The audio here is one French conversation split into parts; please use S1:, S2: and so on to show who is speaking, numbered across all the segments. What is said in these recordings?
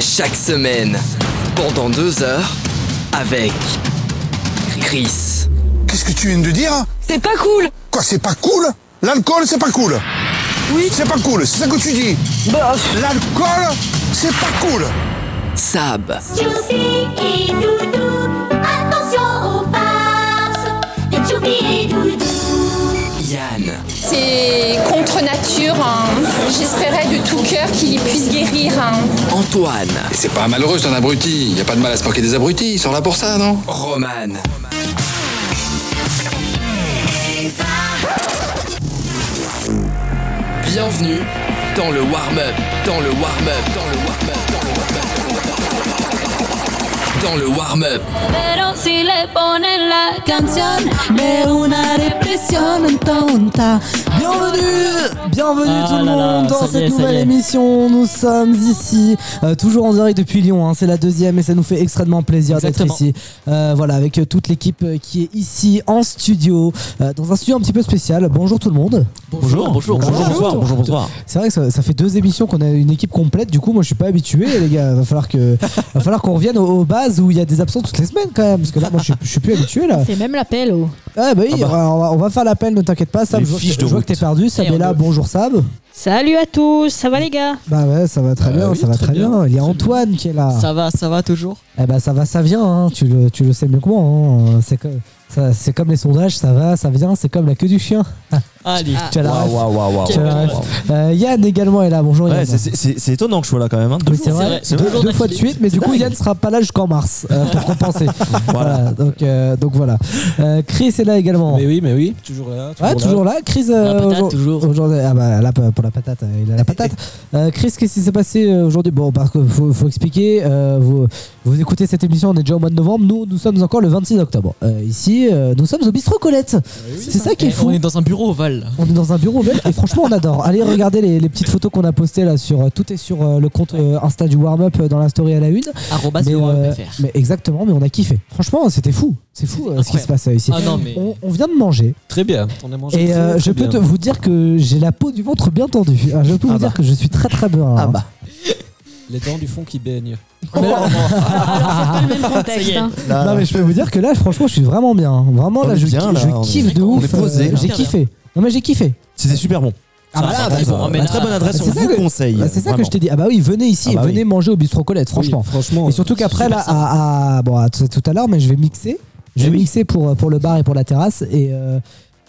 S1: Chaque semaine, pendant deux heures, avec Chris.
S2: Qu'est-ce que tu viens de dire
S3: hein
S4: C'est pas cool
S2: Quoi, c'est pas cool L'alcool, c'est pas cool Oui. C'est pas cool, c'est ça que tu dis
S4: Bof
S2: L'alcool, c'est pas cool
S1: Sab,
S5: Tchoupi et Doudou, attention aux faces de Tchoupi et Doudou.
S1: Yann,
S6: C'est contre nature. hein. J'espérais de tout cœur qu'il puisse guérir. hein.
S1: Antoine,
S7: C'est pas malheureux, c'est un abruti. Y a pas de mal à se moquer des abrutis, ils sont là pour ça, non
S1: Roman.
S4: Eh,
S1: Bienvenue dans le warm-up, dans le warm-up, dans le warm-up, dans le warm-up, dans le warm-up.
S8: Pero si le ponen la canción de una represión tonta.
S9: Bienvenue Bienvenue
S10: Ah
S9: tout le
S10: là
S9: monde
S10: là,
S9: dans
S10: ça y
S9: cette
S10: est, ça y
S9: nouvelle
S10: est.
S9: émission. Nous sommes ici, euh, toujours en direct depuis Lyon. hein. C'est la deuxième et ça nous fait extrêmement plaisir d'être
S10: Exactement.
S9: ici. Euh, voilà, avec euh, toute l'équipe euh, qui est ici en studio, euh, dans un studio un petit peu spécial. Bonjour tout le monde.
S11: Ah,
S10: Bonjour, bonjour, bonjour,
S9: Bonjour.
S10: bonsoir, bonjour, bonsoir.
S9: C'est vrai que ça, ça fait deux émissions qu'on a une équipe complète. Du coup, moi, je suis pas habitué, les gars. Va falloir que, va falloir qu'on revienne aux, aux bases où il y a des absences toutes les semaines quand même, parce que là, moi, je suis- je suis plus habitué là.
S12: C'est même l'appel. Oh.
S9: Ah bah oui, on, va, on va faire l'appel, ne t'inquiète pas, Sab.
S10: Les
S9: Je vois que-
S10: fiches de
S9: je vois que
S10: route.
S9: t'es perdu. Sab
S10: Et
S9: est
S10: on
S9: là.
S10: doit-
S9: Bonjour Sab.
S12: Salut à tous, ça va les gars
S9: Bah ouais, ça va très bien,
S10: oui,
S9: ça va
S10: très
S9: très bien.
S10: bien,
S9: Il y a
S10: très
S9: Antoine qui est là.
S10: Ça va, ça va toujours
S9: Eh bah ça va, ça vient, hein. tu, le, tu le sais mieux que moi. hein. C'est comme, ça- c'est comme les sondages, ça va, ça vient, c'est comme la queue du chien.
S10: Allez.
S9: Tu as la ref.
S10: waouh,
S9: Tu as la ref. Euh, Yann également est là, bonjour
S11: Ouais,
S9: Yann.
S11: c'est- c'est c'est- c'est étonnant que je sois là quand même. hein. Deux
S9: Oui,
S11: jours,
S9: c'est
S10: c'est
S9: vrai,
S10: vrai, c'est
S9: deux,
S10: vrai.
S9: deux fois de suite, mais du coup Yann sera pas là jusqu'en mars euh, pour compenser. voilà, donc, euh, donc voilà. Euh, Chris est là également.
S11: oui, mais oui, toujours là.
S9: Ouais, toujours là, Chris. euh,
S10: patate,
S9: aujourd-
S10: toujours.
S9: Aujourd'hui, ah bah là pour la patate, euh, il a la patate. Euh, Chris, qu'est-ce qui s'est passé euh, aujourd'hui Bon, parce que faut, faut expliquer. euh, vous, vous écoutez cette émission, on est déjà au mois de novembre. Nous, nous sommes encore le 26 octobre. Euh, ici, euh, nous sommes au bistrot
S11: Ah
S9: Colette. c'est ça qui est fou.
S10: Eh, On est dans un bureau ovale.
S9: On est dans un bureau mec, et franchement on adore. Allez regarder les, les petites photos qu'on a postées là sur euh, tout est sur euh, le compte euh, Insta du warm up euh, dans la story à la une.
S10: Arrobas
S9: mais,
S10: le
S9: euh,
S10: WarmUpFR.
S9: mais exactement, mais on a kiffé. Franchement hein, c'était fou, c'est fou euh, ce qui
S10: incroyable.
S9: se passe euh, ici.
S10: Ah non, mais.
S9: On- on vient de manger.
S11: Très bien. On a mangé
S9: Et euh, je peux te- vous dire que j'ai la peau du ventre bien tendue. Ah, Je peux vous
S11: bah.
S9: dire que je suis très très bien. hein.
S10: Ah bah.
S11: Les dents du fond qui baignent.
S12: Pas le même contexte. hein.
S9: Non mais je peux vous dire que là franchement je suis vraiment bien. Vraiment
S11: On
S9: là
S11: est
S9: je,
S11: bien,
S9: ki-
S11: là,
S9: je
S11: on est-
S9: kiffe de
S10: on
S9: ouf.
S10: est posé,
S9: euh,
S10: là.
S9: j'ai kiffé. Non mais j'ai kiffé.
S11: C'était super bon.
S9: Ah bah là,
S11: Très
S9: bah,
S11: bon.
S10: mais
S11: Un
S10: là-
S11: hein. très bonne adresse,
S9: Bah,
S11: on
S9: c'est ça
S11: vous
S9: que-
S11: conseille.
S9: bah, c'est ça que
S11: vraiment.
S9: je t'ai dit. Ah bah oui, venez ici
S11: Ah bah
S9: et venez manger au bistrot Colette, franchement.
S11: franchement.
S9: et surtout qu'après là, à, à- bon, à tout tout à l'heure, mais je vais mixer. Je vais
S11: Eh oui.
S9: mixer pour, euh, pour le bar et pour la terrasse et euh,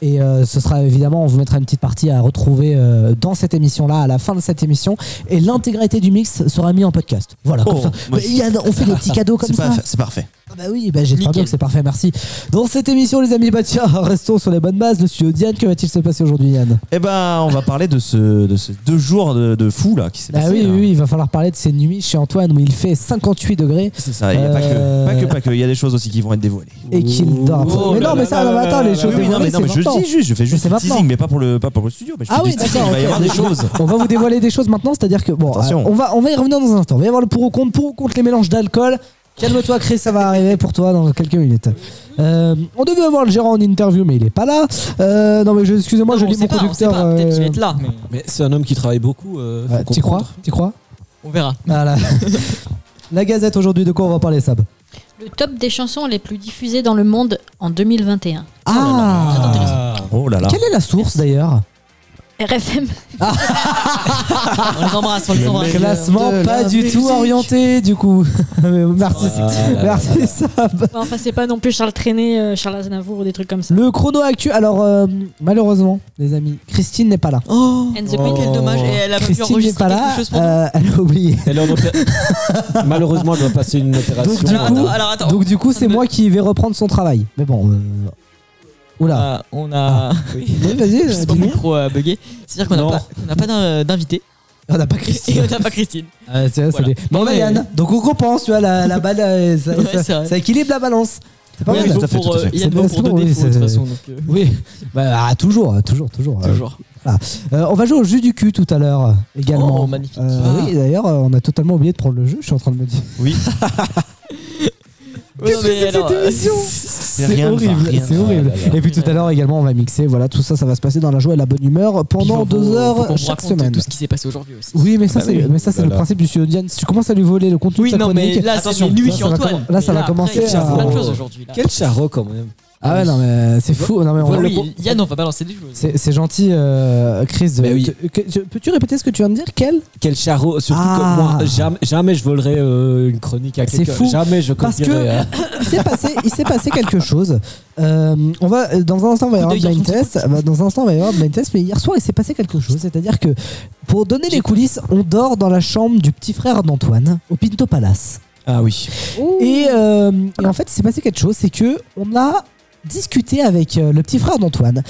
S9: et euh, ce sera évidemment, on vous mettra une petite partie à retrouver euh, dans cette émission-là, à la fin de cette émission, et l'intégralité du mix sera mis en podcast. Voilà.
S11: Oh,
S9: comme ça.
S11: moi,
S9: Bah, il y a- on fait des petits cadeaux comme
S11: C'est
S9: ça.
S11: parfait, c'est parfait.
S9: Ah bah oui, bah j'espère
S10: Nickel.
S9: bien que c'est parfait, merci. Dans cette émission, les amis, bah tiens, restons sur les bonnes bases. Le studio Diane, que va-t-il se passer aujourd'hui, Yann
S11: Eh ben, on va parler de ce, de ce deux jours de, de fou là qui s'est
S9: Bah
S11: passé.
S9: oui,
S11: là.
S9: oui, oui, il va falloir parler de ces nuits chez Antoine où il fait 58 degrés
S11: C'est ça. Il y a pas
S9: Euh,
S11: que, pas que, pas que. Il y a des choses aussi qui vont être dévoilées.
S9: et qu'il dort.
S10: Oh
S9: mais
S10: là
S9: non, mais
S10: là
S9: ça,
S10: là
S9: non, mais
S10: là
S9: attends,
S10: là
S9: les
S10: là
S9: choses
S11: oui, oui, non, mais, non, mais je le dis juste, je fais juste
S9: c'est
S11: un
S9: maintenant.
S11: teasing, mais pas pour le, pas pour le studio. Mais je
S9: Ah
S11: fais
S9: oui,
S11: du teasing,
S9: d'accord,
S11: il va y
S9: ok.
S11: avoir des choses.
S9: On va vous dévoiler des choses maintenant, c'est-à-dire que bon,
S11: Attention.
S9: euh, on va on va y revenir dans un instant. Il va y avoir le pour ou contre, pour ou contre les mélanges d'alcool. Calme-toi, Chris, ça va arriver pour toi dans quelques minutes. Euh, on devait avoir le gérant en interview, mais il est pas là. Euh, non, mais je- excusez-moi,
S10: Non,
S9: je
S10: on
S9: lis
S10: sait
S9: mon
S10: pas, on
S9: conducteur.
S10: sait pas, Peut-être qu'il va
S9: euh,
S10: être là, mais
S11: Mais c'est un homme qui travaille beaucoup. Euh,
S9: ouais, T'y crois T'y crois
S10: on verra.
S9: Voilà. La Gazette aujourd'hui, de quoi on va parler, Sab
S8: Le top des chansons les plus diffusées dans le monde en 2021.
S9: Ah
S11: Oh là là.
S9: Quelle est la source d'ailleurs
S8: RFM.
S4: Ah.
S10: On les embrasse, on les embrasse.
S9: Classement pas du tout orienté du coup. Mais Merci, merci Sab.
S12: Enfin, c'est pas non plus Charles Trenet, euh, Charles Aznavour ou des trucs comme ça.
S9: Le chrono actuel. Alors euh, malheureusement, les amis, Christine n'est pas là.
S10: Oh,
S8: And the Queen.
S10: quel dommage. Et elle a pas pu
S9: Christine n'est
S10: enregistrer
S9: pas là.
S10: quelque chose pour nous.
S9: euh, elle a oublié.
S11: Malheureusement, elle doit passer une opération.
S9: Euh, Donc, du
S10: Alors,
S9: coup-
S10: Ah, attends, alors, attends.
S9: Donc du coup, c'est moi qui vais reprendre son travail. Mais bon. euh, Oula.
S10: Ah, on a. Oui.
S9: Oui, vas-y. euh,
S10: Juste mon
S9: dis-nous.
S10: micro a bugué. C'est-à-dire qu'on
S11: Non.
S10: n'a pas, on n'a pas d'in- d'invité
S9: On n'a pas
S10: et on
S9: Christine.
S10: n'a pas Christine.
S9: Ah, c'est vrai, ça
S10: Voilà. euh,
S9: dé- Mais on a
S10: Ouais.
S9: Yann. Donc on compense, tu vois, la, la balle, euh, ça,
S10: Ouais,
S9: ça-
S10: c'est vrai.
S9: ça équilibre la balance. C'est pas
S10: Oui,
S9: mal.
S10: il
S11: tout
S10: vaut
S11: à fait,
S10: pour,
S11: tout à
S10: euh,
S11: fait.
S10: Yann
S9: C'est
S10: vaut
S9: bon,
S10: pour deux
S9: oui,
S10: défauts de toute
S9: c'est-
S10: façon. donc, euh,
S9: Oui, bah, ah, toujours, euh, toujours, toujours. euh,
S10: Toujours.
S9: Euh, on va jouer au jeu du cul tout à l'heure euh, également.
S10: Oh, magnifique.
S9: Euh,
S10: Ah.
S9: Oui, d'ailleurs, euh, on a totalement oublié de prendre le jeu, je suis en train de me dire.
S11: Oui.
S10: Qu'est-ce que c'est
S4: euh,
S10: que cette émission
S11: Mais
S9: C'est
S11: rien ne va,
S9: horrible,
S11: rien ne
S9: c'est
S11: va,
S9: horrible.
S11: là, là, là.
S9: Et puis tout à l'heure également, on va mixer. Voilà, tout ça, ça va se passer dans la joie et la bonne humeur pendant
S10: Puis, faut-
S9: deux
S10: faut- faut qu'on
S9: heures
S10: me
S9: chaque
S10: raconte
S9: semaine.
S10: Tout ce qui s'est passé aujourd'hui aussi.
S9: Oui,
S4: Ah
S9: mais ça,
S11: bah
S9: c'est
S11: oui,
S9: mais ça, c'est le
S11: voilà.
S9: principe du studio Si tu commences à lui voler le contenu
S10: Oui,
S9: de sa
S10: non, mais
S9: chronique,
S10: là, c'est lui
S9: ça
S10: qui
S9: va
S10: Antoine.
S9: comm- là, ça va commencer
S10: Il y a
S9: à-
S10: plein de choses aujourd'hui. là.
S4: Quel charreau Oh, quand même.
S9: ah ouais, non, mais c'est fou. Non, mais on-
S10: Voilà, oui, Yann, on va balancer des choses.
S9: c'est c'est gentil, euh, Chris. de-
S4: Mais Bah oui.
S9: te- que- tu- Peux-tu répéter ce que tu viens de dire Quel
S4: Quel charreau. Surtout
S9: Ah.
S4: que moi, jamais, jamais je volerai euh, une chronique à
S9: C'est
S4: quelqu'un.
S9: fou,
S4: Jamais je
S9: parce que-
S4: copierai, euh,
S9: il s'est passé, il s'est passé quelque chose. Euh, on va euh, dans un instant on va y avoir
S10: Coup d'œil
S9: blind
S10: sur son
S9: test. Bah, Dans un instant on va y avoir blind test. Mais hier soir il s'est passé quelque chose. C'est-à-dire que pour donner les coulisses, on dort dans la chambre du petit frère d'Antoine au Pinto Palace.
S4: Ah oui.
S9: Et, euh, et en fait il s'est passé quelque chose, c'est que on a discuté avec euh, le petit frère d'Antoine.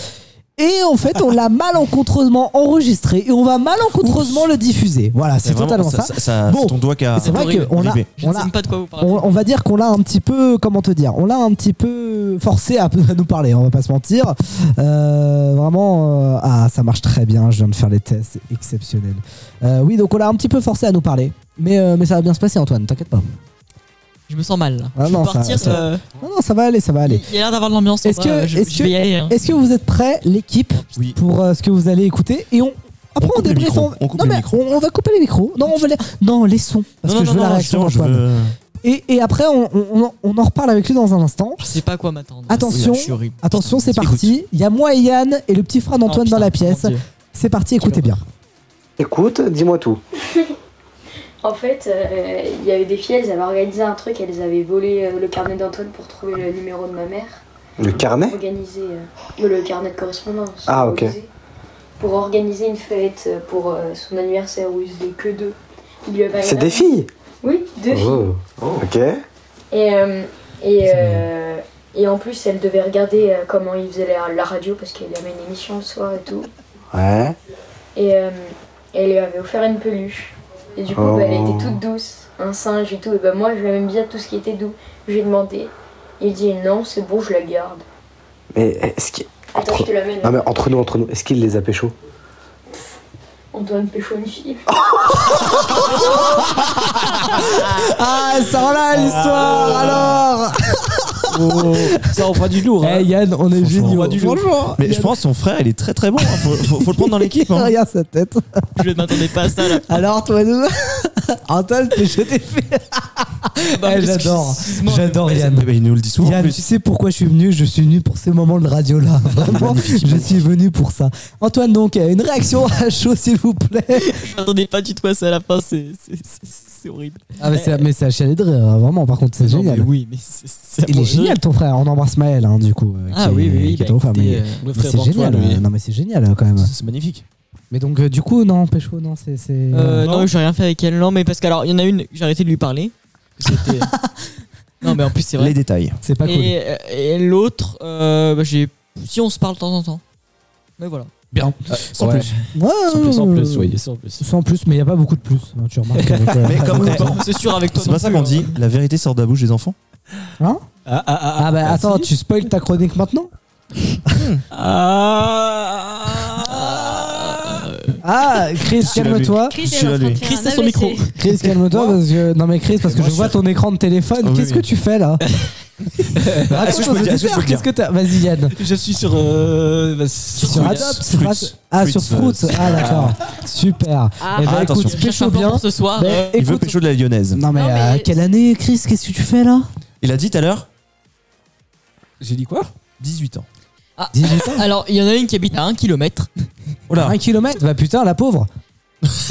S9: Et en fait, on l'a malencontreusement enregistré et on va malencontreusement le diffuser. Voilà, c'est
S11: vraiment,
S9: totalement ça. Bon.
S11: c'est ton doigt qui a.
S9: Ah, C'est vrai
S10: horrible.
S9: qu'on a,
S11: Horrible.
S10: Je
S9: on
S10: ne
S9: a,
S10: sais même pas de quoi vous parlez.
S9: on, on va dire qu'on l'a un petit peu, comment te dire, on l'a un petit peu forcé à, à nous parler, on va pas se mentir. Euh, vraiment, euh, ah, ça marche très bien, je viens de faire les tests, c'est exceptionnel. Euh, oui, donc on l'a un petit peu forcé à nous parler. Mais, euh, mais ça va bien se passer, Antoine, t'inquiète pas.
S10: Je me sens mal. là.
S9: Ah
S10: je
S9: non,
S10: peux
S9: ça-
S10: partir.
S9: ça-
S10: euh,
S9: Non, non, ça va aller, ça va aller.
S10: Il y a l'air d'avoir de l'ambiance.
S9: Est-ce
S10: Est-ce
S9: que-
S10: que je,
S9: est-ce
S10: je vais y aller hein.
S9: Est-ce que vous êtes prêts, l'équipe,
S11: Oui.
S9: pour euh, ce que vous allez écouter Et on. Après, on,
S11: coupe les
S9: débriefe,
S11: micros, on coupe
S9: non,
S11: les
S9: mais
S11: micros.
S9: on, on va couper les micros. Non, on va les... Non, laissons. Parce
S11: Non,
S9: que
S11: non,
S9: je veux
S11: non,
S9: la
S11: non,
S9: réaction
S11: justement, je
S9: d'Antoine.
S11: veux-
S9: Et, et après, on- on- on- on en reparle avec lui dans un instant.
S10: Je sais pas à quoi m'attendre.
S9: Attention,
S10: je suis horrible.
S9: Attention, c'est
S11: Écoute.
S9: parti. Il y a moi et Yann et le petit frère
S10: Oh,
S9: d'Antoine
S10: putain,
S9: dans la
S10: mon
S9: pièce.
S10: Dieu.
S9: C'est parti, écoutez
S10: Quelle
S9: bien.
S13: Écoute, dis-moi tout.
S14: En fait, euh, il y avait des filles, elles avaient organisé un truc, elles avaient volé euh, le carnet d'Antoine pour trouver le numéro de ma mère.
S13: Le carnet
S14: Organiser euh, le carnet de correspondance.
S13: Ah, ok.
S14: Organisé. Pour organiser une fête euh, pour euh, son anniversaire où ils étaient que deux. Il lui avait
S13: C'est
S14: agréé-
S13: des filles
S14: Oui, deux filles.
S13: Oh, ok.
S14: Et, euh, et, euh, et en plus, elle devait regarder euh, comment il faisait la, la radio parce qu'il avait une émission le soir et tout.
S13: Ouais.
S14: Et euh, elle lui avait offert une peluche. Et du coup,
S13: Oh.
S14: bah, elle était toute douce, un singe et tout. Et bah, moi, je l'aimais bien tout ce qui était doux. J'ai demandé. Il dit non, c'est bon, je la garde.
S13: Mais est-ce qu'il.
S14: Attends, je te l'amène.
S13: Non, Ah, mais entre nous, entre nous, est-ce qu'il les a pécho
S14: On doit me pécho une fille.
S9: Ah, ça là l'histoire
S15: Ah.
S9: alors
S4: Ça, on fera du lourd. hein.
S9: Oh. Eh Yann, on est
S11: Franchement.
S9: géniaux.
S11: Pas du tout.
S9: Bonjour.
S11: Mais je pense que son frère, il est très très bon. hein. Faut, faut- faut le prendre dans l'équipe. hein.
S9: Regarde sa tête.
S10: Je ne m'attendais pas à ça là.
S9: Alors, toi, nous. Antoine, t'es je t'ai fait.
S10: Bah,
S9: Eh, J'adore.
S10: excuse-moi.
S9: J'adore
S11: Mais-
S9: Yann.
S11: mais Eh ben, il nous le dit souvent. en
S9: Yann,
S11: plus.
S9: tu sais pourquoi je suis venu Je suis venu pour ces moments de radio là. Vraiment, je suis venu pour ça. Antoine, donc, une réaction à chaud, s'il vous plaît.
S10: Je m'attendais pas du tout à ça à la fin. c'est- c'est- C'est c'est horrible.
S9: Ah, mais c'est- mais c'est à chialer de rire, hein, vraiment. Par contre, c'est
S10: Non,
S9: génial.
S10: mais Oui, mais c'est- c'est.
S9: Il est génial ton frère, on embrasse Maël hein, du coup. euh,
S10: Ah
S9: qui est-
S10: oui, oui, oui.
S9: qui est
S10: bah,
S9: ton frère,
S10: écoutez,
S9: mais-
S10: euh,
S4: Le
S9: mais
S4: frère
S9: c'est génial,
S4: d'Antoine, lui.
S9: euh, non mais c'est génial euh, quand même.
S11: C'est c'est magnifique.
S9: Mais donc euh, du coup non, Pécho, non, c'est. c'est-
S10: Euh, non, j'ai rien fait avec elle. Non, mais parce qu'alors, il y en a une, j'ai arrêté de lui parler. C'était- non, mais en plus, c'est vrai.
S11: Les détails.
S9: C'est pas cool.
S10: Et, euh, et l'autre, euh, bah, j'ai. Si on se parle de temps en temps. Mais voilà.
S11: hein.
S4: Sans
S11: Ouais.
S4: plus.
S9: Ouais,
S4: Sans plus, sans
S9: euh,
S4: plus, oui, sans plus.
S9: Sans plus, mais il n'y a pas beaucoup de plus, hein, tu remarques. avec, euh,
S11: Mais comme-
S9: avec-
S11: Ouais.
S10: C'est sûr avec toi.
S11: C'est
S10: non
S11: pas ça
S10: plus,
S11: qu'on
S10: hein.
S11: dit. La vérité sort de la bouche des enfants.
S4: Ah, ah, ah,
S9: Hein Ah bah
S4: ah,
S9: attends,
S4: si.
S9: tu spoil ta chronique maintenant
S10: Ah.
S9: Ah Chris,
S11: Je suis là, lui.
S9: calme-toi.
S12: Chris
S11: Je
S12: est
S11: suis
S12: en
S11: là,
S12: train de
S11: lui.
S12: faire
S10: Chris
S12: un
S10: a son
S12: AVC.
S10: micro.
S9: Chris, calme-toi parce que non mais Chris parce que
S11: Moi,
S9: je
S11: je
S9: vois
S11: suis-
S9: ton écran de téléphone.
S11: Oui,
S9: Qu'est-ce que
S11: oui.
S9: tu fais là
S11: Est-ce que je peux
S9: Raconte
S11: le
S9: aux
S11: dire Est-ce que je peux
S9: auditeurs,
S11: le
S9: Qu'est-ce
S11: dire
S9: que t'as Vas-y Yann.
S4: Je suis sur. euh, bah,
S9: Sur
S4: Fruits.
S9: Adopt,
S11: Fruits.
S9: Fruits. Ah, sur
S11: Fruits,
S9: Fruits. Ah, d'accord. Super. Eh ben,
S11: Ah, attention.
S9: écoute,
S10: Cherche
S9: pécho
S10: un plan
S9: bien.
S10: pour ce soir.
S9: Ben,
S10: euh,
S11: Il veut
S9: écoute-
S11: pécho de la lyonnaise.
S9: Non, mais,
S12: Non, mais-
S9: euh, quelle année, Chris Qu'est-ce que tu fais là
S11: Il a dit tout à l'heure
S4: J'ai dit quoi
S11: 18 ans.
S9: 18 ans
S10: Ah, Alors, il y en a une qui habite à 1 km.
S11: Oh là.
S9: 1 km Bah putain, la pauvre.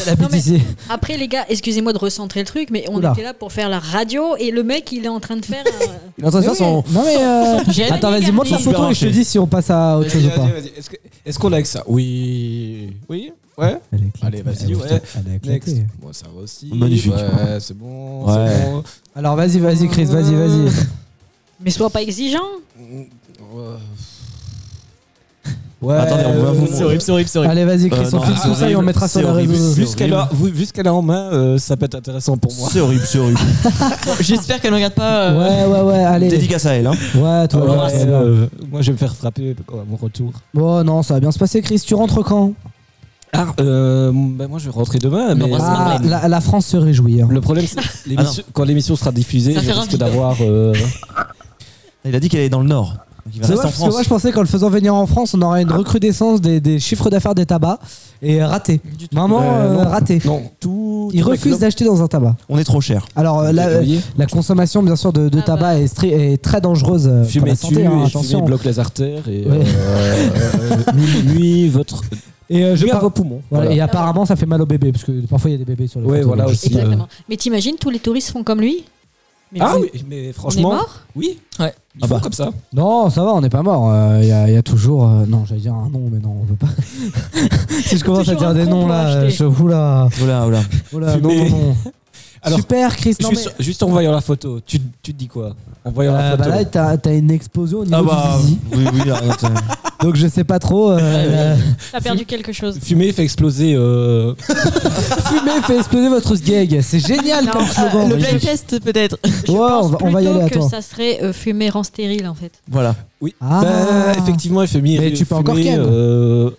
S9: Elle habite
S12: Non, mais-
S9: ici.
S12: Après, les gars, excusez-moi de recentrer le truc, mais on
S9: Oula.
S12: était là pour faire la radio et le mec, il est en train de faire. euh, un-
S11: Il est en train de faire son.
S9: Non, mais. euh,
S10: J'ai-
S9: Attends, vas-y, montre la
S11: Super
S9: photo et je te
S11: marché.
S9: dis si on passe à autre
S4: Vas-y,
S9: chose ou pas.
S4: vas-y, vas-y. Est-ce que- est-ce qu'on a que ça Oui. Oui Ouais
S9: Elle est éclatée.
S4: Allez, vas-y,
S9: Ah,
S4: ouais.
S9: putain, Elle est
S4: Next.
S9: éclatée.
S4: Bon, ça va aussi.
S11: Oh, Magnifique.
S4: Ouais, c'est bon.
S11: Ouais.
S4: c'est bon.
S9: Alors, vas-y, vas-y, Chris, vas-y, vas-y.
S12: Mais sois pas exigeant.
S4: Ouais. euh,
S11: Attendez, on va vous-
S10: C'est horrible, c'est horrible, c'est horrible.
S9: Allez, vas-y, Chris,
S11: Euh,
S9: on
S11: non,
S9: fixe
S11: c'est
S9: tout ça et on
S11: horrible,
S9: mettra sur
S11: c'est
S9: les
S11: horrible.
S9: réseaux.
S4: Vu ce qu'elle a, vu- vu ce qu'elle a en main, euh, ça peut être intéressant pour moi.
S11: C'est horrible, c'est horrible.
S10: J'espère qu'elle ne regarde pas.
S9: Ouais,
S10: euh,
S9: ouais, ouais, allez.
S11: Dédicace à elle. Hein.
S9: Ouais,
S4: Ouais,
S9: toi, ouais,
S4: euh,
S9: ouais.
S4: moi, je vais me faire frapper à euh, mon retour.
S9: Bon, non, ça va bien se passer, Chris. Tu rentres quand
S4: Ah, euh, ben moi je vais rentrer demain. Mais euh,
S9: Ah, la, la France se réjouit. hein.
S4: Le problème,
S11: Ah,
S4: c'est l'émission- quand l'émission sera diffusée,
S9: Ça
S4: je
S9: fait
S4: risque
S9: rapide.
S4: d'avoir. euh,
S11: Il a dit qu'elle est dans le Nord. Donc il va
S9: C'est
S11: rester en
S9: vrai, parce que
S11: France. Ah.
S9: moi je pensais qu'en le faisant venir en France, on aurait une recrudescence des, des chiffres d'affaires des tabacs et euh, raté. Vraiment
S11: Euh,
S9: euh,
S11: non.
S9: raté.
S4: Non, tout.
S9: Ils
S11: tout
S9: refusent
S11: avec
S9: d'acheter dans un tabac.
S11: On est trop cher.
S9: Alors euh, la,
S11: Vous voyez
S9: la consommation bien sûr de, de tabac est, stri- est très dangereuse euh, pour
S4: Fumez
S9: la
S4: dessus,
S9: santé. hein,
S4: et
S9: attention.
S4: fumez bloque les artères et
S9: Ouais.
S4: euh, euh, nuit, nuit, votre.
S9: Et euh, je
S4: nuit à
S9: par-
S4: vos poumons.
S9: Voilà,
S4: Voilà.
S9: Et apparemment ça fait mal aux bébés parce que parfois il y a des bébés sur les.
S4: Ouais,
S9: photos,
S4: voilà
S9: donc.
S4: aussi.
S12: Exactement. Mais t'imagines, tous les touristes font comme lui Mais
S4: Ah
S12: vous-
S4: oui, mais franchement.
S12: mort
S4: oui. Ouais. Ils
S9: Ah
S4: font
S9: bah.
S4: comme ça.
S9: Non, ça va, on n'est pas mort. Euh, Il y, a- il y a toujours. euh, non, j'allais dire un nom, mais non, on peut pas. si je commence à
S4: Toujours
S9: dire
S4: un
S9: des noms
S4: complot
S9: là, euh,
S4: acheté.
S9: je. Oula.
S11: Oula, oula.
S9: Oula, non, non,
S4: Fumez.
S9: non.
S4: Alors,
S9: Super, Chris. Non,
S4: juste, juste en voyant la photo, tu, tu te dis quoi En voyant
S9: Euh,
S4: la
S9: bah
S4: photo.
S9: là, t'as t'as une explosion au niveau
S11: Ah bah,
S9: du zizi.
S11: oui, oui, arrête.
S9: Donc je sais pas trop. euh, euh,
S12: T'as perdu quelque chose.
S4: Fumer fait exploser. euh,
S9: fumer fait exploser votre sgeg. C'est génial
S12: Non,
S9: comme
S12: euh,
S9: slogan.
S12: le
S9: Magnifique.
S12: blind
S10: test peut-être.
S9: Ouais, on va, on va y aller à
S12: que
S9: toi.
S12: ça serait euh, fumer en stérile en fait.
S11: Voilà.
S4: Oui.
S9: Ah.
S4: Bah, effectivement, il fait mieux.
S9: Mais tu peux encore ken.
S4: euh,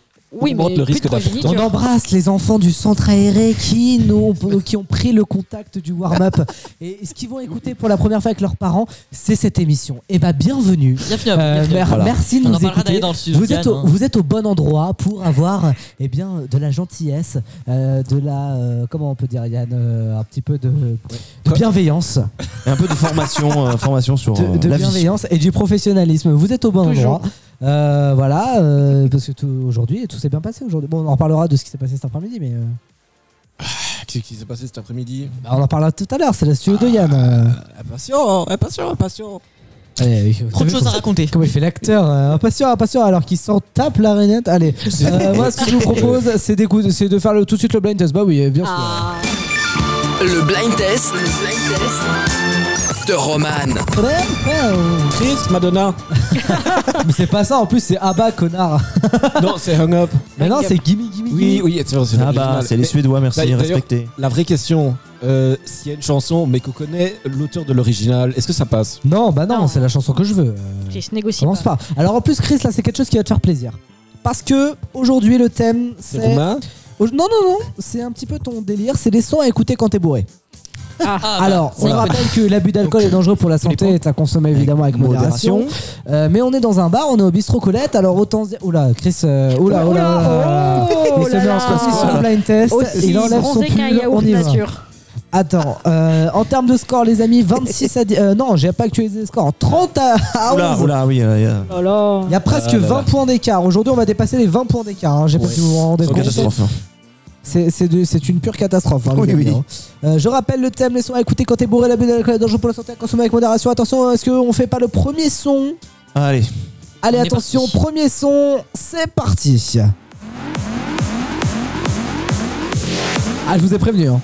S12: Oui,
S4: augmente
S12: mais
S4: le
S12: plus
S4: risque
S12: de progéniture.
S4: d'accident.
S9: On embrasse les enfants du centre aéré qui, nous, ont- qui ont pris le contact du warm-up et ce qu'ils vont écouter pour la première fois avec leurs parents, c'est cette émission. Et bah bienvenue. Euh,
S10: Bien fiable, bien fiable.
S9: mer-
S10: Voilà.
S9: Merci de
S10: On en
S9: nous
S10: parlera
S9: écouter.
S10: d'aller dans le sud,
S9: vous, êtes
S10: Yann,
S9: au,
S10: hein.
S9: vous êtes au bon endroit pour avoir eh bien, de la gentillesse, euh, de la... euh, comment on peut dire Yann euh, Un petit peu de, de bienveillance.
S11: Et un peu de formation, euh, formation sur
S9: De,
S11: euh,
S9: de
S11: la vie.
S9: bienveillance et du professionnalisme. Vous êtes au bon
S12: Toujours.
S9: endroit. Euh, voilà, euh, parce que tout aujourd'hui, tout s'est bien passé aujourd'hui. Bon, on en reparlera de ce qui s'est passé cet après-midi, mais euh,
S4: Qu'est-ce qui s'est passé cet après-midi
S9: bah, on en parlera tout à l'heure. C'est la studio de Yann. euh.
S4: Impatient, impatient, impatient.
S9: Allez,
S10: Trop de
S9: vous savez
S10: choses à raconter.
S9: Comment il fait l'acteur euh, Impatient, impatient, alors qu'il s'en tape la rainette. Allez, euh, moi, ce que je vous propose, c'est d'écouter- c'est de faire le- tout de suite le blind test. Bah oui, bien sûr.
S1: Le blind test. De Roman.
S10: Ah.
S9: Ouais, ouais, ouais.
S4: Chris, Madonna.
S9: Mais c'est pas ça, en plus, c'est Abba, connard.
S4: non, c'est Hung Up.
S9: Mais non, c'est Gimme, Gimme,
S4: Oui,
S9: Gimme.
S4: oui, c'est vrai, c'est
S11: Ah bah,
S4: l'original.
S11: c'est les
S4: Mais
S11: Suédois, merci,
S4: d'ailleurs,
S11: respectez.
S4: La vraie question, euh, s'il y a une chanson, mais qu'on connaît l'auteur de l'original, est-ce que ça passe
S9: Non, bah non, c'est la chanson que je veux. euh.
S12: Chris, négocie
S9: Commence
S12: pas.
S9: pas. Alors en plus, Chris, là, c'est quelque chose qui va te faire plaisir. Parce que aujourd'hui, le thème,
S4: C'est
S9: c'est.
S4: Romain
S9: Au- Non, non, non, c'est un petit peu ton délire, c'est les sons à écouter quand t'es bourré.
S10: Ah, bah,
S9: Alors,
S10: c'est
S9: on
S10: une
S9: rappelle que l'abus d'alcool est dangereux pour la santé et ça consomme évidemment avec modération. Euh, mais on est dans un bar, on est au bistrot Colette, alors autant se dire. Oula, Chris, euh, oula, oula, oula, oula.
S12: Oh
S9: Il se
S12: là
S9: met en
S12: là.
S9: position blind test,
S12: Aussi
S9: il enlève son
S12: bronzé qu'un
S9: pull,
S12: yaourt
S9: on y va.
S12: nature.
S9: Attends, euh, en termes de score, les amis, 26 à 10. euh, non, j'ai pas actualisé les scores. 30 à, à 11.
S11: Oula, oula, oui. euh, euh,
S12: Oh là.
S9: Il y a presque
S4: Ah là là.
S9: 20 points d'écart. Aujourd'hui, on va dépasser les 20 points d'écart. hein. J'ai pas
S4: Ouais.
S9: si vous vous rendez
S11: c'est une
S9: compte.
S11: catastrophe. hein.
S9: C'est- C'est de- c'est une pure catastrophe. hein, les
S11: Oui,
S9: amis,
S11: oui.
S9: hein. Euh, je rappelle le thème les sons à écouter quand t'es bourré, l'abus d'alcool est dangereux pour la santé à consommer avec modération. Attention, est-ce qu'on fait pas le premier son
S11: hein. Allez,
S9: Allez,
S10: On est
S9: attention,
S10: parti.
S9: premier son, c'est parti. Ah, je vous ai prévenu. hein.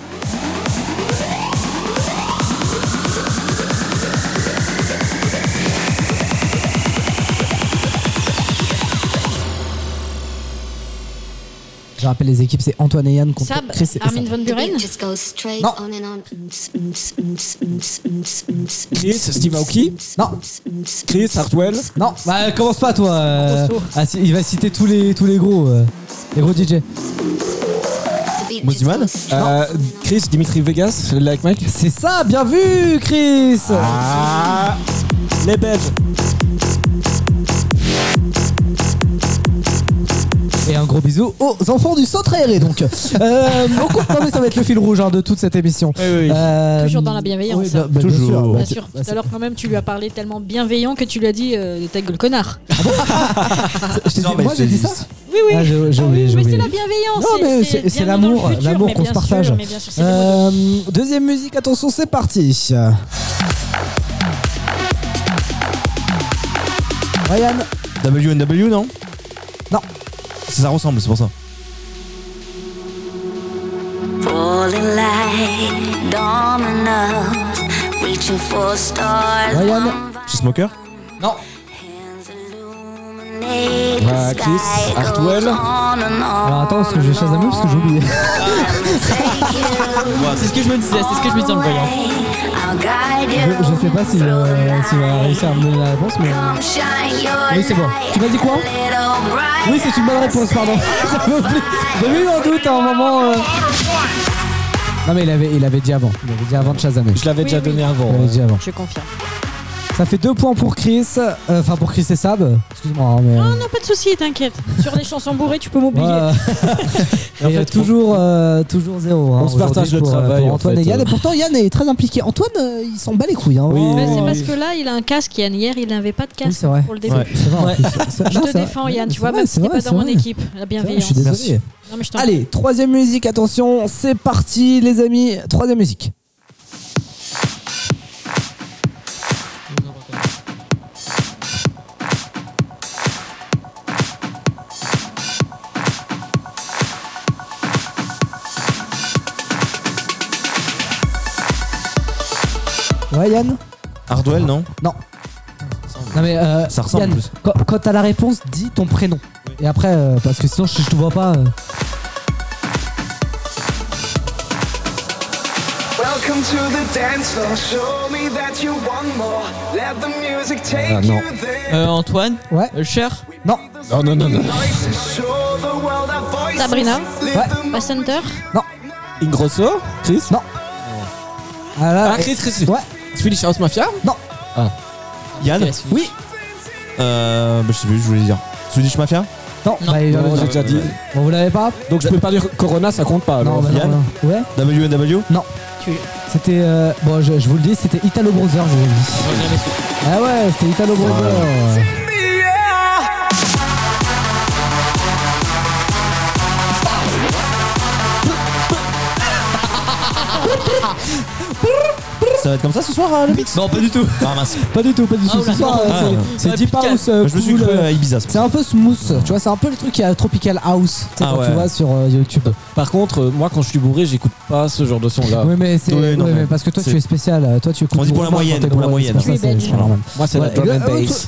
S9: Je rappelle les équipes, c'est Antoine et Yann contre
S12: Sab,
S9: Chris et Sab.
S12: Armin Van Buren.
S9: Non.
S4: Chris, Steve Aoki
S9: Non,
S4: Chris, Hartwell
S9: non, bah commence pas toi. euh. Ah, si, il va citer tous les, tous les gros, euh, les gros DJ.
S11: Moziman
S4: Euh, Chris, Dimitri Vegas, Like Mike
S9: C'est ça, bien vu, Chris.
S4: Ah Les Belges
S9: Et un gros bisou aux enfants du centre aéré donc. Euh, on compte- non mais ça va être le fil rouge hein, de toute cette émission. Euh,
S12: Toujours dans la bienveillance,
S9: oui, bah-
S12: hein.
S9: bah, bien
S11: Toujours.
S9: sûr, bah,
S12: Bien
S9: tu-
S12: sûr,
S9: bah,
S12: tout à l'heure quand même tu lui as parlé tellement bienveillant que tu lui as dit euh, de ta gueule connard.
S9: c'est- je t'ai
S11: Non,
S9: dit-
S11: mais
S9: moi j'ai
S11: c'est-
S9: dit ça
S12: Oui oui.
S9: Ah, j'ai- j'ai
S12: Ah oui,
S9: oublié, j'ai
S12: mais c'est
S9: oublié.
S12: la bienveillance.
S9: Non, mais c'est- c'est
S12: bienvenue dans
S9: l'amour,
S12: le futur,
S9: l'amour
S12: mais
S9: qu'on
S12: bien
S9: se partage.
S12: sûr, mais bien sûr, c'est des mots
S9: Euh, deuxième musique, attention c'est parti. Ryan,
S11: WNW, non
S9: Non.
S11: Ça, ça ressemble, c'est pour ça.
S5: Falling like dominoes, reaching for stars.
S9: Ryan.
S11: Chez Smoker
S4: Non
S5: illuminate the
S4: Bah, Chris,
S5: sky, goes
S4: Hartwell.
S5: on and on.
S9: alors attends parce que je vais Shazam parce que j'ai oublié.
S10: C'est ce que je me disais, c'est ce que je me disais en le voyant.
S5: I'll guide
S9: Je,
S5: you.
S9: je sais pas si euh, tu vas réussir à me donner la réponse, mais.
S5: Come shine your
S9: Oui, c'est bon. Tu m'as dit quoi
S5: little bright.
S9: Oui, c'est une bonne réponse, pardon. J'avais oublié. J'avais eu un doute à un moment. euh. Non, mais il avait, il avait dit avant. Il avait dit avant de Shazamer. Je
S4: l'avais Oui, déjà oui. donné avant,
S9: Il l'avait
S4: ouais.
S9: dit avant.
S12: Je confirme.
S9: Ça fait deux points pour Chris. euh, Enfin, pour Chris et Sab. Excuse-moi, hein, mais.
S12: Non, non, pas de souci, t'inquiète. Sur les chansons bourrées, tu peux m'oublier. Bah,
S9: Et euh, toujours, euh, toujours zéro. hein,
S4: on se
S9: aujourd'hui
S4: partage le
S9: pour, euh,
S4: travail,
S9: pour
S4: en
S9: Antoine
S4: fait,
S9: et Yann.
S4: euh.
S9: Et pourtant, Yann est très impliqué. Antoine, euh, il s'en bat les couilles. Hein, vraiment.
S12: Mais c'est parce que là, il a un casque, Yann. Hier, il n'avait pas de
S9: Oui,
S12: casque
S9: c'est vrai.
S12: pour le début.
S9: Ouais, c'est vrai, en plus. C'est-
S12: Je
S9: non,
S12: te
S9: c'est vrai.
S12: défends, Yann,
S9: C'est
S12: tu vois,
S9: vrai,
S12: même si
S9: c'est
S12: t'es
S9: vrai,
S12: pas
S9: c'est
S12: dans mon
S9: vrai.
S12: équipe. La
S9: C'est vrai,
S12: bienveillance.
S9: Je suis désolé.
S12: Non, mais je t'en prie.
S9: Allez, troisième musique, attention, c'est parti les amis, troisième musique. Ouais Yann
S11: Hardwell, non
S9: Non. Non mais euh,
S11: Ça ressemble
S9: Yann,
S11: plus.
S9: quand, quand t'as la réponse, dis ton prénom. Et après, euh, parce que sinon je, je te vois pas. euh.
S16: Welcome to the dance floor. Show me that you want more. Let the music take
S10: Ah, non.
S16: you there.
S10: Euh, Antoine
S9: Ouais.
S10: Cher
S9: Non.
S4: Non, non, non, non.
S16: Nice and show the world our voices.
S12: Sabrina
S16: Live the
S12: Bass Hunter
S4: Ingrosso Chris
S9: Non. Ah, là,
S4: Ah, Chris, Chris.
S9: Ouais.
S4: Swedish House Mafia
S9: Non.
S4: Ah.
S11: Yann
S9: Oui
S11: Euh. Bah, je sais plus, je voulais dire. Swedish Mafia
S9: Non, bah, il avait
S4: Non, j'ai
S9: déjà
S4: déjà dit.
S9: Bon, vous l'avez pas
S4: Donc je peux pas Bah. dire Corona, ça compte pas.
S9: Non,
S4: alors.
S9: bah, non,
S11: Yann
S9: non. Ouais
S11: WNW
S9: Non. C'était. euh, bon, je, je vous le dis, c'était Italo Brothers, je vous le dis. Ah ouais, c'était Italo
S11: Ah,
S9: Brothers.
S11: Ça va être comme ça ce soir, hein, le mix Non, pas du tout. Ah mince.
S9: Pas du tout, pas du
S11: Ah,
S9: tout.
S11: oula.
S9: ce soir, euh,
S11: Ah,
S9: c'est-
S11: non.
S9: c'est
S11: Ouais,
S9: Deep
S11: Tropical.
S9: House. euh,
S11: Je me suis
S9: cool,
S11: cru
S9: euh,
S11: à Ibiza, c'est
S9: C'est un peu smooth, tu vois, c'est un peu le truc qui a Tropical House, tu sais,
S4: Ah
S9: quand tu
S4: ouais.
S9: vois sur euh, YouTube.
S4: Par contre, euh, moi quand je suis bourré, j'écoute pas ce genre de son là.
S9: Oui, mais c'est. ouais, mais parce que toi, tu es spécial. euh, Toi, tu écoutes
S4: On dit pour la
S9: Romain quand
S4: moyenne,
S9: t'es
S4: pour la
S9: bourré,
S4: moyenne.
S9: c'est pour ça,
S4: Oui,
S9: c'est-
S4: ben,
S9: c'est normal.
S4: Moi, c'est la
S9: Voilà,
S4: drum
S9: et
S4: and
S9: le- euh,
S4: bass.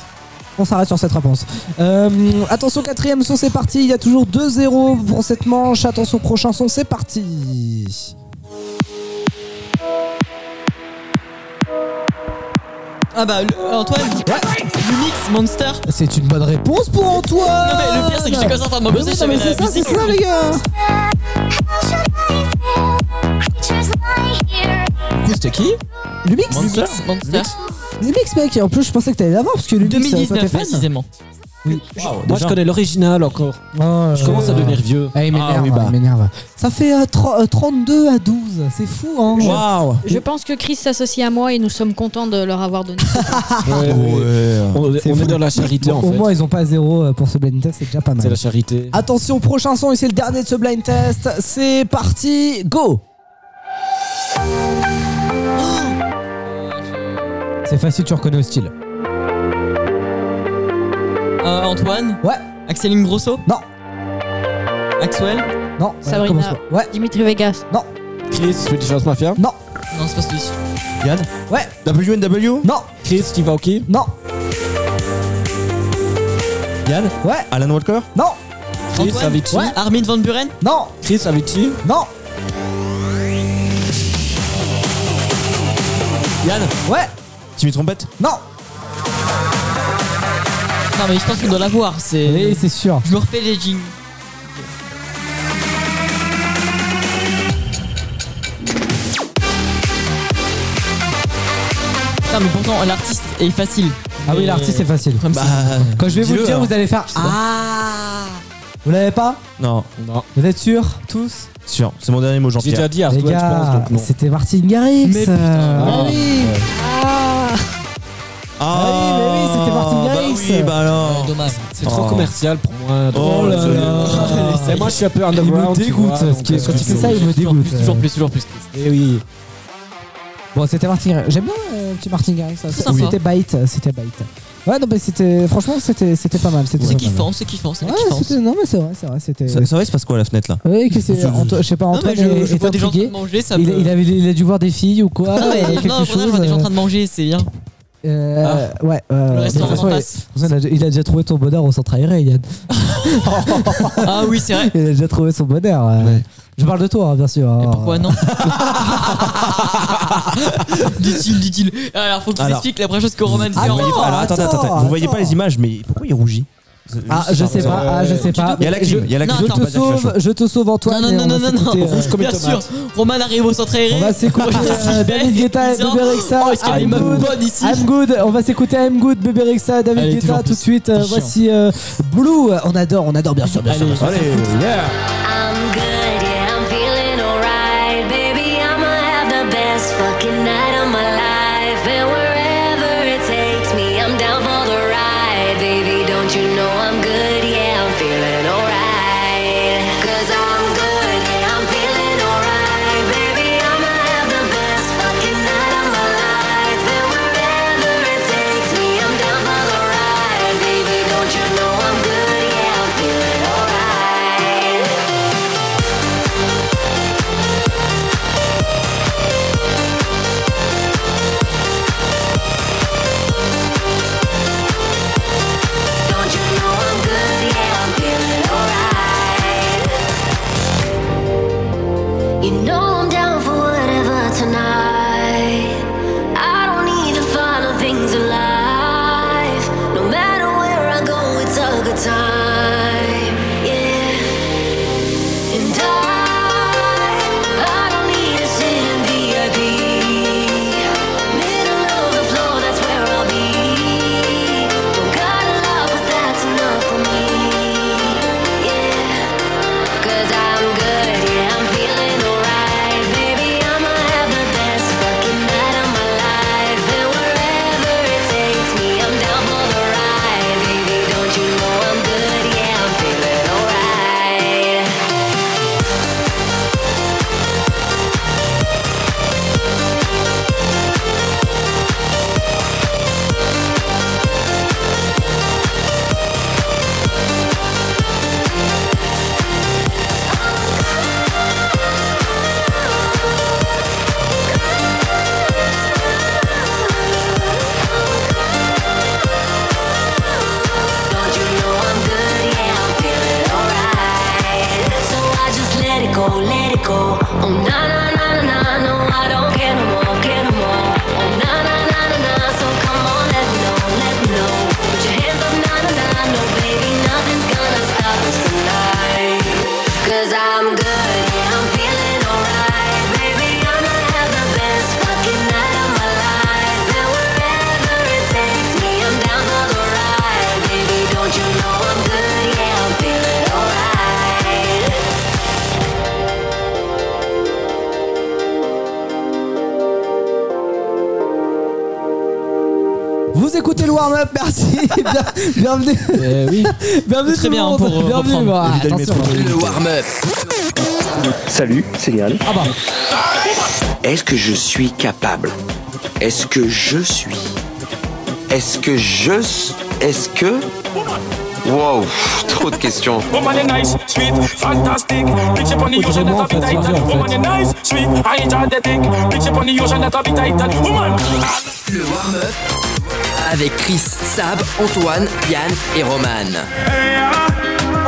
S9: On s'arrête sur cette réponse. Euh, attention, quatrième son, c'est parti. Il y a toujours 2-0 pour cette manche. Attention, prochain son, c'est parti.
S10: Ah bah le- Antoine Lumix Monster
S9: C'est une bonne réponse pour Antoine
S10: Non mais le pire c'est que j'étais comme ça en train de m'opposer
S9: Mais oui, non, mais
S10: j'avais la
S9: c'est ça, c'est
S10: musique.
S9: ça, les gars
S4: C'était qui
S9: Lumix
S10: Monster Monster
S9: Lumix, mec, en plus, je pensais que t'allais l'avoir parce que Lumix, euh, toi, t'es fan.
S10: 2019 précisément
S4: Moi je connais l'original encore.
S9: Oh,
S4: Je commence à devenir vieux.
S9: Ah, il m'énerve,
S4: Ah oui, bah.
S9: il m'énerve. Ça fait euh, tro- euh, 32 à 12, c'est fou, hein
S12: Je- Je pense que Chris s'associe à moi et nous sommes contents de leur avoir donné.
S4: Ouais, ouais. On, on
S9: C'est
S4: est
S9: fou.
S4: dans la charité en
S9: Au
S4: fait.
S9: moins, ils ont pas zéro euh, pour ce blind test, c'est déjà pas mal.
S4: C'est la charité.
S9: Attention, prochain son et c'est le dernier de ce blind test. C'est parti, go C'est facile, tu reconnais au style.
S10: Euh, Antoine
S9: Ouais
S10: Axeline Grosso
S9: Non
S10: Axwell
S9: Non,
S10: Sabrina
S9: Ouais
S12: Dimitri Vegas
S9: Non
S4: Chris, Swedish House Mafia
S9: Non
S10: Non c'est pas celui-ci
S11: Yann
S9: Ouais
S11: WNW
S9: Non
S4: Chris, Steve Aoki
S9: Non
S11: Yann
S9: Ouais
S11: Alan Walker
S9: Non
S4: Chris
S10: Antoine
S4: Avicii
S10: Ouais. Armin Van Buren
S9: Non
S4: Chris Avicii
S9: Non
S11: Yann
S9: Ouais
S11: Timmy Trompette
S9: Non
S10: Non mais je pense qu'on doit l'avoir c'est...
S9: Oui, c'est sûr.
S10: Je me refais les jingles Putain mais pourtant l'artiste est facile
S9: Ah oui,
S10: Mais-
S9: l'artiste, c'est facile.
S10: Comme
S11: Bah,
S10: ça.
S9: Quand je vais vous le
S10: dis-le,
S9: dire,
S10: hein.
S9: vous allez faire Ah Vous l'avez pas
S11: Non.
S4: Non.
S9: Vous êtes sûrs Tous
S11: Sûr, c'est mon dernier mot,
S4: J'ai
S11: Jean-Pierre.
S4: déjà dit
S9: Les
S4: Hardwell, je pense
S9: gars,
S4: donc non.
S9: c'était Martin Garrix
S4: Mais putain,
S9: euh,
S4: ah,
S9: ah oui
S11: Ah,
S9: oui, mais oui, c'était Martin Garrix.
S11: Bah oui, bah alors.
S10: dommage.
S4: C'est trop
S11: Oh.
S4: commercial pour moi.
S11: Oh là là.
S4: Et moi je suis un peu underground.
S9: Il me
S4: tu
S9: dégoûte,
S4: vois,
S9: ce
S4: donc,
S9: qui est-
S4: euh,
S9: quand il fait ça, il me
S4: toujours
S9: dégoûte.
S4: plus, Toujours plus, toujours plus. Et Eh oui.
S9: Bon, c'était Martin Garrix. J'aime bien euh, petit Martin Garrix. ça.
S10: sympa.
S9: C'était bite, c'était bite. Ouais, non, mais c'était. Franchement, c'était c'était pas mal. C'était
S10: C'est
S9: pas mal.
S10: kiffant, c'est kiffant, c'est
S9: Ouais,
S10: kiffant.
S9: c'était- non, mais c'est Euh, vrai, c'est vrai. C'était.
S11: Ça, ça va, il se passe quoi à la fenêtre là
S9: Oui, que c'est.
S11: Je- je-
S9: Anto- Je sais pas,
S10: Non, mais
S9: Antoine
S10: je,
S9: est,
S10: je
S9: est
S10: vois des gens en train
S9: intrigué.
S10: de manger, ça
S9: Il,
S10: me. Ah
S9: il avait, il a dû voir des filles ou quoi
S10: non,
S9: euh,
S10: mais,
S9: quelque
S10: non, au contraire, je
S9: chose,
S10: vois des gens en
S9: euh.
S10: train de manger, c'est bien.
S9: Euh, Ouais, euh,
S10: Le restaurant
S9: de toute façon,
S10: en
S9: il-
S10: face.
S9: de toute façon, il, a, il a déjà trouvé ton bonheur, on s'en trahirait, Yann.
S10: ah oui, c'est vrai.
S9: Il a déjà trouvé son bonheur. euh. Je parle de toi, hein, bien sûr. hein.
S10: Pourquoi non Dit-il, dit-il. Alors, faut que tu
S11: Alors. Ah,
S10: expliques la première chose que Roman fait
S11: Vous voyez-
S10: en
S11: alors attendez, attendez, attendez. vous voyez pas les images, mais pourquoi il rougit
S9: Ah, je sais pas, ah, je sais pas.
S11: Il y a la clim, il y a la
S9: Je-
S11: clim.
S9: Je te sauve, je te sauve, Antoine.
S10: Non,
S9: et
S10: non,
S9: on va
S10: non, non, non,
S9: s'écouter,
S10: non.
S9: euh,
S10: Bien sûr. Roman arrive au centre aéré.
S9: On va s'écouter euh, David Guetta et
S10: Ils ont-
S9: Bébé Rexha.
S10: Oh, est-ce qu'il y a des
S9: I'm
S10: meufs
S9: good.
S10: bonnes ici
S9: I'm good. On va s'écouter I'm good, Bébé Rexha,
S10: Allez,
S9: David Guetta
S10: toujours
S9: tout de
S10: plus.
S9: suite. euh,
S10: Plus chiant.
S9: Voici euh, Blue. On adore, on adore, bien sûr. Bien sûr, bien sûr.
S7: I'm good, yeah, I'm feeling alright. Baby, I'ma have the best fucking night of my life. And wherever it takes me, I'm down for the ride. Baby, don't you know I'm good, yeah, I'm feeling alright. Cause I'm good, yeah, I'm feeling alright. Baby, I'ma have the best fucking night of my life. And wherever it takes me, I'm down for the ride. Baby, don't you know I'm good, yeah, I'm feeling alright. Don't you know I'm good? Yeah, I'm feeling alright. You know I'm down for whatever tonight. I don't need the final things of life. No matter where I go, it's a good time. Yeah. And I, I don't need a sit in VIP. Middle of the floor, that's where I'll be. Don't got a lot, but that's enough for me. Yeah, 'cause I'm good, yeah, I'm feeling alright. Baby, I'ma have the best fucking night of my life. And wherever it takes me, I'm down for the ride. Baby, don't you know I'm good? Yeah, I'm feeling alright. Don't you know I'm good? Yeah, I'm feeling alright. So I just let it go, let it go. Oh na na na na na, no I don't care no more, care no more. Oh na na na na na, so come on, let me know, let me know. Put your hands up, na na na, no baby, nothing's gonna stop us tonight. Cause I'm good, yeah, I'm feeling alright. Baby, I'ma have the best fucking night of my life. And wherever it takes me, I'm down for the ride. Baby, don't you know I'm good? Yeah, I'm feeling alright.
S9: Vous écoutez le warm-up, merci. Bien- bienvenue. bienvenue
S10: Eh Très
S9: tout le
S10: bien,
S9: monde.
S10: pour, euh,
S9: bienvenue.
S10: reprendre.
S9: voilà,
S10: Évidemment,
S9: attention.
S17: Le warm-up.
S18: Salut, c'est Yann.
S9: Ah bah.
S18: Est-ce que je suis capable Est-ce que je suis Est-ce que je... s- Est-ce que... Wow, trop de questions.
S15: Woman is bah, nice, sweet, fantastic. Bitch up on the ocean, that a bit tight. and Woman is nice, sweet, I enjoy the dick. Bitch up on the ocean, that a bit tight. and Woman.
S17: Le warm-up avec Chris, Sab, Antoine, Yann et Roman.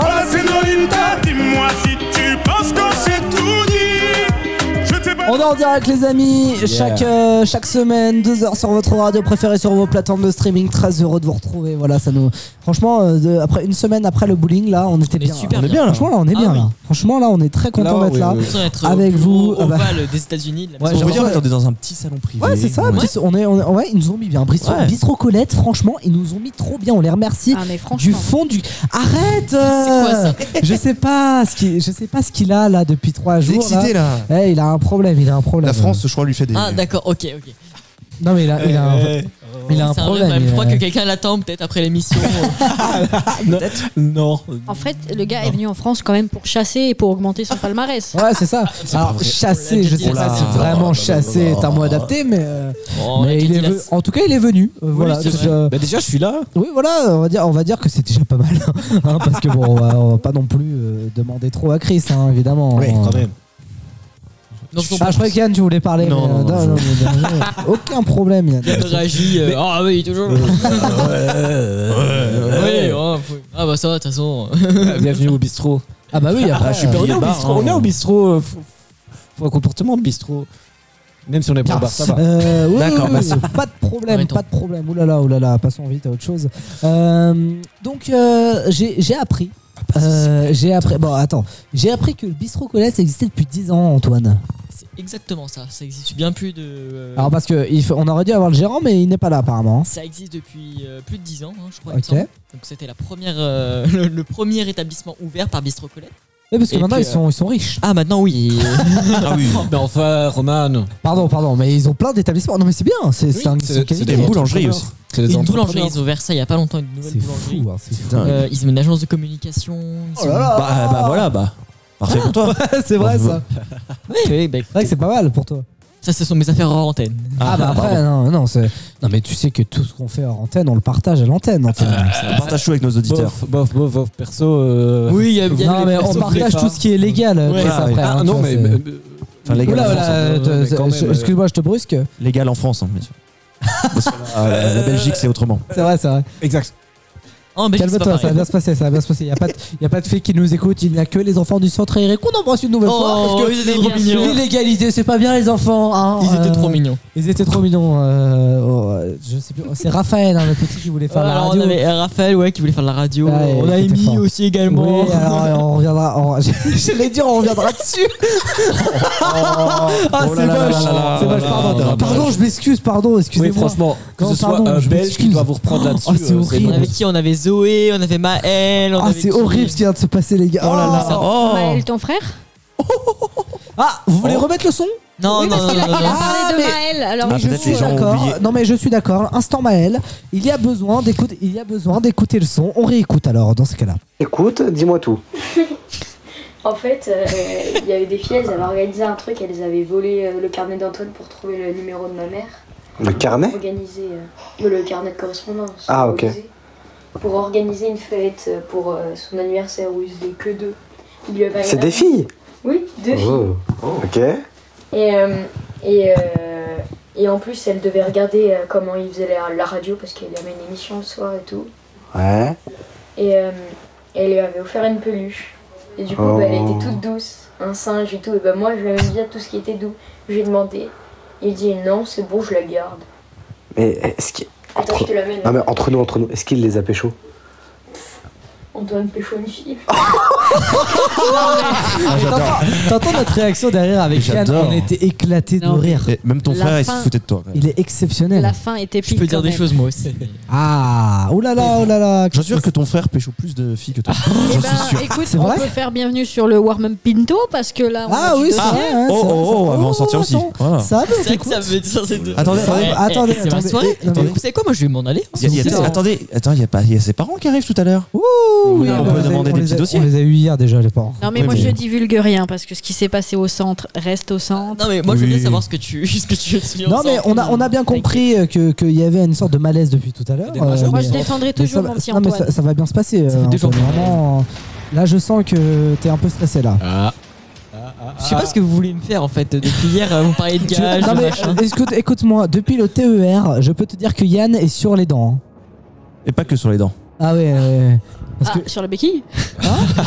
S1: Hola señorita, dis-moi si tu penses que c'est tout dit. Je t'ai
S9: On est en direct les amis,
S1: Yeah.
S9: chaque, euh, chaque semaine, 2 heures sur votre radio préférée, sur vos plateformes de streaming, très heureux de vous retrouver, voilà ça nous... Franchement, euh, de- après une semaine après le bowling là, on était bien.
S10: super
S9: on est
S10: bien.
S9: bien là. Franchement là, on est
S10: Ah
S9: bien
S10: oui.
S9: là. Franchement là, on est très content d'être là,
S10: Content d'être au
S9: avec
S10: plus
S9: vous.
S10: haut
S9: Ah bah.
S10: Ovale des États-Unis.
S9: Ouais, j'ai
S11: dire,
S9: l'impression-
S11: on est dans un petit salon privé.
S9: Ouais, c'est ça.
S11: Ouais.
S9: petit- on est, on est- ouais, ils nous ont mis bien. Bistro,
S11: Ouais.
S9: Bistro Colette, franchement, ils nous ont mis trop bien. On les remercie du fond du. Arrête euh, Je sais pas ce qui, je sais pas ce qu'il a là depuis trois
S19: Il est
S9: jours.
S19: excité,
S9: Eh, il a un problème. Il a un problème.
S19: La France, je crois, lui fait des.
S10: Ah, d'accord, ok, ok.
S9: Non mais il a, il a un,
S10: Eh,
S9: il a un
S10: Oh, C'est vrai
S9: problème. euh.
S10: problème. Je
S9: il
S10: crois
S9: a-
S10: que quelqu'un l'attend peut-être après l'émission. Euh,
S11: Non.
S12: En fait, le gars est venu en France quand même pour chasser et pour augmenter son palmarès.
S9: Ouais, c'est ça.
S12: pas
S9: Alors
S12: vrai.
S9: chasser, je sais
S12: Oh
S9: pas
S12: là.
S9: si vraiment chasser est un mot adapté, mais euh, mais il est ve- en tout cas il est venu. Euh, voilà.
S4: c'est
S9: donc,
S4: vrai.
S9: euh,
S4: Bah déjà, je suis là.
S9: Oui, voilà, on va dire, on va dire que c'est déjà pas mal, hein, parce que bon, on va, on va pas non plus euh, demander trop à Chris, hein, évidemment.
S4: Oui,
S9: hein.
S4: quand même.
S9: Ah, je croyais qu'Yann, tu voulais parler.
S10: Non,
S9: mais, euh,
S10: non,
S9: non,
S10: non,
S9: non, non, non, aucun problème, Yann.
S10: Il réagit. euh, Ah oui, toujours. Ouais, ouais, faut- Ah bah ça va, de toute façon.
S4: Bienvenue au bistrot.
S9: Ah bah oui, après,
S4: je suis on, est
S9: euh,
S4: au
S9: bar,
S4: bistrot,
S9: hein.
S4: on est au bistrot. euh, faut, faut un comportement de bistrot. Même si on est pas au bar, ça va.
S9: Euh, oui,
S4: D'accord, bah,
S9: oui,
S4: merci.
S9: oui, Pas de problème, pas de problème. Oulala, oulala, passons vite à autre chose. Euh, donc, euh, j'ai j'ai appris. euh, j'ai appris. Bon, attends. J'ai appris que le bistrot Colette existait depuis 10 ans, Antoine.
S10: C'est exactement ça. Ça existe bien plus de. euh,
S9: Alors, parce que il faut- on aurait dû avoir le gérant, mais il n'est pas là, apparemment. hein.
S10: Ça existe depuis euh, plus de 10 ans, hein, je crois. il me
S9: Ok.
S10: semble. Donc c'était la première, euh, le, le premier établissement ouvert par Bistro Colette.
S9: Oui, parce que
S10: Et
S9: maintenant,
S10: puis,
S9: ils sont, ils sont riches.
S10: Ah, maintenant, oui.
S4: Ah oui. Mais enfin, Roman.
S9: Pardon, pardon, mais ils ont plein d'établissements. Non, mais c'est bien. C'est c'est un- c'est une qualité.
S4: C'est des
S10: une
S4: entrepreneurs.
S10: boulangerie, ils ont ouvert ça il n'y a pas longtemps, une nouvelle boulangerie.
S9: hein,
S11: dingue.
S10: Euh, ils ont une agence de communication. ils ont-
S11: Bah, bah voilà, bah. Parfait pour toi.
S9: Oh Ouais, c'est vrai, ça.
S10: Oui, oui, bah,
S9: C'est vrai que c'est pas mal pour toi.
S10: ça, ce sont mes affaires hors antenne.
S9: Ah, bah après, non, non, c'est. Non, mais tu sais que tout ce qu'on fait hors antenne, on le partage à l'antenne. Antoine.
S4: Ah,
S11: partage tout avec nos auditeurs.
S4: Bof, bof, bof, bof, perso. euh,
S10: Oui, il y a-
S9: il y a Non, les mais on persos partage prépa. tout ce qui est légal, euh, Chris, après, hein,
S4: Ah,
S9: tu
S4: non,
S9: vois,
S4: mais. bah,
S9: c'est-
S4: mais-
S11: Enfin, légal
S9: Oula,
S11: en France,
S9: oula,
S11: hein.
S9: euh,
S11: Ouais, mais quand
S9: je-
S11: même, euh,
S9: excuse-moi, je te brusque.
S11: Légal en France, hein, bien sûr. Parce que là, euh, la Belgique, c'est autrement.
S9: C'est vrai, c'est vrai.
S4: Exact.
S10: En Belgique, c'est pas
S9: Calme-toi, ça va
S10: pareil.
S9: bien se passer, ça va bien se passer. Il n'y a, pas de- y a pas de fait qui nous écoute, il n'y a que les enfants du centre aéré qu'on embrasse une nouvelle
S10: Oh,
S9: fois. Parce
S10: ils
S9: que
S10: étaient trop mignons.
S9: l'illégalité, c'est pas bien les enfants. hein,
S10: Ils étaient
S9: euh,
S10: trop mignons.
S9: Ils étaient trop mignons. euh, oh, euh, je sais plus. oh, C'est Raphaël, hein, le petit qui voulait faire la
S10: Alors, on
S9: radio.
S10: avait Raphaël ouais, qui voulait faire de la radio.
S9: Ouais,
S10: on a
S9: il était
S10: Amy
S9: fort.
S10: aussi également.
S9: Oui, alors euh, on reviendra. on- J'allais dire, on reviendra dessus. ah,
S4: oh là
S9: c'est
S4: là
S9: moche.
S4: là là
S9: C'est
S4: là
S9: moche,
S4: là
S9: pardon.
S4: là là.
S9: Pardon, je m'excuse, pardon, excusez-moi.
S4: Oui, franchement, que
S9: Non,
S4: ce soit
S9: pardon,
S4: un
S9: je
S4: Belge qui
S9: m'excuse.
S4: doit vous reprendre là-dessus.
S9: Oh, c'est
S4: euh,
S9: horrible.
S10: On avait qui On avait Zoé, on avait Maël. on
S9: Ah,
S10: avait
S9: c'est
S10: qui
S9: horrible ce qui vient de se passer, les gars. Oh là là.
S12: Maël, ton frère
S9: Ah, vous voulez remettre le son
S10: Non, non, non, non, non, non.
S12: Ah,
S9: mais-
S12: Maël, alors
S9: Mais
S12: je
S9: je
S12: suis
S9: suis d'accord. Non mais je suis d'accord. Instant Maël, il y a besoin d'écouter, il y a besoin d'écouter le son. On réécoute alors dans ce cas-là.
S13: Écoute, dis-moi tout.
S14: En fait, euh, il y avait des filles, elles avaient organisé un truc, elles avaient volé euh, le carnet d'Antoine pour trouver le numéro de ma mère.
S13: Le carnet
S14: Organiser euh, le carnet de correspondance.
S13: Ah, ok.
S14: organisé. Pour organiser une fête euh, pour euh, son anniversaire où ils étaient que deux. Il lui avait
S13: C'est
S14: agréé-
S13: des filles
S14: Oui, deux filles.
S13: Oh, Ok.
S14: Et, euh, et, euh, et en plus, elle devait regarder euh, comment il faisait la, la radio parce qu'il avait une émission le soir et tout.
S13: Ouais.
S14: Et euh, elle lui avait offert une peluche. Et du coup, bah, elle
S13: Oh.
S14: était toute douce, un singe et tout. Et bah, moi, je lui avais dit tout ce qui était doux. Je lui ai demandé. Il dit non, c'est bon, je la garde.
S13: Mais est-ce qu'il.
S14: Attends, je te l'amène.
S13: Non, mais entre nous, entre nous, est-ce qu'il les a pécho
S14: On doit me pécho une fille.
S9: Ah, T'entends- T'entends notre réaction derrière avec Yann
S11: J'adore.
S9: On était éclatés de
S12: Non, mais-
S9: rire.
S11: Et même ton
S12: La
S11: frère, il se
S12: fin-
S11: foutait de toi. quand même.
S9: Il est exceptionnel.
S12: La fin était
S10: Je peux dire des choses, moi aussi.
S9: Ah, oh là là, oh là là.
S11: J'en suis sûr que ton frère pêche plus de filles que toi.
S12: Eh
S11: J'en
S12: ben,
S11: suis sûr.
S12: écoute,
S11: C'est
S12: on
S11: vrai
S12: peut faire bienvenue sur le warm-up Pinto parce que là. on
S9: Ah
S12: a du
S9: oui, c'est
S12: dossier.
S9: vrai. hein,
S11: Oh, oh,
S9: c'est vrai, c'est
S11: oh,
S9: vrai.
S11: elle va en sortir aussi.
S9: attends.
S11: Voilà.
S9: Ah. Ça, mais
S10: C'est vrai que
S9: écoute.
S10: ça veut dire ces deux.
S11: Attendez,
S10: Eh, eh,
S9: attendez,
S10: C'est ma
S9: attendez,
S10: soirée.
S9: eh, non, mais-
S10: Vous savez quoi Moi, je vais m'en aller.
S11: Il y a- il y a-
S10: C'est-
S11: attendez, attends, il y a pas, il y a ses parents qui arrivent tout à l'heure.
S9: Ouh,
S11: on
S9: on
S11: peut
S9: les a-
S11: demander
S9: on
S11: des
S9: les
S11: petits
S9: a-
S11: dossiers.
S9: On les a eu hier déjà, les
S10: oh.
S9: parents.
S12: Non, mais
S11: Oui,
S12: moi,
S11: mais-
S12: je divulgue rien parce que ce qui s'est passé au centre reste au centre.
S10: Non, mais moi, je veux bien
S11: Oui.
S10: savoir ce que tu ce que tu veux dire.
S9: Non, mais on a, on a bien compris euh, que- qu'il y avait une sorte de malaise depuis tout à l'heure. euh,
S10: Des rageants.
S12: Moi,
S9: mais-
S12: je défendrai
S9: mais
S12: toujours
S9: ça va-
S12: mon petit
S9: non, mais
S12: Antoine.
S9: ça, ça va bien se passer. euh,
S10: fait deux jours
S9: Antoine,
S10: que je
S9: vraiment, euh, Là, je sens que t'es un peu stressé là.
S10: Je sais pas ce que vous voulez me faire en fait. Depuis hier, euh, vous parlez de
S9: Tu-
S10: gage,
S9: non,
S10: de
S9: mais, euh,
S10: machin.
S9: écoute- Écoute-moi, depuis le TER, je peux te dire que Yann est sur les dents. hein.
S11: Et pas que sur les dents.
S9: Ah ouais, ouais, ouais. parce
S12: Ah, sur la béquille
S9: Ah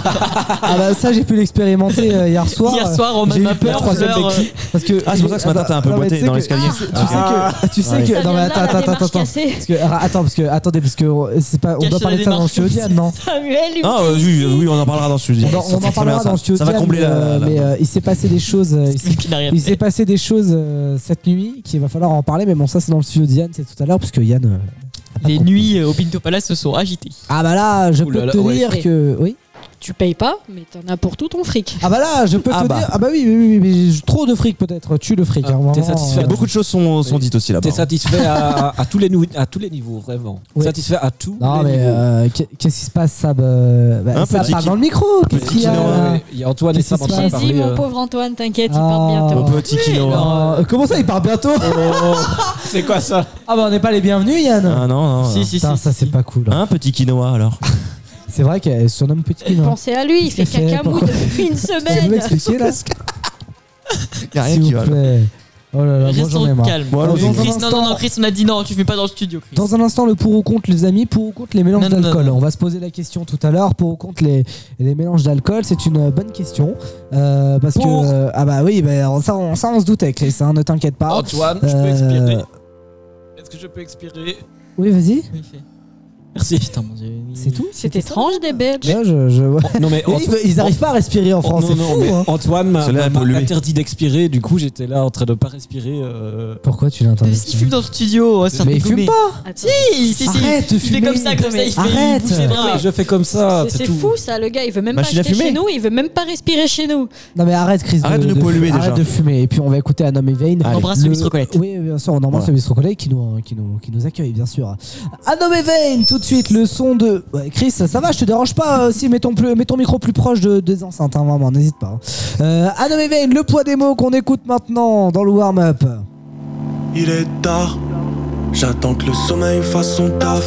S9: bah ça j'ai pu l'expérimenter euh, hier soir.
S10: Hier soir, Romain
S9: j'ai eu
S10: m'a
S9: peur
S10: peur,
S9: troisième
S10: pleure,
S12: euh,
S9: béquille, parce que euh,
S11: Ah, c'est pour ça que ce matin, t'as un peu
S9: Non, mais
S11: boité
S9: tu sais
S11: dans
S9: que-
S11: l'escalier. Ah.
S9: Tu sais que euh, tu sais
S11: Ouais.
S9: que
S12: Ça
S9: non mais
S12: vient de
S9: attends
S12: là,
S9: attends
S12: la
S9: attends attends
S12: démarche cassée.
S9: parce que ah, attends parce que attendez parce que euh, c'est pas on doit
S10: Cacher
S9: parler de ça
S10: la
S9: dans le studio
S10: démarche
S9: Diane, non
S12: Samuel, il-
S11: Ah euh, oui, oui, on en parlera dans le studio.
S9: on, en-
S11: Ça,
S9: on
S11: ça,
S9: en
S11: ça,
S9: parlera
S11: ça,
S9: dans le studio
S11: Ça va
S9: Diane,
S11: combler la.
S9: euh,
S11: la-
S9: mais euh, il s'est passé des choses euh, il s'est-
S10: Qui n'a rien
S9: il
S10: fait.
S9: s'est passé des choses euh, cette nuit qu'il va falloir en parler mais bon ça c'est dans le studio Diane c'est tout à l'heure parce que Yann euh, a pas
S10: Les
S9: compris.
S10: nuits euh, au Pinto Palace se sont agitées.
S9: ah bah là je
S4: Ouh là
S9: peux
S4: là,
S9: te
S4: ouais.
S9: dire que oui
S12: Tu payes pas, mais t'en as pour tout ton fric.
S9: Ah bah là, je peux
S11: Ah
S9: te
S11: bah. Ah,
S9: dire. Ah bah oui, oui, oui, oui, mais j'ai trop de fric peut-être. Tu le fric. hein, vraiment,
S4: t'es satisfait
S9: euh,
S11: Beaucoup de choses sont, sont dites aussi là-bas. hein.
S4: T'es satisfait à, à- à tous les nou- à tous les niveaux, vraiment.
S9: Oui.
S4: Satisfait à tous
S9: Non
S4: les
S9: mais
S4: niveaux.
S9: euh, qu'est- qu'est-ce qui se passe, Sab euh, bah,
S11: Un
S9: Sab
S11: petit
S9: parle
S11: qui-
S9: dans le micro. Qu'est-ce qu'il y a
S4: Non,
S9: là
S4: mais il y a Antoine et
S9: Qu'est-ce
S4: Sam
S9: qui
S4: en
S9: se
S4: train
S9: passe
S4: de
S12: Vas-y,
S4: parler.
S12: mon
S4: euh,
S12: pauvre Antoine, t'inquiète, il
S9: Ah.
S12: part bientôt.
S11: Mon petit quinoa.
S9: Euh, Comment ça, il part bientôt
S11: Oh.
S4: C'est quoi ça
S9: Ah bah on n'est pas les bienvenus, Yann.
S11: Ah non, non.
S10: Si,
S11: non.
S10: si, si.
S9: Putain, ça c'est pas cool. hein.
S11: Un petit quinoa alors.
S9: C'est vrai qu'elle se surnomme Petit hein. Quinoa.
S12: Pensez à lui, il fait
S9: Qu'est-ce qu'il fait
S12: caca mou
S9: Pourquoi
S12: depuis une
S9: Tu peux
S12: semaine.
S9: m'expliquer là
S11: Y a rien
S9: S'il
S11: qui
S9: vous
S11: va.
S9: plaît. Oh là là, moi j'en ai
S10: Restons
S9: marre.
S10: calmes.
S9: Bon, alors, dans un
S10: Chris, non, non, non, Chris, on a dit non, tu fais pas dans le studio, Chris.
S9: Dans un instant, le pour ou contre, les amis, pour ou contre les mélanges
S10: Non, non, non,
S9: d'alcool.
S10: non.
S9: On va se poser la question tout à l'heure. Pour ou contre les, les mélanges d'alcool, c'est une euh, bonne question. Euh, parce
S4: Pour.
S9: que. euh, ah bah oui, bah, ça, on, ça, on se doutait, Chris, hein, ne t'inquiète pas.
S4: Antoine, je peux
S9: Euh,
S4: expirer. Est-ce que je peux expirer
S9: Oui, vas-y.
S10: Merci. Putain,
S9: C'est tout
S12: C'est étrange des Belges.
S9: Là, je- je-
S4: Non, mais
S9: Ils-
S4: Antoine- Oh,
S9: Ils arrivent pas à respirer en France,
S4: non,
S9: c'est
S4: non,
S9: fou.
S4: mais
S9: hein.
S4: Antoine m'a
S11: Cela a
S4: m'a-
S11: pollué.
S4: m'a interdit d'expirer, du coup j'étais là en train de pas respirer. euh,
S9: Pourquoi tu l'interdis
S10: Parce qu'il fume dans le studio, hein, ça
S4: Mais il fume
S9: pas
S10: Si, si, si
S9: Arrête de
S10: Il fait
S9: fumer.
S10: comme ça, comme ça, il fait
S9: Arrête.
S10: il bouge les bras.
S4: Je fais comme ça,
S12: C'est-
S4: c'est
S12: C'est
S4: tout.
S12: fou ça, le gars, il veut
S9: Bah,
S12: même
S4: Machine à
S12: pas acheter chez
S4: fumer.
S12: nous, il veut même pas respirer chez nous.
S9: Non mais arrête Chris
S11: Arrête de nous polluer,
S9: arrête
S11: déjà.
S9: de fumer et puis on va écouter Anom et Vein.
S11: Allez. Embrasse le bistrot Colette.
S9: Oui bien sûr on embrasse
S11: Voilà.
S9: le bistrot Colette qui nous, qui, nous, qui nous accueille bien sûr. Anom et Vein tout de suite le son de Ouais, Chris ça va je te dérange pas euh, si mets ton, plus, mets ton micro plus proche de, des enceintes hein, vraiment n'hésite pas. Euh, Anom et Vein le poids des mots qu'on écoute maintenant dans le warm up.
S15: Il est tard, j'attends que le sommeil fasse son taf.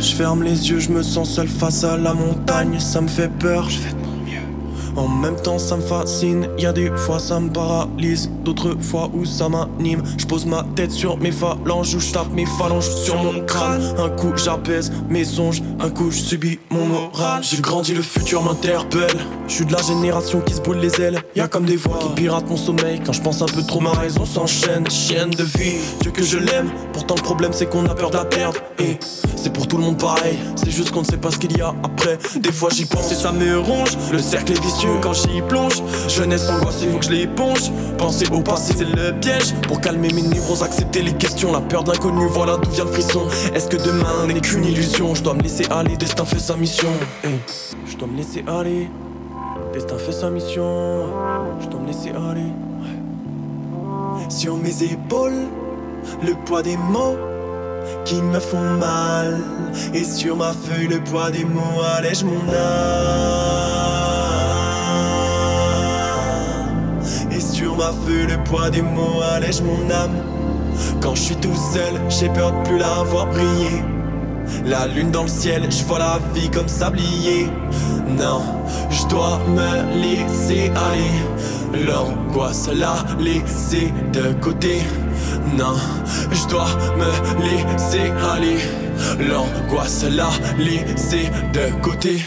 S15: Je ferme les yeux, je me sens seul face à la montagne, ça me fait peur. En même temps, ça me fascine. Y a des fois, ça me paralyse. D'autres fois où ça m'anime. Je pose ma tête sur mes phalanges ou je tape mes phalanges sur mon crâne. Un coup, j'apaise mes songes. Un coup, je subis mon moral. J'ai grandi, le futur m'interpelle. Je suis de la génération qui se brûle les ailes. Y a comme des voix qui piratent mon sommeil. Quand je pense un peu trop, ma raison s'enchaîne. Chienne de vie, Dieu que je l'aime. Pourtant, le problème, c'est qu'on a peur de la perdre. Et c'est pour tout le monde pareil. C'est juste qu'on ne sait pas ce qu'il y a après. Des fois, j'y pense et ça me ronge. Le cercle est vicieux quand j'y plonge. Jeunesse angoissée, faut que je l'éponge. Penser au passé, c'est le piège. Pour calmer mes névroses, accepter les questions. La peur de l'inconnu, voilà d'où vient le frisson. Est-ce que demain n'est qu'une illusion Je dois me laisser aller, destin fait sa mission. Hey, Je dois me laisser aller, destin fait sa mission. Je dois me laisser aller. Sur mes épaules, le poids des mots qui me font mal. Et sur ma feuille, le poids des mots allège mon âme. Et sur ma feuille, le poids des mots allège mon âme. Quand je suis tout seul, j'ai peur de plus la voir briller. La lune dans le ciel, je vois la vie comme sablier. Non, je dois me laisser aller. L'angoisse la laisser de côté. Non, je dois me laisser aller. L'angoisse la laisser de côté.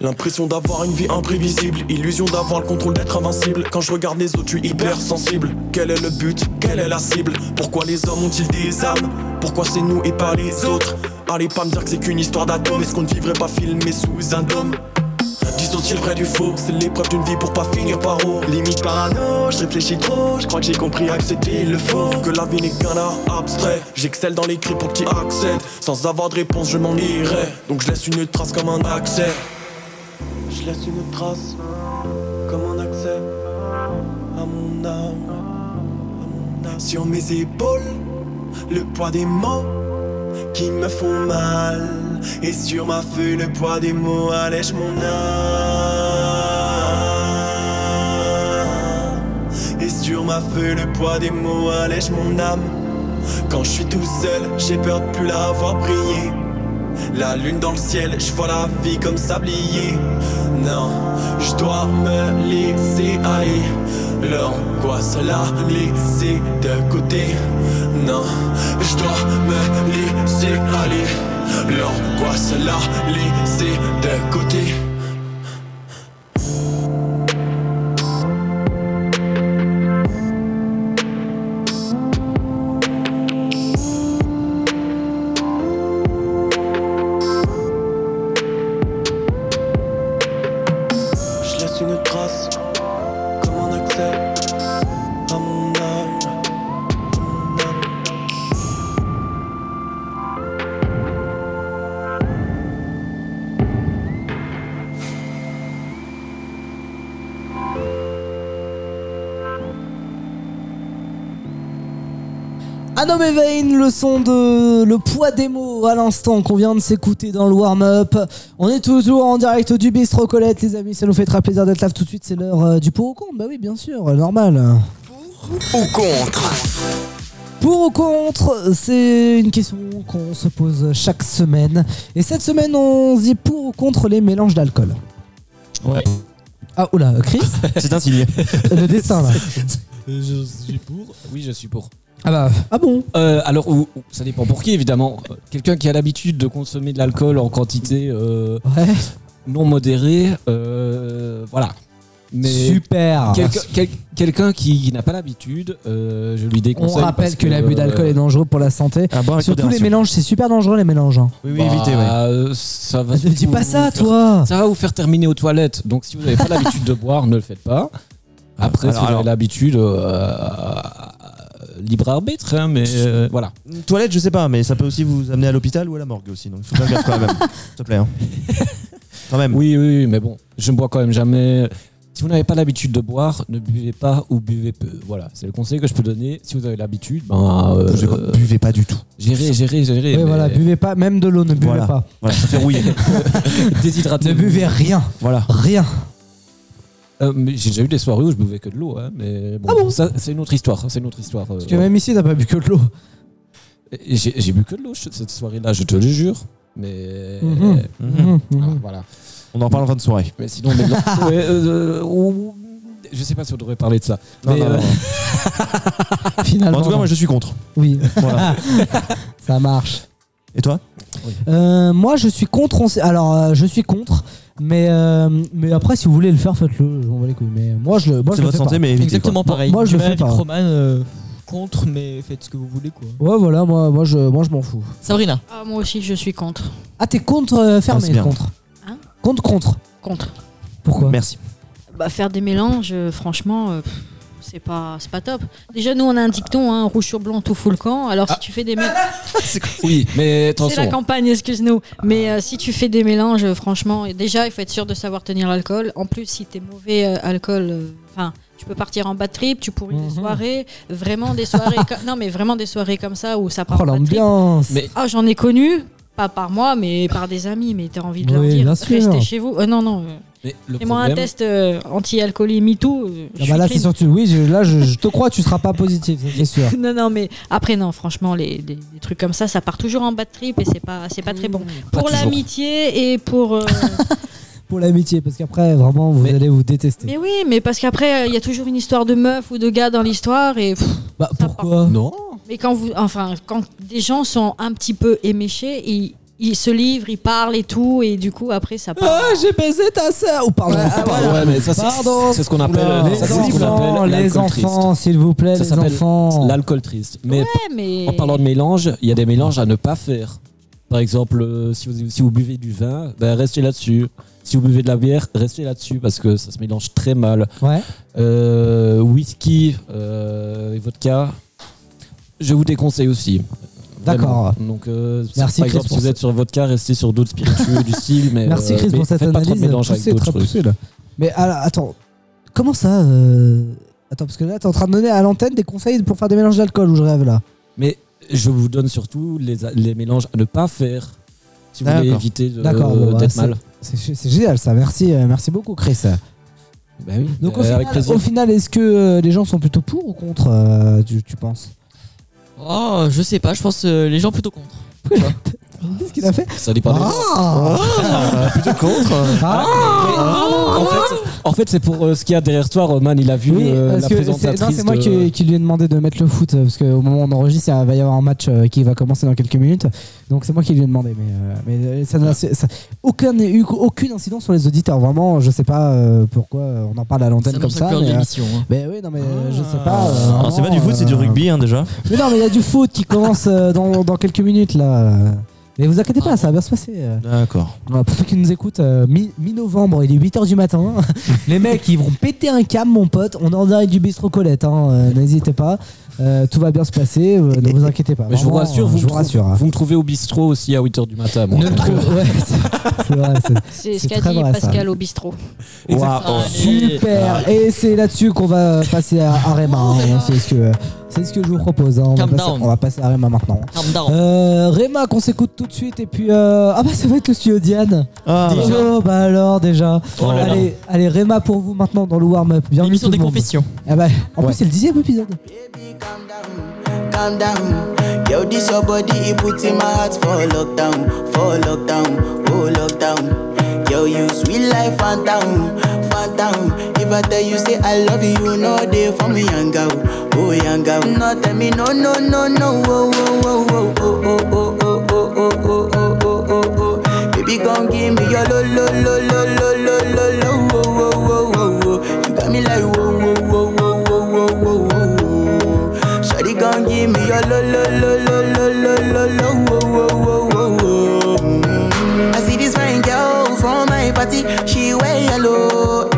S15: L'impression d'avoir une vie imprévisible, illusion d'avoir le contrôle d'être invincible. Quand je regarde les autres, je suis hyper sensible. Quel est le but Quelle est la cible Pourquoi les hommes ont-ils des âmes Pourquoi c'est nous et pas les autres Allez pas me dire que c'est qu'une histoire d'atomes. Est-ce qu'on ne vivrait pas filmé sous un dôme Dissocier le vrai du faux, c'est l'épreuve d'une vie pour pas finir par haut. Limite parano, je réfléchis trop, je crois que j'ai compris accepter le faux. Que la vie n'est qu'un art abstrait, j'excelle dans l'écrit pour qui accède. Sans avoir de réponse, je m'en irai. Donc je laisse une trace comme un accès. Je laisse une trace comme un accès à mon âme, à mon âme. Sur mes épaules, le poids des mots qui me font mal. Et sur ma feuille, le poids des mots allège mon âme. Et sur ma feuille, le poids des mots allège mon âme. Quand je suis tout seul, j'ai peur de plus la voir briller. La lune dans le ciel, je vois la vie comme sablier. Non, je dois me laisser aller. L'angoisse la laisser de côté. Non, je dois me laisser aller. L'angoisse la laisser de côté. Je laisse une trace comme un accès à mon âme.
S9: Anom et Vein, le son de le poids des mots à l'instant qu'on vient de s'écouter dans le warm-up. On est toujours en direct du bistrot Colette, les amis. Ça nous fait très plaisir d'être là tout de suite. C'est l'heure euh, du pour ou contre. Bah oui, bien sûr, euh, normal.
S1: Ou contre
S9: Pour ou contre, c'est une question qu'on se pose chaque semaine. Et cette semaine, on se dit pour ou contre les mélanges d'alcool.
S10: Ouais.
S9: Ah, oula, Chris Euh,
S11: C'est un signe.
S9: Le destin, là.
S4: Je suis pour. Oui, je suis pour.
S9: Ah bah. Ah bon
S4: Euh, alors, ou- ou- ça dépend pour qui, évidemment. Euh, Quelqu'un qui a l'habitude de consommer de l'alcool en quantité euh, non modérée, euh, voilà.
S9: Super.
S4: Quelqu'un quel- quelqu'un qui, n'a pas l'habitude, euh, je lui
S9: On
S4: déconseille. parce
S9: rappelle que, l'abus d'alcool
S4: euh,
S9: est dangereux pour la santé.
S4: à boire avec
S9: Surtout les
S4: modération.
S9: mélanges, c'est super dangereux les mélanges. hein.
S4: bah, euh, ça va.
S9: Ne dis
S4: vous-
S9: pas ça,
S4: vous faire-
S9: toi.
S4: Ça va vous faire terminer aux toilettes. Donc, si vous n'avez pas l'habitude de boire, ne le faites pas. Après,
S11: Ah, Alors,
S4: si vous
S11: alors.
S4: avez l'habitude, euh, libre arbitre, hein, mais euh, voilà.
S11: Une toilette, je sais pas, mais ça peut aussi vous amener à l'hôpital ou à la morgue aussi. Donc, il faut bien faire quand même. S'il te plaît. hein. Quand même.
S4: Oui, oui, oui, mais bon, je ne bois quand même jamais. Si vous n'avez pas l'habitude de boire, ne buvez pas ou buvez peu. Voilà, c'est le conseil que je peux donner. Si vous avez l'habitude, ben. euh,
S11: Bougez pas, buvez pas du tout.
S4: Gérez, gérez, gérez.
S9: Oui,
S4: mais-
S9: voilà, buvez pas, même de l'eau, ne buvez
S4: Voilà.
S9: pas.
S11: Voilà, ça fait rouiller.
S4: Déshydratez.
S9: Ne buvez rien.
S11: Voilà.
S9: Rien.
S4: Euh, mais J'ai déjà eu des soirées où je buvais que de l'eau, hein, mais
S9: Ah
S4: bon, ça, c'est une autre histoire. C'est une autre histoire. euh,
S9: Parce que même ici, t'as pas bu que de l'eau.
S4: Et J'ai j'ai bu que de l'eau ch- cette soirée-là, je te le jure. Mais
S9: Mhm. Mhm.
S4: Ah, voilà.
S11: On en parle en fin de soirée.
S4: Mais sinon, mais non. Ouais, euh, ou- je sais pas si on devrait parler de ça.
S11: Non,
S4: mais,
S11: non,
S4: euh,
S11: non,
S9: Finalement.
S11: En tout cas,
S9: non.
S11: moi, je suis contre.
S9: Oui.
S11: Voilà.
S9: Ça marche.
S11: Et toi
S9: Euh, moi, je suis contre. on sait- Alors, euh, je suis contre. Mais, euh, mais après, si vous voulez le faire, faites-le. On va les couilles. Mais moi, je le. moi, je
S11: C'est
S9: le
S11: votre
S9: fais
S11: santé,
S9: pas.
S11: mais évitez,
S10: Exactement
S9: quoi.
S10: pareil.
S9: Moi, je
S10: Du
S9: le
S10: mal
S9: fais pas.
S10: avec Roman, euh, contre, mais faites ce que vous voulez quoi.
S9: Ouais, voilà, moi, moi je, moi, je m'en fous.
S10: Sabrina.
S12: Ah, moi aussi, je suis contre.
S9: Ah, t'es contre euh,
S11: Ah,
S9: fermé,
S11: c'est bien.
S9: contre. contre, contre.
S12: Hein Contre.
S9: Pourquoi
S11: Merci.
S12: Bah, faire des mélanges, euh, franchement, euh, pff, c'est pas, c'est pas top. Déjà, nous, on a un dicton, hein, rouge sur blanc, tout fout le camp. Alors,
S11: Ah.
S12: si tu fais des mélanges.
S4: oui, mais
S12: C'est la
S4: attention.
S12: campagne, excuse-nous. Mais euh, si tu fais des mélanges, euh, franchement, déjà, il faut être sûr de savoir tenir l'alcool. En plus, si t'es mauvais euh, alcool, euh, enfin, tu peux partir en bad trip, tu pourris
S9: Mhm.
S12: des soirées, vraiment des soirées. co- non, mais vraiment des soirées comme ça où ça part.
S9: Oh,
S12: en bad trip.
S9: l'ambiance. Mais-
S12: Ah, j'en ai connu, pas par moi, mais par des amis. Mais t'as envie de leur
S9: Oui,
S12: dire,
S9: bien sûr.
S12: restez chez vous. Euh, non, non.
S4: Mais
S12: Et moi, un test euh, anti-alcoolie MeToo. euh, je
S9: Ah, bah
S12: suis
S9: là,
S12: clean.
S9: c'est surtout. Oui, je- là, je, je te crois, tu seras pas positif, ça, c'est sûr.
S12: non, non, mais après, non, franchement, les, les- les trucs comme ça, ça part toujours en bad trip et c'est pas, c'est pas très bon. Pour
S9: toujours.
S12: l'amitié et pour. euh,
S9: Pour l'amitié, parce qu'après, vraiment, vous allez vous détester.
S12: mais oui, mais parce qu'après, euh, il y a toujours une histoire de meuf ou de gars dans l'histoire et. pff,
S9: Bah, pourquoi
S4: Non.
S12: mais quand vous. Enfin, quand des gens sont un petit peu éméchés, ils, ils se livrent, ils parlent et tout, et du coup, après, ça part.
S9: Ah, j'ai baisé ta sœur Ou pardon.
S4: Pardon, ouais, mais ça, c'est-
S9: Pardon.
S4: c'est ce qu'on appelle,
S9: Oula.
S4: Euh, ça, c'est ce qu'on
S9: Les enfants,
S4: appelle
S9: les
S4: l'alcool
S9: enfants,
S4: triste.
S9: s'il vous plaît,
S4: Ça
S9: les
S4: s'appelle
S9: enfants.
S4: L'alcool triste. Mais,
S12: mais-
S4: en parlant de mélange, il y a des mélanges à ne pas faire. Par exemple, euh, si vous, si vous buvez du vin, ben, restez là-dessus. Si vous buvez de la bière, restez là-dessus parce que ça se mélange très mal.
S9: Ouais.
S4: Euh, whisky euh, et vodka, je vous déconseille aussi.
S9: D'accord.
S4: Vraiment. Donc, euh, si-
S9: Merci,
S4: par
S9: Chris,
S4: exemple, si
S9: pour
S4: vous
S9: ce-
S4: êtes sur le vodka, restez sur d'autres spiritueux du style. Mais,
S9: Merci
S4: euh,
S9: Chris
S4: mais
S9: pour cette
S4: faites pas trop de
S9: analyse.
S4: mélange avec
S9: poussée,
S4: d'autres
S9: très
S4: trucs.
S9: poussée, là. Mais alors, attends, comment ça euh, Attends, parce que là, t'es en train de donner à l'antenne des conseils pour faire des mélanges d'alcool où je rêve là.
S4: Mais je vous donne surtout les, les mélanges à ne pas faire si vous voulez
S9: D'accord.
S4: éviter de- euh, d'être
S9: D'accord, bon, bah, c'est-
S4: mal.
S9: C'est c'est génial ça, merci, euh, merci beaucoup Chris.
S4: Ben oui, euh,
S9: Donc au
S4: avec
S9: final,
S4: plaisir.
S9: au final, est-ce que euh, les gens sont plutôt pour ou contre, euh, tu, tu penses
S10: Oh, je sais pas, je pense euh, les gens plutôt contre.
S9: Qu'est-ce qu'il a fait
S4: Ça dépend des gens.
S9: Ah
S4: plutôt contre. Ah, en fait, en fait, c'est pour euh, ce qu'il y a derrière toi, Roman. Il a vu
S9: ah, Oui,
S4: euh,
S9: parce
S4: la
S9: que c'est-
S4: présentatrice.
S9: non, c'est moi
S4: de-
S9: qui, qui lui ai demandé de mettre le foot euh, parce qu'au moment où on enregistre, il va y avoir un match euh, qui va commencer dans quelques minutes. Donc c'est moi qui lui ai demandé, mais, euh, mais euh, ça n'a c'est- ça- aucun n'a eu aucune incidence sur les auditeurs. Vraiment, je sais pas euh, pourquoi euh, on en parle à l'antenne comme
S10: annonce
S9: ça.
S10: la couleur de
S9: euh,
S10: l'émission, hein. Ah.
S9: mais oui, non, mais euh, je sais pas. euh,
S11: Alors, c'est pas du
S9: vraiment,
S11: foot, c'est du
S9: euh,
S11: rugby hein, déjà.
S9: Mais non, mais il y a du foot qui commence euh, dans, dans quelques minutes là. Mais vous inquiétez pas, ça va bien se passer. euh.
S11: D'accord.
S9: Voilà, pour ceux qui nous écoutent, euh, mi- mi-novembre, il est 8h du matin. Les mecs, ils vont péter un câble, mon pote. On est en direct du bistrot Colette, hein, euh, n'hésitez pas. Euh, tout va bien se passer, euh, ne vous inquiétez pas.
S4: Mais je vous
S9: Vraiment,
S4: rassure,
S9: euh,
S4: vous,
S9: je
S4: me
S9: vous
S4: trou-
S9: rassure.
S4: vous me trouvez au bistrot aussi à 8h du matin. Moi. euh.
S9: Ne le trouve- ouais, c'est- c'est vrai, c'est-
S12: C'est ce
S9: c'est
S12: qu'a
S9: très
S12: dit
S9: vrai, ça.
S12: Pascal au bistrot.
S4: Waouh.
S9: Super, et c'est là-dessus qu'on va passer à, à Rema. hein. C'est ce que c'est ce que je vous propose. hein. On, va
S10: Calm
S9: passer,
S10: down.
S9: on va passer à Rema maintenant.
S10: Calm down.
S9: Euh, Rema qu'on s'écoute tout de suite et puis euh, ah bah ça va être le studio Diane.
S11: Ah,
S9: déjà.
S11: bah.
S9: Oh, bah alors déjà.
S11: Oh là là.
S9: allez, allez Rema pour vous maintenant dans le warm up. Bienvenue tout le monde.
S10: confessions.
S9: Ah bah, en plus c'est le dixième épisode.
S18: Calm down, Yo, this your body, it puts in my heart for lockdown, for lockdown, oh lockdown. Yo, you sweet life, phantom, phantom. mm. If I tell you, say I love you, no day for me, young girl, oh young girl. No, tell me, no, no, no, no, oh, oh, oh, oh, oh, oh, oh, oh, oh, oh, oh, oh, oh, oh, oh. Baby, gon' give me your lo, lo, lo, lo, lo, lo, lo, lo, oh, oh, oh, oh, oh. You got me like, oh, oh, oh, oh, oh, oh, oh, oh. Shawty gon' give me your lo lo lo lo lo lo lo lo wo wo wo wo wo. Mm. I see this fine girl from my party, she wear yellow.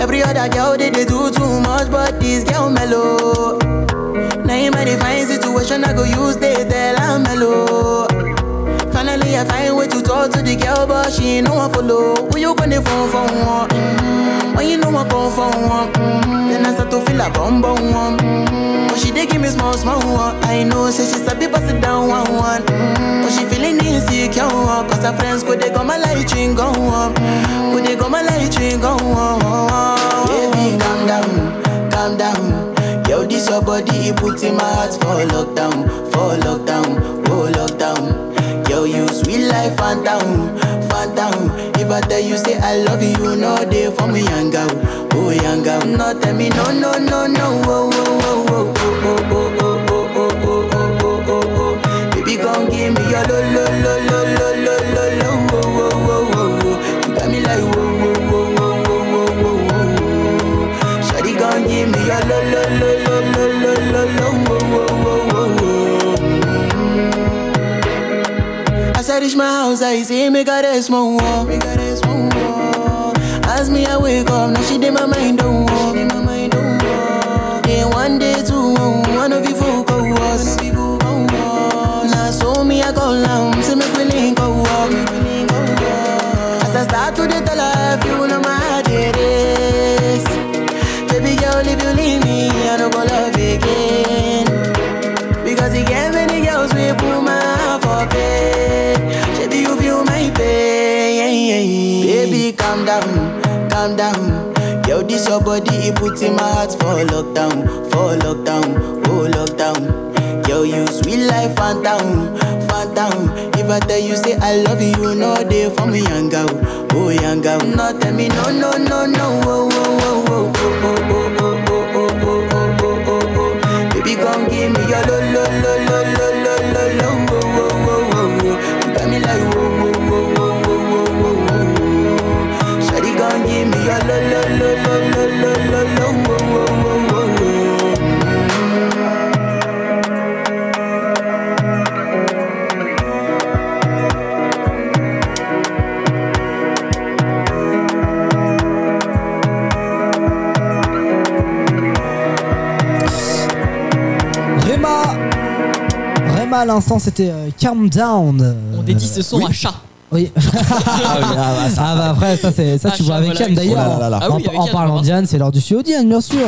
S18: Every other girl they, they do too much, but this girl mellow. Now in my divine situation, I go use they tell I'm mellow. Finally, I find way to talk to the girl, but she ain't no one follow. Who you gonna phone for? One? Mm. When you know I come for one, mm. then I start to feel a bum bum one. Mm. But she dey give me small small one. I know say she's a bit pass it down one one. Mm. But she feeling insecure one, cause her friends go they come my light ring go on, go they come my light ring go on. Baby, calm down, calm down. Yo, this your body, it puts in my heart for lockdown, for lockdown, oh lockdown. Yo, you sweet life, phantom, phantom. oh, If I tell you, say I love you, no day for me, young girl, oh young girl. No, tell me, no, no, no, no, oh, oh, oh, oh, oh, oh, oh, oh, oh, oh, oh, oh, oh, oh. Baby, gon' give me your lo, lo, lo, lo, lo, lo, lo, lo, oh, oh, oh, oh, oh. You got me like, oh, oh, oh, oh, oh, oh, oh, oh. Shawty gon' give me your lo lo lo lo lo lo lo lo wo wo wo wo wo. As I reach my house, I see me got a small wall. Me got a small wall. As me I wake up, now she did my mind on wall. She did my mind on wall. Then one day two, one of you fool go was. Now so me I go down, see me quilling go walk. As I start to dey tell her, feel no my it is. Baby girl, if you leave me, I don't go love again. Because you get many girls we put my heart for bed. Baby, you feel my pain. Baby, calm down, calm down. Yo, this your body, it puts in my heart for lockdown, for lockdown, oh lockdown. Yo, you sweet life, phantom, phantom. If I tell you, say I love you, no day for me, young girl, oh young girl. No, tell me, no, no, no, no, oh, oh, oh, oh, oh, oh, oh, oh, oh, oh, oh, oh, oh, oh, oh. Baby, come give me your lo, lo, lo, lo, lo, lo, lo, lo, oh, oh, oh, oh, oh. You got me like, oh, oh, oh, oh, oh, oh, oh, oh, oh. Shawty gon' give me your lo lo lo lo lo lo lo lo wo wo wo wo wo.
S9: Rema Rema à l'instant c'était euh, Calm Down.
S10: On dédie ce son à chat.
S9: Oui. ah, bah, après ça c'est ça
S10: Ah,
S9: tu vois
S10: chat,
S9: avec
S10: voilà,
S9: Yann d'ailleurs.
S10: oh là là là. Ah
S9: En-
S10: oui, avec
S9: en,
S10: Yann,
S9: parlant d'Yann, c'est l'heure du studio d'Yann bien sûr.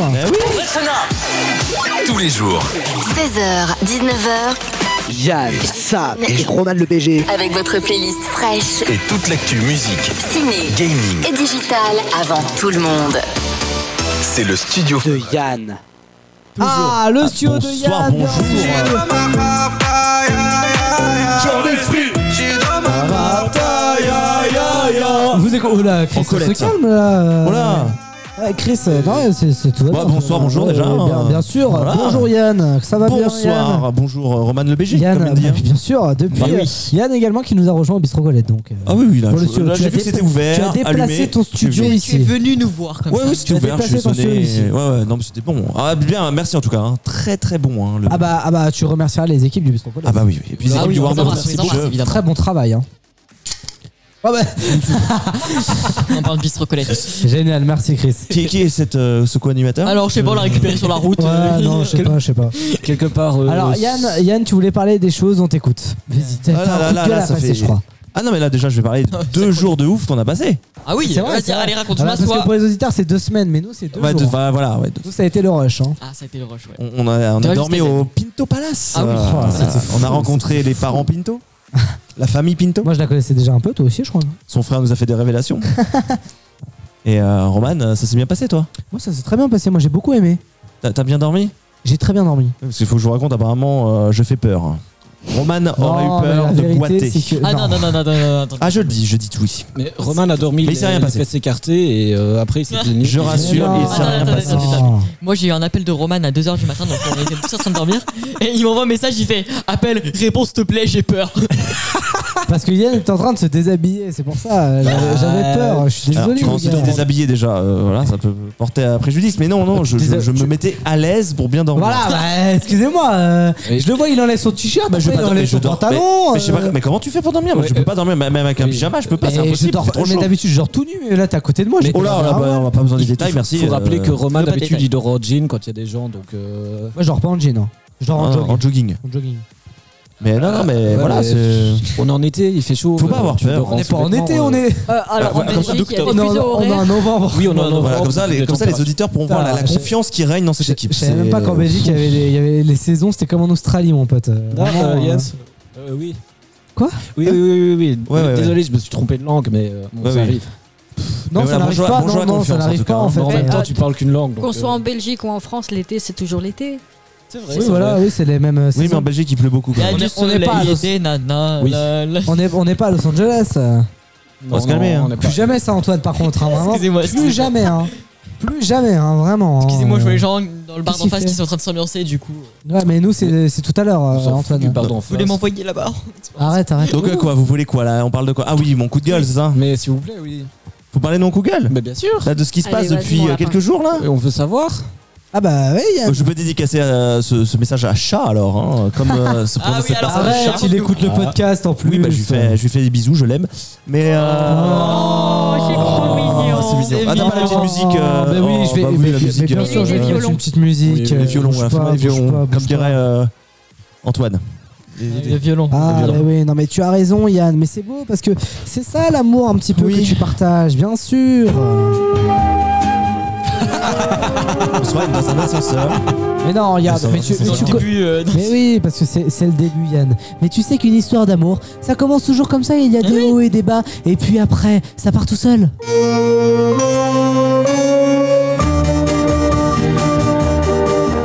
S20: Tous les jours,
S5: 16h, 19h,
S20: Yann, Sam et Ronald le BG.
S5: avec votre playlist fraîche,
S20: Et toute l'actu musique,
S5: ciné
S20: gaming,
S5: et digitale avant tout le monde.
S20: c'est le studio de Yann.
S9: Ah le studio de Yann. bien sûr.
S21: J'en ai pris.
S9: Vous êtes oh là, Chris,
S11: On
S9: on
S11: collecte,
S9: se
S11: ça.
S9: calme là.
S11: Oh là.
S9: Ouais, Chris, euh, non, c'est c'est tout. va
S11: Bah,
S9: bien.
S11: bonsoir, bonjour
S9: Ouais,
S11: déjà,
S9: Bien,
S11: hein.
S9: bien sûr.
S11: Voilà.
S9: Bonjour Yann, ça va bien Yann
S11: Bonsoir, bonjour euh, Roman le BG.
S9: Yann,
S11: comme il dit,
S9: bah,
S11: hein.
S9: bien sûr, depuis
S11: Bah oui.
S9: euh, Yann également qui nous a rejoint au bistrot Colette donc. euh,
S11: Ah oui, oui, là,
S9: pour le
S11: je-
S9: studio.
S11: là,
S9: Tu
S11: j'ai
S9: as
S11: vu que
S9: dé-
S11: c'était ouvert,
S9: Tu as déplacé
S11: allumé.
S9: ton studio
S11: Tu es
S9: ici.
S10: venu nous voir comme
S11: Ouais,
S10: ça.
S11: oui, c'était
S9: Tu as
S11: ouvert, je suis
S9: déplacé ton
S11: sonné.
S9: studio ici.
S11: Ouais, ouais, non, mais c'était bon. Ah, bien, merci en tout cas. hein. Très, très bon. hein, le-
S9: Ah bah, ah bah, tu remercieras les équipes du bistrot Colette.
S11: Ah bah oui, oui. Et puis les
S9: Ah
S11: équipes
S9: oui,
S11: du
S9: on
S11: Warner
S9: embrasse,
S11: Bros.
S9: on embrasse,
S11: Je-
S9: évidemment. Très bon travail. Hein. Ah bah.
S10: On parle de bistrot Colette.
S9: Génial, merci Chris.
S11: Qui, qui est cette, euh, ce co-animateur
S10: Alors, je sais pas, on l'a récupéré sur la route. Euh,
S9: Ouais, non, je sais pas, je sais pas.
S4: Quelque part. euh,
S9: Alors Yann, Yann, tu voulais parler des choses, on t'écoute. Vas-y, t'as
S11: Ah là là
S9: t'as un coup
S11: là
S9: de gueule
S11: là,
S9: à
S11: ça
S9: passer,
S11: fait-
S9: je crois.
S11: Ah non, mais là déjà, je vais parler de deux jours de ouf qu'on a passé.
S10: Ah oui,
S9: C'est vrai,
S10: vas-y,
S9: c'est vrai.
S10: allez, raconte-moi,
S9: Ah bah, Parce
S10: sois-
S9: que pour les auditeurs, c'est deux semaines, mais nous, c'est deux
S11: Ouais, de-
S9: jours.
S11: bah, voilà, ouais, de-
S9: Nous, ça a été le rush. hein.
S10: Ah, ça a été le rush, ouais.
S11: on, on a, on a
S10: T'aurais
S11: dormi
S10: vu ce
S11: au
S10: qu'elle
S11: Pinto Palace.
S10: Ah oui.
S11: Euh,
S10: Oh,
S9: c'était
S11: on
S9: fou,
S11: a rencontré les parents Pinto, la famille Pinto.
S9: Moi, je la connaissais déjà un peu, toi aussi, je crois. non
S11: Son frère nous a fait des révélations. Et euh, Roman, ça s'est bien passé toi
S9: Moi, ça s'est très bien passé. Moi, j'ai beaucoup aimé.
S11: T'as t'as bien dormi
S9: J'ai très bien dormi.
S11: Parce qu'il faut que je vous raconte, apparemment, euh, je fais peur. Roman aurait
S4: Non,
S11: eu peur
S4: mais la
S11: de
S4: vérité,
S11: boiter.
S4: c'est que- Ah non, non, non, non, non, non, attends.
S11: Ah, je le dis, je dis tout oui.
S4: Mais Roman a dormi,
S11: Mais
S4: il
S11: il s'est rien
S4: s'est
S11: passé.
S4: fait s'écarter et euh, après il s'est tenu.
S11: Je rassure, il s'est rien passé.
S10: Moi j'ai eu un appel de Roman à 2h du matin, donc on était tous en train de dormir. Et il m'envoie un message, il fait Appel, réponse s'il te plaît, j'ai peur.
S9: Parce que Yann est en train de se déshabiller, c'est pour ça. euh,
S10: Ah.
S9: J'avais j'avais peur, je suis
S11: Alors,
S9: désolé.
S11: tu m'as
S9: les
S11: ensuite
S9: gars.
S11: déshabillé déjà, euh, voilà, ça peut porter à préjudice. Mais non, non, je, je- je me mettais à l'aise pour bien dormir.
S9: Voilà, bah, excusez-moi. euh, je le vois, il enlève son t-shirt,
S11: Bah, je vais
S9: après, il
S11: pas dormir,
S9: enlève
S11: je
S9: son
S11: dors.
S9: pantalon.
S11: mais, mais je sais pas,
S9: euh,
S11: mais comment tu fais pour dormir Moi, Je peux pas dormir, même avec un pyjama, je peux pas, c'est
S9: mais je
S11: impossible.
S9: dors-
S11: c'est trop
S9: mais
S11: chaud.
S9: d'habitude, je dors tout nu, mais là, t'es à côté de moi. j'ai
S11: Oh là,
S9: pas-
S11: oh là, bah, on n'a pas besoin des détails,
S4: Il
S11: merci.
S4: faut rappeler
S11: euh,
S4: que Roman
S11: pas de
S4: d'habitude
S11: détails.
S4: il dort en jean quand il y a des gens donc. euh,
S9: Moi, je dors pas en jean. hein. Je dors
S11: Ah,
S9: en jogging.
S11: en jogging.
S9: En jogging.
S11: Mais non, non, mais
S4: ouais,
S11: voilà,
S4: mais
S11: c'est.
S4: On est en été, il fait chaud. Euh,
S11: Faut pas avoir
S4: tu
S11: peur.
S4: dors
S11: On est pas en
S4: sous-vêtements,
S11: été, on
S4: euh.
S11: est-
S12: alors, en
S11: Ouais, comme ça,
S12: Belgique, il y a des
S9: d'octobre.
S12: fuseaux
S9: On est
S12: horaires.
S9: en novembre.
S4: Oui, on est en novembre.
S11: Voilà, comme ça, les, comme ça, les auditeurs pourront voir la, la
S9: Putain, je-
S11: confiance qui règne dans cette équipe.
S9: Je savais même
S11: C'est- euh,
S9: pas qu'en Belgique, il y, avait les, il y avait les saisons, c'était comme en Australie, mon pote. Euh,
S4: Ah,
S9: vraiment,
S4: euh,
S9: euh,
S4: yes. Euh, oui.
S9: Quoi
S4: Oui, oui, oui, oui. oui.
S11: Ouais, ouais,
S4: Désolé, je me suis trompé de langue, mais euh, bon,
S11: Ouais,
S4: ça
S11: oui.
S4: arrive.
S11: Mais
S9: Non, ça
S11: voilà,
S9: n'arrive
S11: bonjour à-
S9: pas.
S11: bonjour
S9: Non,
S11: à
S9: non,
S11: confiance,
S9: ça
S11: en
S9: n'arrive
S11: tout cas,
S9: pas, en
S11: hein.
S9: fait.
S4: En même temps, tu parles qu'une langue. donc,
S12: Qu'on
S4: euh,
S12: soit en Belgique ou en France, l'été, c'est toujours l'été.
S4: c'est vrai,
S9: Oui,
S4: c'est
S9: voilà,
S4: vrai.
S9: oui, c'est les mêmes euh,
S11: Oui, mais en
S9: saisons.
S11: Belgique, il pleut beaucoup. quand
S10: Il y a
S11: même.
S10: du
S9: on est
S10: soleil,
S9: pas à
S10: il y a
S9: Los-
S10: des nanas. euh,
S11: Oui.
S10: la- la-
S9: On est, on n'est pas à Los Angeles. euh.
S4: Non,
S11: On va se
S4: non,
S11: calmer. hein.
S4: on est pas-
S9: Plus jamais ça, Antoine, par contre. hein, vraiment.
S10: Excusez-moi,
S9: Plus
S10: excusez-moi.
S9: jamais, hein. Plus jamais, hein, vraiment. hein.
S10: Excusez-moi, je vois les gens dans le bar
S9: Qu'est-ce
S10: d'en
S9: qu'il
S10: face
S9: fait
S10: qui sont en train de s'ambiancer, du coup.
S9: Ouais, mais nous, c'est c'est tout à l'heure,
S4: On
S9: euh,
S4: s'en fout
S9: Antoine.
S4: du bar d'en
S10: Vous voulez
S4: face.
S10: m'envoyer là-bas
S9: Arrête, arrête.
S11: Donc, euh, quoi, vous voulez quoi là On parle de quoi Ah oui, mon coup de gueule, c'est ça
S4: Mais s'il vous plaît, oui.
S11: Faut parler de mon coup de gueule
S4: Mais bien sûr.
S11: Là, De ce qui se
S12: Allez,
S11: passe
S12: vas-y,
S11: depuis
S12: mon
S11: euh,
S12: lapin.
S11: quelques jours là
S4: Et on veut savoir.
S9: Ah bah oui.
S11: Euh, Je peux dédicacer euh, ce, ce message à chat alors, hein, comme euh, ce
S10: Ah oui, alors,
S9: Arrête,
S10: Charles,
S9: il écoute le
S11: Ah.
S9: podcast en plus. Ah.
S11: Oui, bah, je lui fais, je lui fais des bisous, je l'aime. Mais. euh,
S12: Oh, c'est trop mignon.
S11: c'est mignon.
S10: C'est
S11: Ah, t'as pas la petite
S10: mignon.
S11: musique euh,
S9: bah oui,
S11: oh,
S9: je vais,
S11: bah oui,
S9: mais-
S11: la
S9: mais
S11: musique,
S9: bien
S11: euh,
S9: sûr, je vais
S11: euh,
S9: faire
S12: violons.
S9: une petite musique.
S11: oui,
S9: euh,
S11: les violons,
S9: bouge
S11: ouais, fais-moi
S9: pas,
S11: les
S9: bouge
S11: violons,
S9: pas,
S11: comme
S9: bouge pas.
S11: dirait euh, Antoine.
S10: Il est violent.
S9: Ah
S11: violon.
S9: bah oui, non mais tu as raison Yann, mais c'est beau parce que c'est ça l'amour un petit peu que tu partages, bien sûr.
S11: On se voit dans un ascenseur.
S9: Mais non, regarde,
S11: Ça,
S9: mais
S11: ça,
S9: tu,
S11: ça,
S9: mais
S11: ça,
S9: tu
S11: ça.
S9: co-
S10: Début, euh, dans-
S9: Mais oui, parce que c'est c'est le début, Yann. Mais tu sais qu'une histoire d'amour, ça commence toujours comme ça, il y
S11: Eh
S9: a des hauts et des bas, et puis après, ça part tout seul.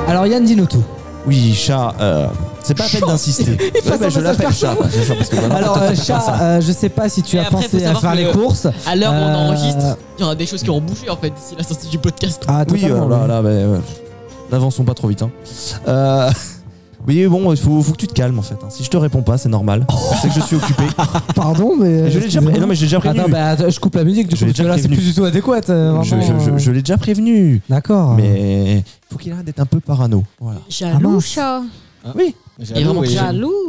S9: Alors Yann, dis-nous tout.
S11: Oui, chat, euh, c'est pas la peine d'insister. Ouais,
S9: passe
S11: bah,
S9: un
S11: je
S9: message
S11: l'appelle
S9: perso.
S11: chat. bah, c'est ça, parce que maintenant,
S9: Alors
S11: t'as-
S9: euh,
S11: t'as- t'as-
S9: chat,
S11: t'as-
S9: euh, je sais pas si tu
S10: Et
S9: as
S10: après, faut
S9: pensé à
S10: savoir
S9: faire
S10: que
S9: les
S10: le-
S9: courses.
S10: À l'heure où on
S9: Euh,
S10: enregistre, il y aura des choses qui auront bougé en fait d'ici la sortie du podcast.
S9: Ah,
S11: Oui,
S9: totalement,
S11: euh, là,
S9: oui.
S11: là, mais, euh, n'avançons pas trop vite. Hein. Euh, oui, bon, il faut, faut que tu te calmes en fait. hein. Si je te réponds pas, c'est normal. Je sais que je suis occupé.
S9: Ah, Pardon, mais.
S11: Je l'ai déjà
S9: excusez-moi.
S11: pré- non, mais j'ai déjà prévenu.
S9: Attends, bah, attends, je coupe la musique du
S11: Je
S9: coup,
S11: l'ai
S9: parce que
S11: déjà
S9: là, c'est
S11: prévenu.
S9: plus du tout adéquat. euh,
S11: je
S9: vraiment,
S11: je- je-
S9: euh.
S11: je l'ai déjà prévenu.
S9: D'accord.
S11: Mais faut qu'il arrête d'être un peu parano. Voilà.
S9: Ah,
S12: Jaloux,
S9: mince.
S12: chat.
S11: Oui.
S4: J'avoue,
S10: vraiment
S4: oui.
S10: que j'avoue.
S12: Jaloux.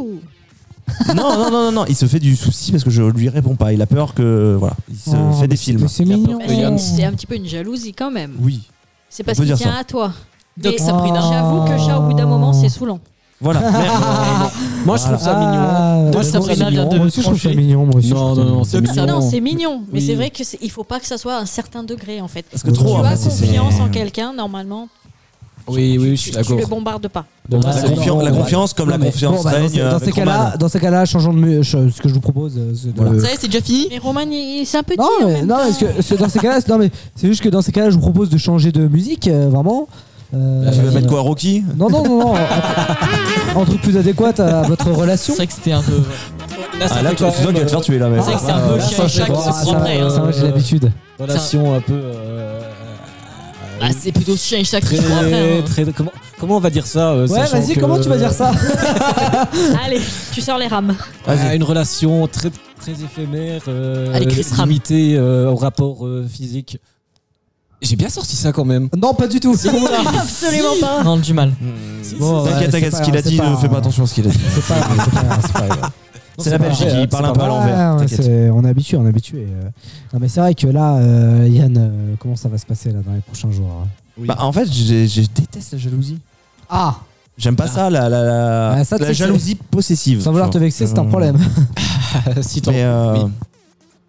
S11: Non, non, non, non, non, il se fait du souci parce que je lui réponds pas. Il a peur que. Voilà. Il se
S9: Oh,
S11: fait
S9: mais
S11: des films.
S9: C'est
S4: Il a peur
S9: mignon.
S4: que
S12: Bah,
S4: Oui, Yann.
S12: c'est- C'est un petit peu une jalousie quand même.
S11: Oui.
S12: C'est parce
S11: On peut
S12: qu'il
S11: dire
S12: tient
S11: ça.
S12: à toi.
S10: Doc
S12: Mais
S10: Sabrina.
S12: J'avoue que chat, au bout d'un moment, c'est saoulant.
S11: Voilà. euh, Merde.
S4: Moi, je trouve ça mignon.
S9: Ah,
S10: Toi,
S9: je trouve
S10: Sabrina
S9: ça mignon.
S10: vient de
S9: Moi aussi, je trouve ça
S10: trancher.
S9: mignon. Moi aussi, je
S4: Non,
S9: trouve ça
S4: non, non,
S9: mignon.
S4: c'est
S10: Donc ça,
S4: mignon.
S12: Non, c'est mignon, mais
S4: Oui.
S12: c'est vrai qu'il faut pas que ça soit à un certain degré en fait.
S11: Parce que trop.
S12: tu
S11: en
S12: as
S11: fait, c'est-
S12: confiance
S11: c'est-
S12: en quelqu'un, normalement,
S4: Oui, oui, je
S12: tu,
S4: suis
S12: tu
S4: d'accord.
S12: le bombardes pas.
S4: Donc,
S11: La,
S4: c'est
S11: confiance-
S4: normal.
S11: la confiance, comme la
S9: Non, mais
S11: confiance
S9: bon, bah, dans
S11: règne. euh,
S9: ces- dans
S11: avec
S9: ces cas-là,
S11: Roman.
S9: dans ces cas-là, changeons de mu- je- ce que je vous propose. euh, c'est de-
S11: Voilà.
S10: Ça y est, c'est déjà fini
S12: Mais Roman, il, il- c'est un peu
S9: Non,
S12: dur, en
S9: mais,
S12: même
S9: non,
S12: temps.
S9: parce que c'est- dans ces cas-là, c'est- non, mais c'est juste que dans ces cas-là, je vous propose de changer de musique, euh, vraiment. Euh,
S11: Tu vas mettre quoi, Rocky
S9: Non, non, non, non. Un truc plus adéquat à votre relation.
S10: C'est vrai que c'était un peu. Là, ça
S11: Ah, là,
S10: fait
S11: toi,
S10: quand
S11: c'est toi qui
S10: même,
S11: vas te faire
S10: euh,
S11: tuer là, mec.
S10: C'est vrai que c'est un peu
S4: Ah,
S10: chien et
S4: ça,
S10: chat qui
S4: c'est
S10: se
S4: bon,
S10: prend
S4: ça,
S10: après.
S4: euh,
S10: hein.
S9: Ça, moi, j'ai
S4: Euh,
S9: l'habitude.
S4: Relation un peu. euh,
S10: Ah, c'est plutôt chien et chat qui se prend après.
S4: Très,
S10: hein.
S4: très, comment, comment on va dire ça euh,
S9: Ouais,
S4: sachant
S9: vas-y,
S4: que-
S9: comment tu vas dire ça
S12: Allez, tu sors les rames.
S4: Ah, une relation très très éphémère, euh,
S10: Allez, Chris Ram.
S4: limitée euh, au rapport euh, physique. J'ai bien sorti ça quand même.
S9: Non, pas du tout. C'est
S12: Absolument pas.
S10: Non, du mal.
S9: Bon, ouais,
S11: Hmm. T'inquiète,
S9: c'est
S11: t'inquiète,
S9: pas
S11: ce qu'il a
S9: grave,
S11: dit,
S9: c'est pas
S11: ne fais pas
S9: grave.
S11: attention à ce qu'il a dit.
S9: pas grave, c'est pas grave, c'est pas grave.
S11: C'est la Belgique,
S4: grave,
S11: il parle
S4: c'est
S11: un peu à l'envers.
S9: Ouais, ouais,
S11: T'inquiète.
S9: c'est- on est habitué, on est habitué. euh. Non, mais c'est vrai que là, euh, Yann, euh, comment ça va se passer là dans les prochains jours hein
S11: Bah, en fait, j'ai- je déteste la jalousie.
S9: Ah,
S11: J'aime pas ça, la, la, la,
S9: Ah, ça, tu
S11: la
S9: sais que
S11: jalousie possessive.
S9: sans vouloir
S11: tu
S9: te
S11: vois.
S9: vexer, c'est un problème.
S4: si t'en-
S11: Mais, euh,
S4: oui.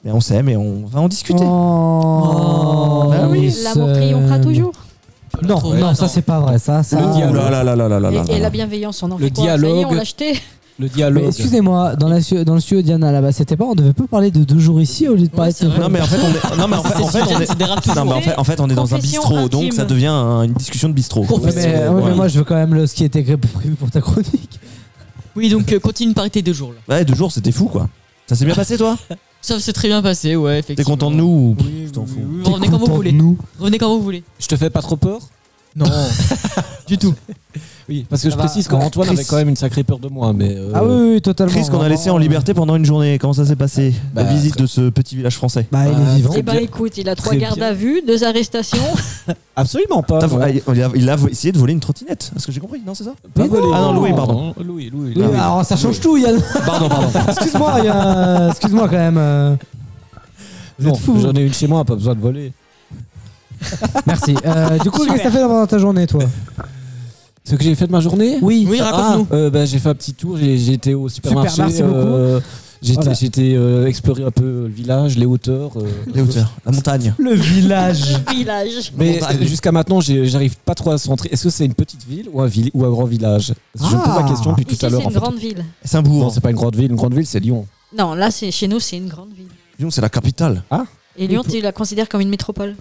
S11: mais on s'aime et on va en discuter.
S9: Oh,
S11: Bah oui.
S9: ce-
S12: L'amour triomphera toujours.
S9: Non,
S10: Ouais,
S9: non, ça
S10: non.
S9: c'est pas vrai, ça. ça
S4: Le
S11: Ouh Ah là là là là là là là
S12: Et, et
S11: là.
S12: la bienveillance, on en
S4: Le
S12: fait quoi Ça y est, on
S4: dialogue.
S12: l'a acheté.
S4: le dialogue.
S9: Mais excusez-moi, dans, la su- dans le studio Diana là-bas, c'était pas, on devait pas parler de deux jours ici au lieu de parler de Ah
S11: Non mais en fait on est, non, mais en fait, en fait, on est, non, mais en fait, en fait, on est dans un
S9: Confession
S11: bistrot, donc
S9: intime.
S11: ça devient un- une discussion de bistrot.
S9: Ouais, mais, ouais, mais moi je veux quand même le, ce qui était pré- prévu pour ta chronique.
S10: Oui, donc euh, continue par tes deux jours. Là.
S11: Ouais, deux jours, c'était fou quoi. Ça s'est bien passé toi
S10: Ça s'est très bien passé, ouais,
S11: T'es
S10: effectivement.
S11: content de nous ou-
S10: Oui, oui, oui, Revenez quand vous voulez. Revenez quand vous voulez.
S4: Je te fais pas trop peur
S10: Non.
S4: du tout. Oui, parce que je
S10: Ça va.
S4: précise qu'Antoine
S11: Chris.
S4: avait quand même une sacrée peur de moi, mais.
S9: Ah
S4: euh,
S9: totalement.
S11: Chris qu'on a laissé en liberté pendant une journée. Comment ça s'est passé
S4: Bah,
S11: La visite de ce petit village français.
S9: Bah, il est
S12: Eh ben écoute, il a trois
S11: Très
S12: gardes
S11: bien.
S12: à vue, deux arrestations.
S11: Ah,
S4: Absolument pas.
S11: T'as- ah, Il a, il a vo- essayé de voler une trottinette. Est-ce que j'ai compris Ah Non, c'est ça
S9: Bah
S4: Pas volé.
S11: Ah non, Louis, pardon.
S4: Louis, Louis.
S9: Oui,
S11: Louis.
S9: alors ça change tout, Yann.
S4: Pardon, pardon.
S9: Excuse-moi, Yann. Excuse-moi quand même. euh. Vous
S4: Non,
S9: êtes fous.
S4: J'en ai une chez moi, pas besoin de voler.
S9: Merci. Euh, du coup,
S4: Super.
S9: qu'est-ce que t'as fait pendant ta journée, toi
S4: Ce que j'ai fait de ma journée
S9: Oui.
S10: Oui, raconte-nous.
S4: Ah, euh, bah, j'ai fait un petit tour, j'ai j'ai été au supermarché. euh,
S9: Super, merci beaucoup.
S4: J'étais
S9: Voilà.
S4: j'étais, euh, explorer un peu le village, les hauteurs. euh,
S11: Les hauteurs, la montagne.
S9: Le village.
S12: Village.
S4: Mais
S11: Montagne.
S4: euh, jusqu'à maintenant, j'ai- j'arrive pas trop à se rentrer. Est-ce que c'est une petite ville ou un, ville, ou un grand village Je me pose
S12: Ah.
S4: la question depuis
S12: Ici,
S4: tout à
S12: c'est
S4: l'heure. en
S12: une
S4: fait.
S12: grande ville.
S11: C'est un bourg.
S4: Non, c'est pas une grande ville. Une grande ville, c'est Lyon.
S12: Non, là, c'est chez nous, c'est une grande ville.
S11: Lyon, c'est la capitale.
S4: Ah,
S9: Hein
S12: Et Lyon, tu la considères comme une métropole.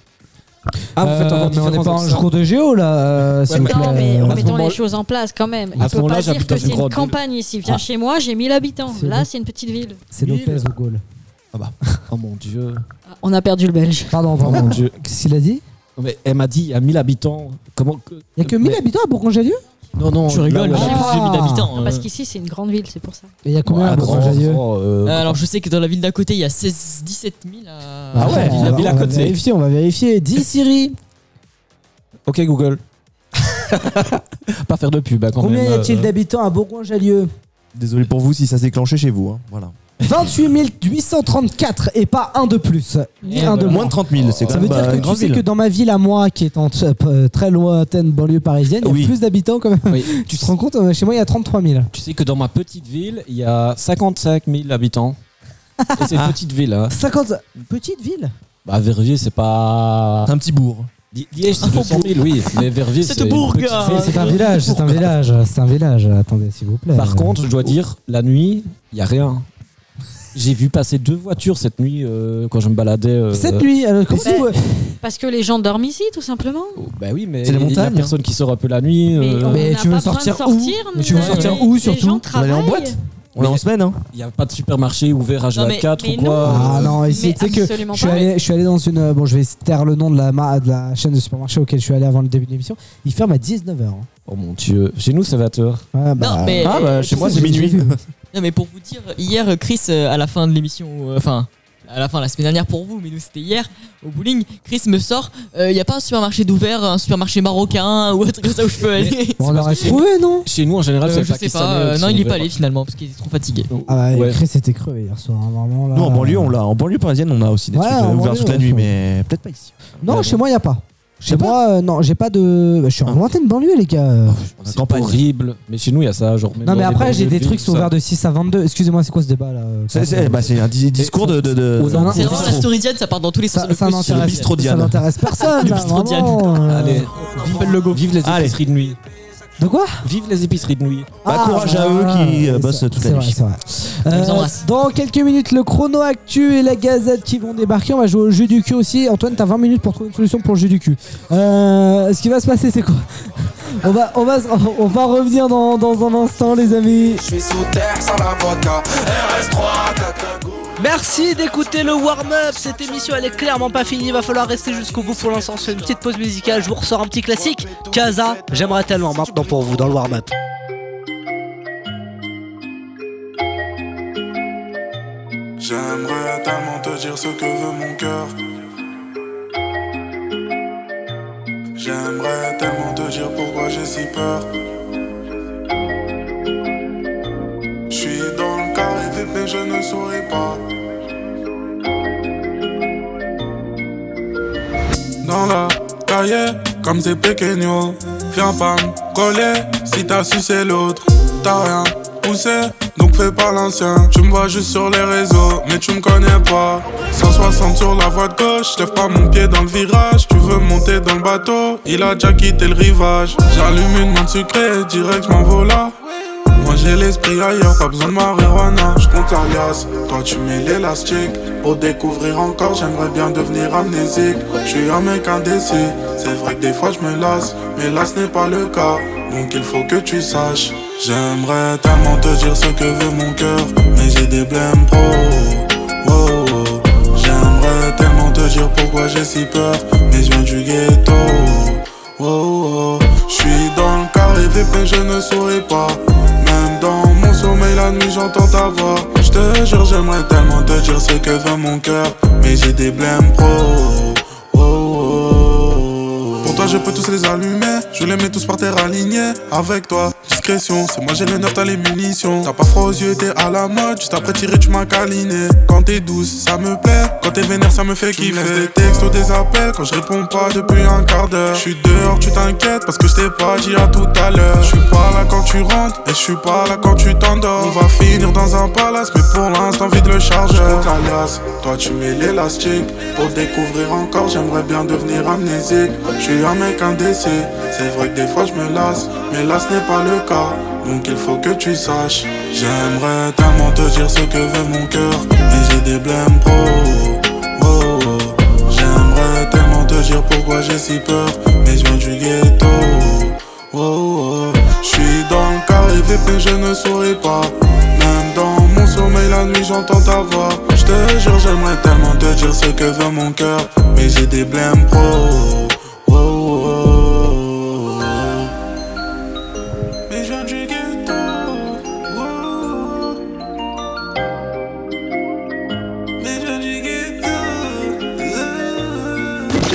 S4: Ah, vous faites encore
S9: Euh, mais on n'est
S4: différence
S9: pas
S4: avec
S9: en
S4: ça.
S9: cours de géo là. euh, s'il vous
S12: Non,
S9: plaît.
S12: mais
S9: À ce
S12: remettons
S9: moment-
S12: les choses en place quand même.
S9: à
S12: Il
S9: ce
S12: peut
S9: moment-là,
S12: pas dire
S9: j'habite
S12: que
S9: dans une
S12: c'est une
S9: grande ville.
S12: campagne ici. Viens
S9: Ah.
S12: chez moi, j'ai 1000 habitants.
S9: C'est
S12: Là,
S9: bon.
S12: c'est une petite ville.
S9: C'est Lopez au goal.
S11: Ah bah.
S4: Oh mon dieu.
S12: On a perdu le Belge.
S9: Pardon,
S4: Oh mon
S9: pardon.
S4: dieu.
S9: Qu'est-ce qu'il a dit
S4: Non, mais elle m'a dit, il y a 1000 habitants. Comment que-
S9: Il n'y a que 1000
S4: Mais-
S9: habitants à Bourgogne-Jallieu
S4: Non, non.
S10: Tu rigoles,
S4: là où
S10: j'ai
S4: elle-
S10: plus de 1000 habitants. euh.
S12: Parce qu'ici, c'est une grande ville, c'est pour ça.
S9: Il y a combien
S4: Ouais,
S11: Ah,
S9: à
S4: grand,
S9: Bourgogne-Jallieu
S4: grand, euh,
S10: Euh, alors je sais que dans la ville d'à côté, il y a 16, 17 000 à...
S9: Ah ouais,
S4: la
S9: on va-
S4: ville à
S9: on va
S4: côté.
S9: vérifier, on va vérifier. Dis Siri,
S4: Ok, Google. pas faire de pub, hein, quand
S9: combien
S4: même.
S9: y a-t-il
S4: euh,
S9: d'habitants à Bourgogne-Jallieu
S11: Désolé pour vous si ça s'est clenché chez vous. hein. Voilà.
S9: 28 834 et pas un de plus, ni
S4: Eh
S9: un
S4: ben,
S9: de
S11: Moins
S9: moins.
S11: de 30 000, c'est quand
S9: Ça veut
S11: même
S9: dire
S11: bah,
S9: que
S11: une
S9: tu
S11: grande
S9: sais
S11: ville.
S9: que dans ma ville à moi, qui est en t- euh, très lointaine banlieue parisienne, il y a
S4: Oui.
S9: plus d'habitants quand même.
S4: oui.
S9: Tu te rends compte, euh, chez moi il y a 33 000.
S4: Tu sais que dans ma petite ville, il y a 55 000 habitants. Et c'est une petite ville. Hein.
S9: 50 petite ville.
S4: Bah, Verviers, c'est pas.
S11: C'est un petit bourg.
S4: Li- Liège, c'est 200 000, oui. Mais Verviers,
S10: Cette
S4: c'est. une
S10: bourg,
S4: petite
S10: hein.
S4: ville.
S9: C'est un village, c'est un village, c'est un village. Attendez s'il vous plaît.
S4: Par contre, je dois dire, la nuit, il y a rien. J'ai vu passer deux voitures cette nuit euh, quand je me baladais. euh,
S9: cette nuit, euh, comment
S12: Mais-
S9: vous-
S12: Bah, Parce que les gens dorment ici, tout simplement.
S4: oh, Bah oui, mais
S11: C'est les
S4: il y a
S11: montagnes,
S4: personne qui sort un peu la nuit.
S12: Mais
S4: euh,
S12: on
S9: hein. mais
S12: n'a
S9: tu veux
S12: pas
S9: sortir
S12: besoin de
S9: où
S12: sortir,
S9: Mais tu veux
S12: nous,
S9: sortir
S12: les-
S9: où,
S12: Les gens
S9: surtout
S11: On va aller en
S12: travaillent.
S11: boîte. On est en semaine. Hein.
S4: Il n'y a pas de supermarché ouvert à
S10: Non, mais-
S4: 24
S12: mais
S4: ou quoi
S9: Ah non, ici,
S12: Euh, Mais
S9: tu sais que
S12: absolument
S9: je suis,
S12: pas.
S9: allé, je suis allé dans une. euh, Bon, je vais taire le nom de la, ma- de la chaîne de supermarché auquel je suis allé avant le début de l'émission. Il ferme à hein. 19h.
S4: Oh mon dieu, chez nous c'est 20h.
S10: Non, mais,
S11: Ah bah chez moi
S9: c'est
S11: c'est
S9: ce que j'ai
S11: minuit.
S9: vu.
S10: non, mais pour vous dire, hier, Chris, euh, à la fin de l'émission, euh, enfin, à la fin la semaine dernière pour vous, mais nous c'était hier, au bowling, Chris me sort, il n'y a pas un supermarché d'ouvert, un supermarché marocain ou un truc comme ça où je peux aller.
S9: On
S4: parce
S9: l'aurait
S4: que-
S9: trouvé, non
S4: Chez nous en
S10: Euh,
S4: général c'est
S10: je sais pas,
S4: pakistanais
S10: euh,
S4: qui
S10: non,
S4: sont
S10: il est
S4: ouverts.
S10: pas allé finalement parce qu'il était trop fatigué.
S9: Ah bah,
S4: Ouais.
S9: Chris était creux hier soir, hein, vraiment. Là...
S11: Nous en banlieue on l'a. En banlieue parisienne on a aussi des
S9: Ouais,
S11: trucs
S9: en
S11: euh, ouverts
S9: banlieue,
S11: toute la
S9: on
S11: nuit,
S9: fait.
S11: mais peut-être pas ici.
S9: Non,
S11: Ah
S9: chez
S11: bon.
S9: moi, il n'y a pas. Chez
S11: T'as pas
S9: moi, euh, non, j'ai pas de. bah, je
S4: Ah.
S9: suis en lointaine banlieue, les
S4: Oh,
S9: gars. euh.
S11: On a
S4: C'est
S11: campagne.
S4: horrible, mais chez nous il y a ça genre même dans
S9: Non, mais
S4: les
S9: après, j'ai
S4: banlieues
S9: des
S4: de
S9: trucs
S4: ville,
S9: qui sont
S4: ça.
S9: ouverts de 6 à 22. Excusez-moi, c'est quoi ce débat là euh,
S11: C'est- C'est bah, c'est un di- discours de. de, de-
S4: Aux alentours.
S10: C'est vraiment la story diane, ça part dans tous les
S9: Ça,
S10: sens.
S9: ça
S10: Le
S11: c'est le
S9: n'intéresse
S11: bistrot
S9: ça
S11: Diane.
S9: n'intéresse personne.
S10: Le
S9: là,
S10: bistrot Diane.
S9: vraiment, euh.
S4: Allez, vive le logo, vive les
S11: Allez.
S4: épiceries de nuit.
S9: De quoi Ah,
S4: Vive les épiceries de nuit.
S11: Bah, courage à eux qui, euh, bossent toute la nuit.
S9: C'est vrai, c'est vrai.
S10: On les
S9: Euh,
S10: embrasse.
S9: dans quelques minutes, le chrono actu et la gazette qui vont débarquer. On va jouer au jeu du cul aussi. Antoine, t'as 20 minutes pour trouver une solution pour le jeu du cul. Euh, ce qui va se passer, c'est quoi on va, on, va, se- on va revenir dans, dans un instant, les amis.
S21: Je suis sous terre sans la vodka. RS3, caca.
S22: Merci d'écouter le warm-up. Cette émission, elle est clairement pas finie. Il va falloir rester jusqu'au bout pour l'instant. On se fait une petite pause musicale. Je vous ressors un petit classique. Kaza, j'aimerais tellement maintenant pour vous dans le warm-up.
S21: J'aimerais tellement te dire ce que veut mon cœur. J'aimerais tellement te dire pourquoi j'ai si peur. Je suis dans le carré vite, mais je ne souris pas. Dans la cahier, comme c'est pequeño. Viens pas me coller si t'as sucé l'autre. T'as rien poussé, donc fais pas l'ancien. Tu me vois juste sur les réseaux, mais tu me connais pas. 160 sur la voie de gauche, lève pas mon pied dans le virage. Tu veux monter dans le bateau, il a déjà quitté le rivage. J'allume une montre sucrée, direct je m'envole là. Moi Moi j'ai l'esprit ailleurs, pas besoin de marijuana. Je compte la liasse, toi tu mets l'élastique. Pour découvrir encore, j'aimerais bien devenir amnésique. Je suis un mec indécis, c'est vrai que des fois je me lasse. Mais là ce n'est pas le cas, donc il faut que tu saches. J'aimerais tellement te dire ce que veut mon cœur, mais j'ai des blèmes pro. Wow, wow. J'aimerais tellement te dire pourquoi j'ai si peur, mais je viens du ghetto. Oh, oh. Je suis dans le carré VIP mais je ne souris pas Même dans mon sommeil la nuit j'entends ta voix Je te jure j'aimerais tellement te dire ce que veut mon cœur Mais j'ai des blèmes pro Oh, oh. Pour toi je peux tous les allumer Je les mets tous par terre alignés Avec toi discrétion C'est moi j'ai le neuf t'as les munitions T'as pas froid aux yeux t'es à la mode Juste après tirer tu m'as câliné Quand t'es douce ça me plaît Quand t'es vénère ça me fait kiffer me laisses des textos des appels Quand je réponds pas depuis un quart d'heure Je suis dehors tu t'inquiètes Parce que je t'ai pas dit à tout à l'heure Je suis pas là quand tu rentres Et je suis pas là quand tu t'endors On va finir dans un palace Mais pour l'instant vide le chargeur Je compte la liasse, Toi tu mets l'élastique Pour découvrir encore J'aimerais bien devenir amnésique Je suis un mec indécis C'est vrai que des fois je me lasse Mais là ce n'est pas le cas Donc il faut que tu saches J'aimerais tellement te dire ce que veut mon cœur Mais j'ai des blèmes pro Oh, oh. J'aimerais tellement te dire pourquoi j'ai si peur, mais je viens du ghetto. Oh, oh. Je suis dans le carré VP, je ne souris pas. Même dans mon sommeil, la nuit, j'entends ta voix. Je te jure, j'aimerais tellement te dire ce que veut mon cœur, mais j'ai des blèmes pro. Oh, oh, oh. Mais je viens du ghetto. Oh, oh. Mais je viens du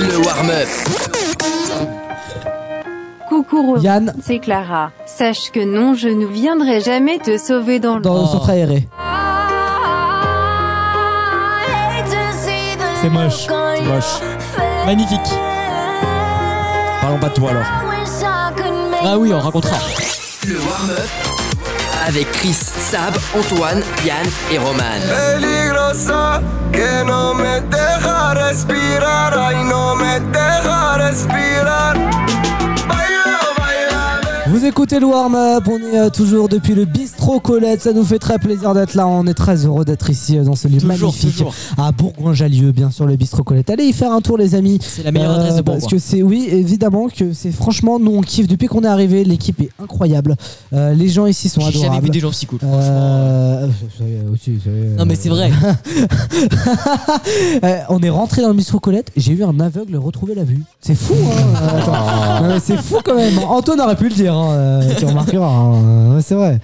S1: Le warm-up.
S6: Coucou Yann. C'est Clara. Sache que non, je ne viendrai jamais te sauver dans le...
S9: Dans le centre aéré.
S11: C'est moche. C'est moche. Magnifique. Parlons pas de toi alors.
S10: Ah oui, on racontera.
S1: Le warm-up avec Chris, Sab, Antoine, Yann et Roman.
S16: Peligrosa, que no me deja respirar, ay no me deja respirar. Baila, baila,
S9: Vous écoutez le warm-up, on est euh, toujours depuis le bistrot Colette, ça nous fait très plaisir d'être là, on est très heureux d'être ici euh, dans ce lieu
S10: Toujours,
S9: magnifique
S10: toujours.
S9: à Bourgoin-Jallieu, bien sûr le bistrot Colette. Allez y faire un tour les amis. C'est
S10: la meilleure adresse de
S9: Parce
S10: Bourgoin.
S9: que c'est oui, évidemment que c'est franchement nous on kiffe depuis qu'on est arrivé, l'équipe est incroyable. Euh, les gens ici sont
S10: J'ai
S9: adorables.
S10: jamais vu des gens si cool.
S9: Euh, ça y est, aussi, ça y est,
S10: Non, mais
S9: euh,
S10: c'est vrai.
S9: Euh, on est rentré dans le bistrot Colette, j'ai vu un aveugle retrouver la vue. C'est fou, hein Euh, attends. Non, mais C'est fou quand même. Antoine aurait pu le dire, hein, euh, tu remarqueras. hein. Ouais, C'est vrai.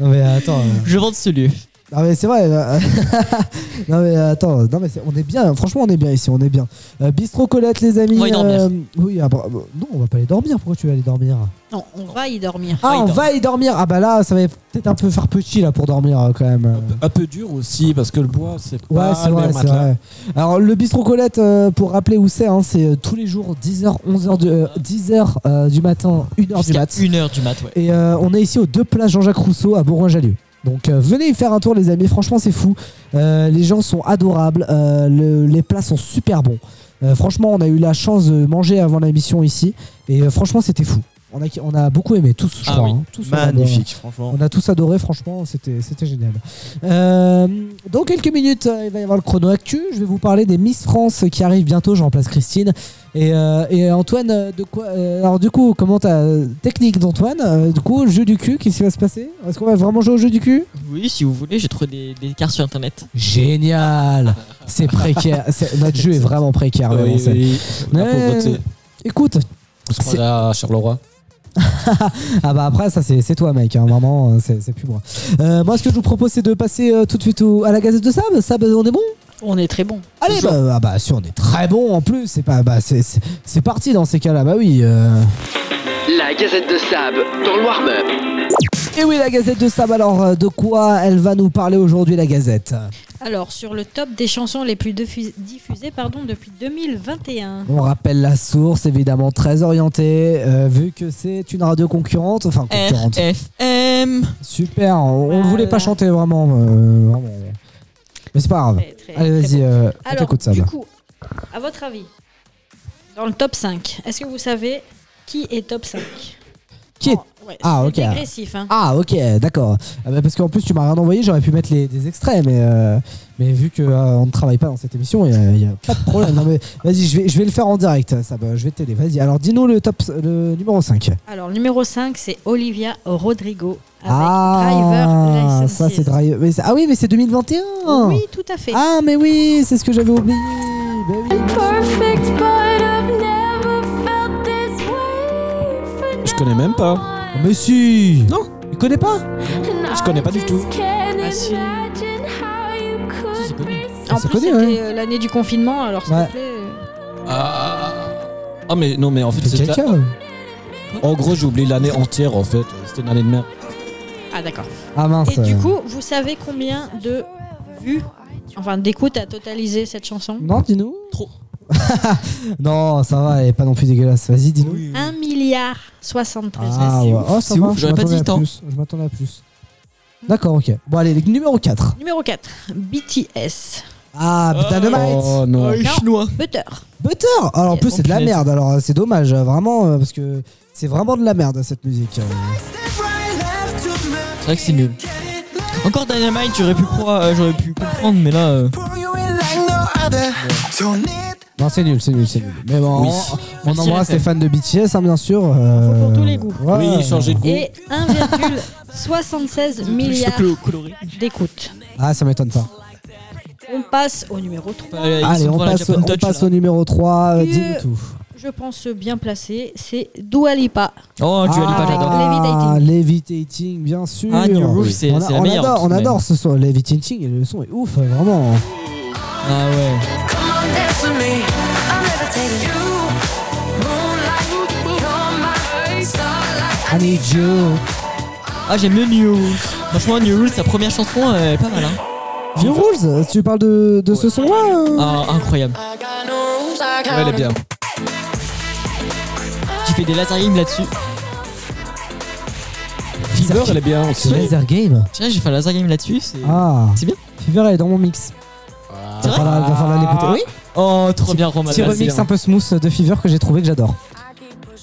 S9: Non mais attends. euh.
S10: Je vante ce lieu.
S9: Non mais c'est vrai. là. non mais attends, non mais c'est- on est bien. Franchement, on est bien ici, on est bien. Euh, bistrot Colette, les amis.
S10: On va y dormir.
S9: euh, oui, ah, bah, bah, non, on va pas aller dormir. Pourquoi tu vas aller dormir
S12: Non, on va y dormir.
S9: Ah, on va y dormir. Ah bah là, ça va peut-être un peu faire petit là pour dormir euh, quand même. euh.
S4: Un peu dur aussi, parce que le bois, c'est
S9: Ouais,
S4: pas
S9: c'est
S4: le
S9: vrai,
S4: meilleur
S9: c'est
S4: matelas.
S9: vrai. Alors, le bistrot Colette, euh, pour rappeler où c'est, hein, c'est euh, tous les jours, 10h, 11h, de- euh, 10h euh, du matin, 1h du
S10: Jusqu'à
S9: mat.
S10: une heure du mat, ouais.
S9: Et euh, on est ici aux deux places Jean-Jacques Rousseau à Bourgoin-Jallieu. Donc euh, venez y faire un tour les amis, franchement c'est fou. Euh, les gens sont adorables, Euh, le- les plats sont super bons. Euh, franchement on a eu la chance de manger avant l'émission ici et euh, franchement c'était fou. On a, on a beaucoup aimé tous, je
S11: Ah
S9: crois.
S11: oui.
S9: hein. Tous, on a
S11: Magnifique,
S9: adoré.
S11: franchement.
S9: On a tous adoré, franchement, c'était c'était génial. Euh, dans quelques minutes, euh, il va y avoir le chrono actu. Je vais vous parler des Miss France qui arrivent bientôt. Je remplace Christine. Et, euh, et Antoine, euh, de quoi euh, Alors, du coup, comment ta technique d'Antoine euh, Du coup, le jeu du cul, qu'est-ce qui va se passer Est-ce qu'on va vraiment jouer au jeu du cul
S10: Oui, si vous voulez, j'ai trouvé des, des cartes sur internet.
S9: Génial C'est précaire. C'est- Notre jeu est vraiment précaire. mais
S4: Oui,
S9: bon, c'est-
S4: oui, la
S9: Mais-
S4: pauvreté.
S9: Écoute,
S4: On se croirait à Charleroi.
S9: ah bah après ça c'est c'est toi mec hein, vraiment euh, c'est c'est plus moi. Euh, moi ce que je vous propose c'est de passer euh, tout de suite au- à la gazette de Sab. Sab on est bon
S12: On est très bon.
S9: Allez bah, ah bah si on est très bon en plus c'est pas bah c'est- c'est c'est parti dans ces cas là bah oui. euh.
S1: La Gazette de Sab dans le warm-up.
S9: Et oui la gazette de Sab alors euh, de quoi elle va nous parler aujourd'hui la gazette
S12: Alors, sur le top des chansons les plus diffu- diffusées pardon, depuis 2021.
S9: On rappelle la source évidemment très orientée euh, vu que c'est une radio concurrente enfin concurrente.
S10: FM.
S9: Super on, on voulait pas chanter vraiment, euh, vraiment. Mais c'est pas grave. Allez vas-y euh, on
S12: Alors,
S9: t'écoute, Sab.
S12: du coup, à votre avis, dans le top 5, est-ce que vous savez qui est top 5
S9: Qui est
S12: Ouais,
S9: Ah,
S12: c'est
S9: ok.
S12: dégressif, hein.
S9: Ah, ok, d'accord. Ah bah, parce qu'en plus, tu m'as rien envoyé, j'aurais pu mettre les, des extraits, mais, euh, mais vu qu'on ne travaille pas dans cette émission, il n'y a, pas de problème. Non, mais vas-y, je vais, je vais le faire en direct, ça, va, je vais t'aider. Vas-y, alors dis-nous le top le numéro 5.
S12: Alors, le numéro 5, c'est Olivia Rodrigo. Avec
S9: ah,
S12: Driver
S9: ça, c'est driver. mais c'est- ah oui, mais c'est 2021.
S12: Oui, tout à fait.
S9: Ah, mais oui, c'est ce que j'avais oublié. Ben oui.
S4: Je connais même pas.
S9: Oh, Mais si Non Tu connais pas
S4: Je connais pas du tout.
S12: Ah, si.
S9: Ah,
S12: En
S4: C'est
S12: plus,
S4: connu,
S12: c'était
S9: hein.
S4: ouais.
S12: euh, l'année du confinement, alors s'il
S4: Ouais.
S12: te plaît. euh,
S4: Ah, Ah, mais non, mais en fait, c'est.
S9: quelqu'un. hein.
S4: En gros, j'ai oublié l'année entière, en fait. C'était une année de merde.
S12: Ah, d'accord.
S9: Ah mince.
S12: Et du coup, vous savez combien de vues, enfin d'écoutes a totalisé cette chanson
S9: Non, dis-nous. Trop. non, ça va, elle est pas non plus dégueulasse. Vas-y, dis-nous.
S12: 1 milliard 73.
S9: Ah, ouais. Oh, ça va, je m'attendais à plus. Je m'attendais à plus. D'accord, ok. Bon, allez, numéro 4.
S12: Numéro 4, BTS.
S9: Ah, putain de mate
S4: Oh, non.
S12: Non, Butter.
S9: Butter Alors, en plus, c'est de la
S4: punaise.
S9: merde, alors euh, c'est dommage, euh, vraiment, euh, parce que c'est vraiment de la merde cette musique. euh.
S10: C'est vrai que c'est nul. Encore Dynamite, j'aurais pu croire, euh, j'aurais pu comprendre, mais là. euh,
S9: Non, c'est nul, c'est nul, c'est nul. Mais bon,
S10: Oui.
S9: on, on
S10: Merci,
S9: embrasse les
S10: FM.
S9: fans de BTS, hein, bien sûr. euh,
S12: Pour tous les goûts.
S9: ouais.
S12: Et 1,76 milliards d'écoutes.
S9: Ah, ça m'étonne pas.
S12: On passe au numéro 3.
S10: Euh,
S9: Allez, on passe, on passe au numéro
S4: Ah, bah,
S9: 3, dis-nous tout.
S12: Je pense bien placé, c'est Dua Lipa.
S10: Oh, Dua Lipa, j'adore.
S9: Ah, Levitating, bien sûr.
S10: Ah, New Roof, c'est-
S9: on, a-
S10: c'est la
S9: on
S10: meilleure,
S9: Adore, on
S10: mais-
S9: adore ce son, Levitating, et le son est ouf, vraiment.
S10: Ah ouais.
S9: I need you.
S10: Ah, j'aime mieux New Rules. Franchement, New Rules, sa première chanson, euh, elle est pas mal. Hein.
S9: New Rules, Euh, tu parles de, de ce son-là euh
S10: Ah, incroyable. Ouais,
S9: elle est bien.
S10: J'ai fait des laser games là-dessus.
S4: Fever, elle est bien aussi.
S9: C'est Laser Game.
S10: Tiens, j'ai fait un laser game là-dessus. C'est
S9: Ah.
S10: C'est bien.
S9: Fever, elle est dans mon mix.
S10: C'est
S9: Il va
S10: vrai
S9: falloir- il va falloir l'écouter. Oui.
S10: Oh, trop bien, Roman.
S9: Petit
S4: hein.
S9: remix un peu smooth de Fever que j'ai trouvé que j'adore.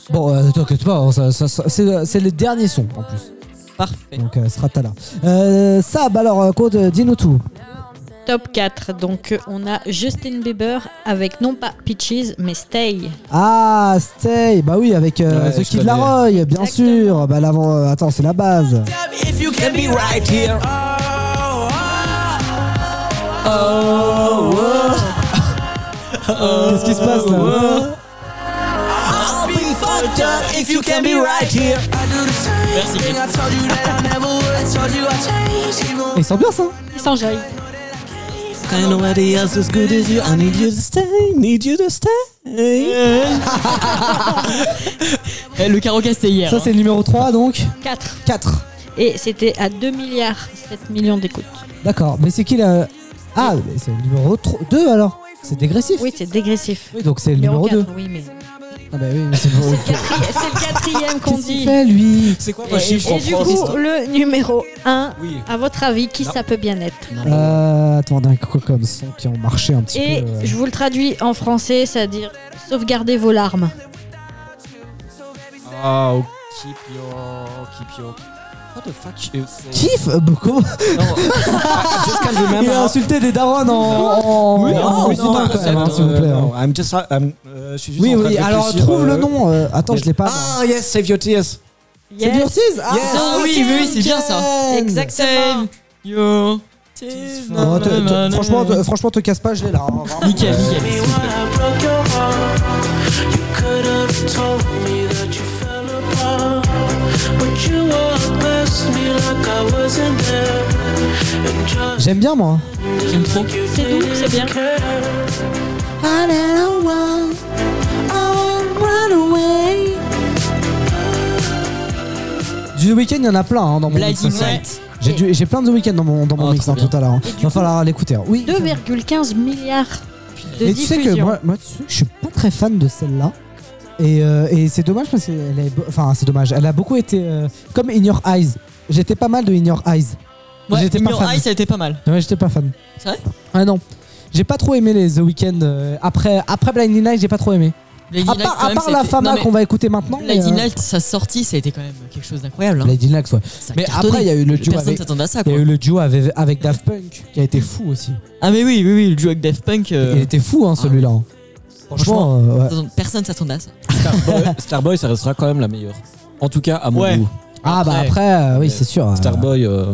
S9: Bon, euh, t'inquiète pas, ça- ça- ça- c'est c'est le dernier son en plus.
S10: Parfait.
S9: Donc, euh, ce sera là. Euh, Sab, alors, euh, Code, dis-nous tout.
S12: Top 4, donc euh, on a Justin Bieber avec non pas Peaches mais Stay.
S9: Ah, Stay, bah oui, avec euh,
S1: Ouais,
S9: The
S1: je
S9: Kid
S1: connais.
S9: Laroi, bien sûr. Bah, l'avant, euh, attends, c'est la base.
S1: If you can be right here. Oh, Oh,
S9: Qu'est-ce qui se passe là
S1: I'll be fucked up if you can be right here. I do the same thing I told you that I never would. I told you I changed even
S9: Ils sont bien ça
S12: Ils s'enjaillent.
S1: Ain't nobody else as good as you. I need you to stay, need you to stay.
S10: Eh, le karaoké, c'était hier.
S9: Ça, c'est le numéro 3 donc
S12: 4.
S9: 4.
S12: Et c'était à 2 milliards 7 millions d'écoutes.
S9: D'accord, mais c'est qui là Ah, mais c'est le numéro 2 alors C'est dégressif
S12: Oui, c'est dégressif.
S9: Oui, donc c'est le numéro 2.
S12: quatre, Oui, mais
S9: Ah, bah oui, mais c'est pour.
S12: Quatri- c'est le quatrième qu'on
S9: Qu'est-ce qu'il
S12: dit.
S9: fait lui
S4: C'est quoi
S12: Et, et du coup, le numéro 1, à votre avis, qui ça peut bien être
S9: Euh, attendez, un coco comme son qui ont marché un petit
S12: Et
S9: peu. euh.
S12: je vous le traduis en français, c'est-à-dire sauvegardez vos larmes.
S4: Ah, oh, keep your. Keep your. What the fuck is it?
S9: Kiff euh, bah, comment- Il a insulté des darons en. en-
S4: Oui,
S9: en-
S4: non,
S9: en-
S4: oui, non,
S9: en-
S4: non,
S9: hein, s'il vous plaît.
S4: euh,
S9: hein.
S4: non, I'm just, I'm, euh, je suis juste
S9: Oui,
S4: en train
S9: oui,
S4: de
S9: alors
S4: réfléchir,
S9: trouve le
S4: euh,
S9: nom. euh, Attends, je l'ai pas.
S4: Ah, yes, save your tears.
S9: C'est du Ortiz Ah,
S10: Yes. Ah oui, oui, oui, c'est bien ça.
S12: Exactement.
S10: Yo.
S9: Bon, Oh, te- te- Franchement, te- franchement, te casse pas, je l'ai là. hein, vraiment.
S10: Nickel, nickel.
S9: J'aime bien moi.
S10: J'aime trop.
S12: C'est doux, c'est bien.
S9: Du week-end, il y en a plein hein, dans mon
S10: Blinding Oh,
S9: mix.
S10: Lights.
S9: J'ai du- J'ai plein de week-end dans mon, dans mon mix hein, tout à l'heure. hein. Va falloir l'écouter. hein. Oui.
S12: 2,15 milliards de
S9: Mais tu sais
S12: diffusions.
S9: que moi, moi, tu sais que je suis pas très fan de celle-là. Et, euh, et c'est dommage parce qu'elle est. bo- Enfin, c'est dommage. Elle a beaucoup été. euh, comme In Your Eyes. J'étais pas mal de In Your Eyes.
S10: Ouais,
S9: J'étais
S10: In
S9: pas
S10: Your
S9: fan.
S10: Eyes, ça a été pas mal.
S9: Ouais, j'étais pas fan.
S10: C'est vrai
S9: Ah non. J'ai pas trop aimé les The Weeknd. euh, après, après Blinding Night, j'ai pas trop aimé.
S10: Lady
S9: à
S10: Night,
S9: part,
S10: quand
S9: à
S10: même,
S9: part la
S10: c'était-
S9: fama
S10: non, mais
S9: qu'on va écouter maintenant.
S10: Lady
S9: mais, euh,
S10: Night, sa sortie, ça a été quand même quelque chose d'incroyable. hein.
S9: Lady Night, ouais.
S10: Ça a
S9: Mais
S10: cartonné.
S9: après, il y a eu le duo.
S10: Personne
S9: avec-
S10: s'attendait à ça,
S9: Il y a
S10: quoi.
S9: eu le duo avec, avec Daft Punk qui a été fou aussi.
S10: Ah, mais oui, oui, oui, le duo avec Daft Punk. euh,
S9: Il était fou, hein, celui-là. hein. Franchement, euh, ouais. Ah,
S10: personne- personne s'attendait à ça.
S4: Starboy, Starboy, ça restera quand même la meilleure. En tout cas, à mon
S10: Ouais.
S4: goût.
S9: Ah, bah après, euh, oui, c'est sûr. euh,
S4: Starboy. euh,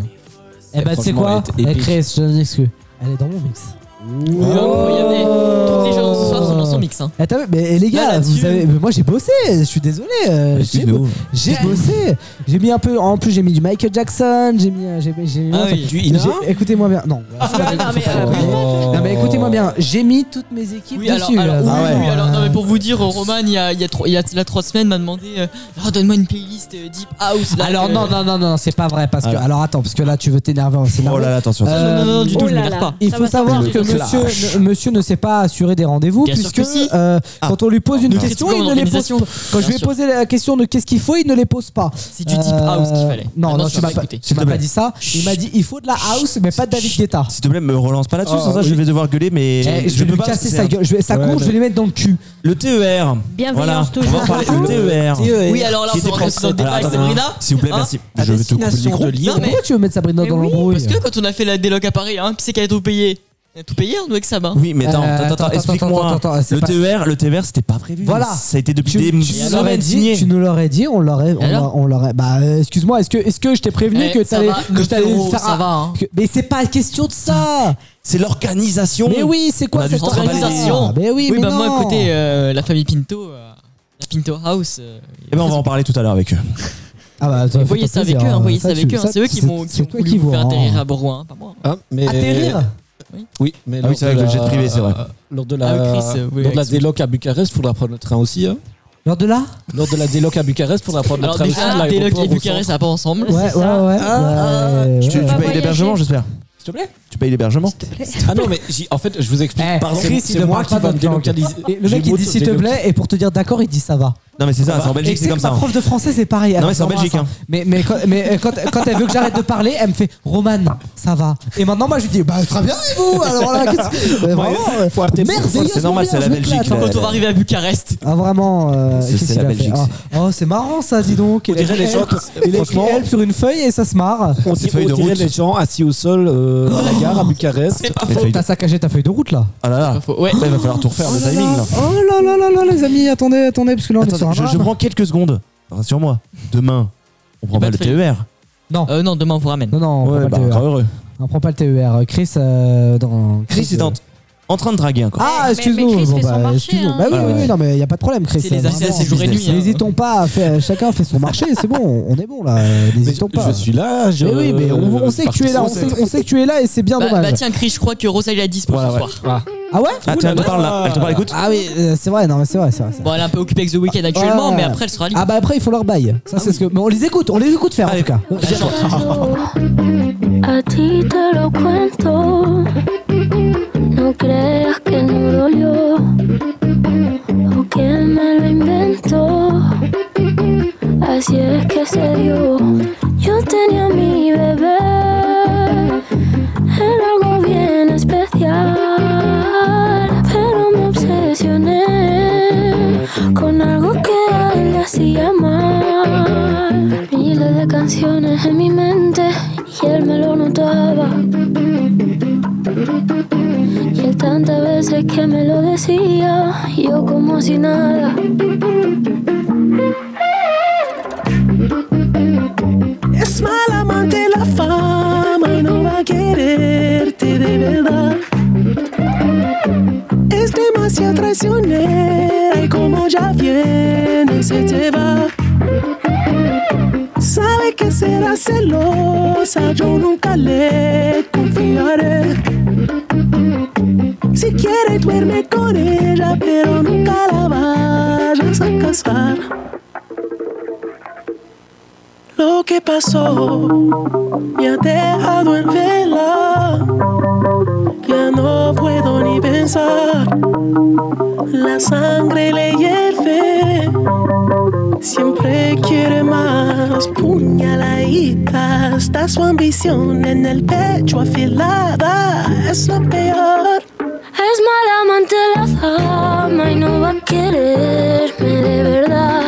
S9: Eh bah, tu sais
S4: franchement,
S9: quoi
S4: Elle est
S9: Elle
S4: épique.
S9: crée ce disque. Elle est dans mon mix. Oh.
S10: Incroyable. Toutes les choses de ce soir sont dans son mix. hein.
S9: Attends, Eh, mais les gars, vous avez, mais moi j'ai bossé, je suis désolé. euh, j'ai
S4: excuse-nous.
S9: bo- J'ai bossé. J'ai mis un peu, en plus j'ai mis du Michael Jackson, j'ai mis, euh, j'ai j'ai mis.
S4: Ah
S9: enfin,
S4: oui. Du Ina
S9: j'ai- Écoutez-moi bien, non.
S12: Ah, euh,
S9: Non
S1: Oh.
S9: mais écoutez-moi bien, j'ai mis toutes mes équipes
S10: Oui, alors,
S9: dessus.
S10: alors,
S9: là.
S10: oui,
S9: Ah ouais.
S10: oui, alors, non, mais pour vous dire, euh, Roman, il y a, il y a, trois- il y a là trois semaines, m'a demandé euh, Ah, Donne-moi une playlist euh, Deep House. là, euh,
S9: Alors
S10: que-
S9: non non non non c'est pas vrai parce que
S11: Alors.
S9: alors attends parce que là tu veux t'énerver en s'énervant.
S11: Oh là là, attention.
S10: Non, non, non, du tout,
S9: oh
S10: je
S9: là
S10: m'énerve
S9: là.
S10: pas.
S9: Il
S10: Ça
S9: faut
S10: va
S9: savoir
S10: sortir
S9: que
S10: du tout.
S9: monsieur
S10: Clash.
S9: ne, monsieur ne sait pas assurer des rendez-vous
S10: Bien sûr
S9: puisque
S10: que si.
S9: euh, quand on lui pose une
S10: Non.
S9: question
S10: Qu'est-ce
S9: il
S10: qu'on
S9: ne les pose
S10: organisation
S9: pas. Quand je lui ai
S10: Bien sûr.
S9: posé la question de qu'est-ce qu'il faut il ne les pose pas. Euh,
S10: C'est du deep house qu'il fallait.
S9: Non
S10: Maintenant,
S9: non
S10: tu
S9: tu
S10: vas
S9: m'as pas,
S10: écouter.
S9: tu m'as
S11: S'il te
S9: pas
S11: plaît.
S9: dit ça. Il m'a dit il faut de la house mais pas de David Guetta.
S11: S'il te plaît, me relance pas là-dessus,
S9: Oh,
S11: sans ça je
S9: oui.
S11: vais devoir gueuler, mais.
S9: Eh, je vais lui
S11: peux pas
S9: casser
S11: parce que
S9: sa
S11: c'est un-
S9: gueule, je vais- sa Ouais, cour, mais- je vais lui mettre dans le cul.
S11: Le TER.
S9: Bienveillance
S11: voilà.
S9: toujours.
S11: On va en parler. Le TER.
S9: E
S10: Oui, alors là,
S11: Qui
S10: on
S11: était
S10: rentre aussi dans
S11: français.
S10: le débat avec
S11: Alors,
S10: Sabrina.
S11: S'il vous plaît,
S10: Hein
S11: merci. Je vais te couper le micro.
S9: Mais Pourquoi tu veux mettre Sabrina dans l'embrouille
S10: Parce que quand on a fait la déloc à Paris, hein, qui c'est qui a tout payé On a tout payé, hein, nous, avec Sabin.
S11: Oui, mais attends, attends,
S9: Euh, attends,
S11: attends,
S9: attends, attends,
S11: explique-moi.
S9: attends, attends, c'est
S11: Le
S9: pas-
S11: TER, le TER, c'était pas prévu.
S9: Voilà.
S11: Ça a été depuis
S9: tu,
S11: des
S9: tu nous l'aurais dit, tu nous l'aurais dit, on l'aurait, on
S11: alors
S9: l'a- on l'aurait. Bah, euh, excuse-moi, est-ce que, est-ce que je t'ai prévenu
S11: Eh,
S9: que
S11: ça
S9: t'allais,
S11: va,
S9: que
S11: le
S9: t'allais
S11: frérot,
S9: faire
S11: ça
S9: un-
S11: va, hein.
S9: que- Mais c'est pas question de ça.
S11: C'est l'organisation.
S9: Mais oui, c'est quoi
S10: On a
S9: cette
S10: dû travailler.
S9: organisation Ah, Mais oui, mais
S10: bah, moi,
S9: non.
S10: à côté, euh, la famille Pinto, euh, la Pinto House. euh,
S11: Eh ben, on va en parler tout à l'heure avec eux.
S9: Ah bah, ça fait
S10: voyez ça avec
S9: plaisir,
S10: eux, hein,
S9: hein.
S10: voyez
S9: Ça,
S10: ça avec
S9: tu-
S10: eux. hein.
S9: ça,
S10: C'est eux qui
S9: c'est-
S10: m'ont qui
S9: c'est
S10: ont
S9: toi
S10: voulu
S9: qui
S10: vous faire
S9: vois, hein.
S10: atterrir à Bourgoin, hein, pas moi.
S4: Ah, mais...
S9: Atterrir
S4: Oui, mais
S11: Ah oui, c'est vrai
S4: lors de
S11: que le
S4: la-
S11: jet privé, c'est vrai.
S4: euh, Lors de
S10: Ah
S4: la,
S10: oui, Chris, euh, oui,
S4: lors de la
S10: avec-
S4: déloc à Bucarest, faudra prendre le train aussi. hein.
S9: Lors de là
S4: Lors de la déloc à Bucarest, faudra prendre
S10: Alors
S4: le train aussi.
S10: déjà,
S4: de
S10: Déloc
S4: l'aéroport Ah,
S10: et
S4: au
S10: Bucarest, ça va pas ensemble.
S9: Ouais, ouais, ouais. ouais,
S11: Tu, tu
S9: ouais.
S11: payes l'hébergement, j'espère.
S4: S'il te plaît
S11: Tu payes l'hébergement.
S4: centre. Ah non, mais j'y- en fait, je vous explique. Pardon,
S9: Eh, Chris, il
S4: c'est
S9: ne
S4: moi
S9: parle
S4: qui
S9: pas
S4: va me
S9: votre langue.
S4: délocaliser.
S9: Et le mec, il dit s'il te plaît, et pour te dire d'accord, il dit ça va.
S11: Non, mais c'est ça, c'est en
S9: Bah, Et
S11: Belgique,
S9: tu
S11: c'est
S9: sais que
S11: comme ça. hein.
S9: Ma prof de français, c'est pareil. elle
S11: Non, mais c'est en
S9: m'envoie
S11: Belgique,
S9: ça.
S11: hein.
S9: Mais, mais, quand, mais, euh, quand, quand elle veut que j'arrête de parler, elle me fait Roman, ça va. Et maintenant, moi, je lui dis Bah, très bien, et vous Alors là, qu'est-ce que. Mais Vraiment, euh, merveilleusement
S11: C'est normal,
S9: bien,
S11: c'est la
S9: je
S11: Belgique,
S9: m'éclate,
S11: la-
S9: hein.
S10: Quand on va arriver à Bucarest,
S9: Ah, vraiment, euh,
S11: C'est-
S9: qu'est-ce
S11: c'est la
S9: qu'il a fait
S11: Belgique,
S9: Ah, Oh, c'est marrant ça, dis donc. Il
S4: dirait les gens qui-
S9: Il écrit
S4: franchement-
S9: elle sur une feuille et ça se marre.
S4: On
S11: Ces
S4: dirait,
S11: feuilles de
S4: on dirait
S11: route.
S4: les gens assis au sol euh, à la gare à Bucarest.
S11: Les feuilles de-
S9: T'as saccagé ta feuille de route là.
S11: Ah là là.
S10: ouais.
S11: Ça, il va falloir tout refaire, le timing là.
S9: Oh là là là là, les amis, attendez, attendez, parce que là on est sur
S11: Attends,
S9: un
S11: Ah. je, je
S9: drame.
S11: prends quelques secondes. Rassure-moi. Demain, on prend
S10: Y a
S11: pas
S10: pas
S11: le
S10: de feuille.
S11: TER.
S9: Non,
S10: euh, non, demain on vous ramène.
S9: non, non, on
S11: Ouais, bah,
S9: prend pas le E
S11: encore
S9: TER.
S11: heureux.
S9: On prend pas le TER. Chris, euh, dans.
S11: Chris est en, en train de draguer encore.
S9: Ah,
S12: mais- mais
S9: excuse-nous.
S12: Chris
S9: Bon,
S12: fait son
S9: bah,
S12: marché,
S9: excuse-nous.
S12: hein.
S9: Bah oui,
S11: Ah
S9: oui,
S11: ouais.
S9: oui, non, mais il a pas de problème, Chris.
S10: C'est les
S9: euh,
S10: accès,
S9: vraiment.
S10: c'est jour et nuit. hein.
S9: N'hésitons pas à faire. Chacun fait son marché, c'est bon, on est bon là. euh, N'hésitons pas.
S4: Je suis là. Je...
S9: Mais oui, mais on, on sait que tu es là, on
S4: participe.
S9: sait, on sait que tu es là et c'est bien
S10: Bah, bah
S9: dommage.
S10: tiens, Chris, je crois que Rosalie a 10 pour ce soir.
S9: Ah ouais
S11: Ah, tiens, elle te parle là. Elle te parle, écoute.
S9: Ah oui, euh, c'est vrai, non, mais c'est vrai, c'est vrai. c'est vrai.
S10: Bon, elle est un peu occupée avec The Weeknd actuellement,
S9: Ouais.
S10: mais après elle sera libre.
S9: Ah bah après, il faut leur bail. Ça, c'est ce que. Mais on les écoute, on les écoute faire en tout cas.
S5: A ti te lo cuento. No creas que no dolió o que me lo inventó. Así es que se dio. Yo tenía a mi bebé. Era algo bien especial. Pero me obsesioné con algo que a él le hacía mal. Miles de canciones en mi mente y él me lo notaba. Y él tantas veces que me lo decía, yo como si nada.
S1: Es mal amante la fama y no va a quererte de verdad. Es demasiado traicionera y como ya viene se te va. Sabe que será celosa, yo nunca le confiaré. Si quiere duerme con ella, pero nunca la vayas a casar. Lo que pasó me ha dejado en vela. Ya no puedo ni pensar. La sangre le hierve. Siempre quiere más. Puñaladita está su ambición en el pecho afilada. Es lo peor.
S5: Es mala amante la fama y no va a quererme de verdad.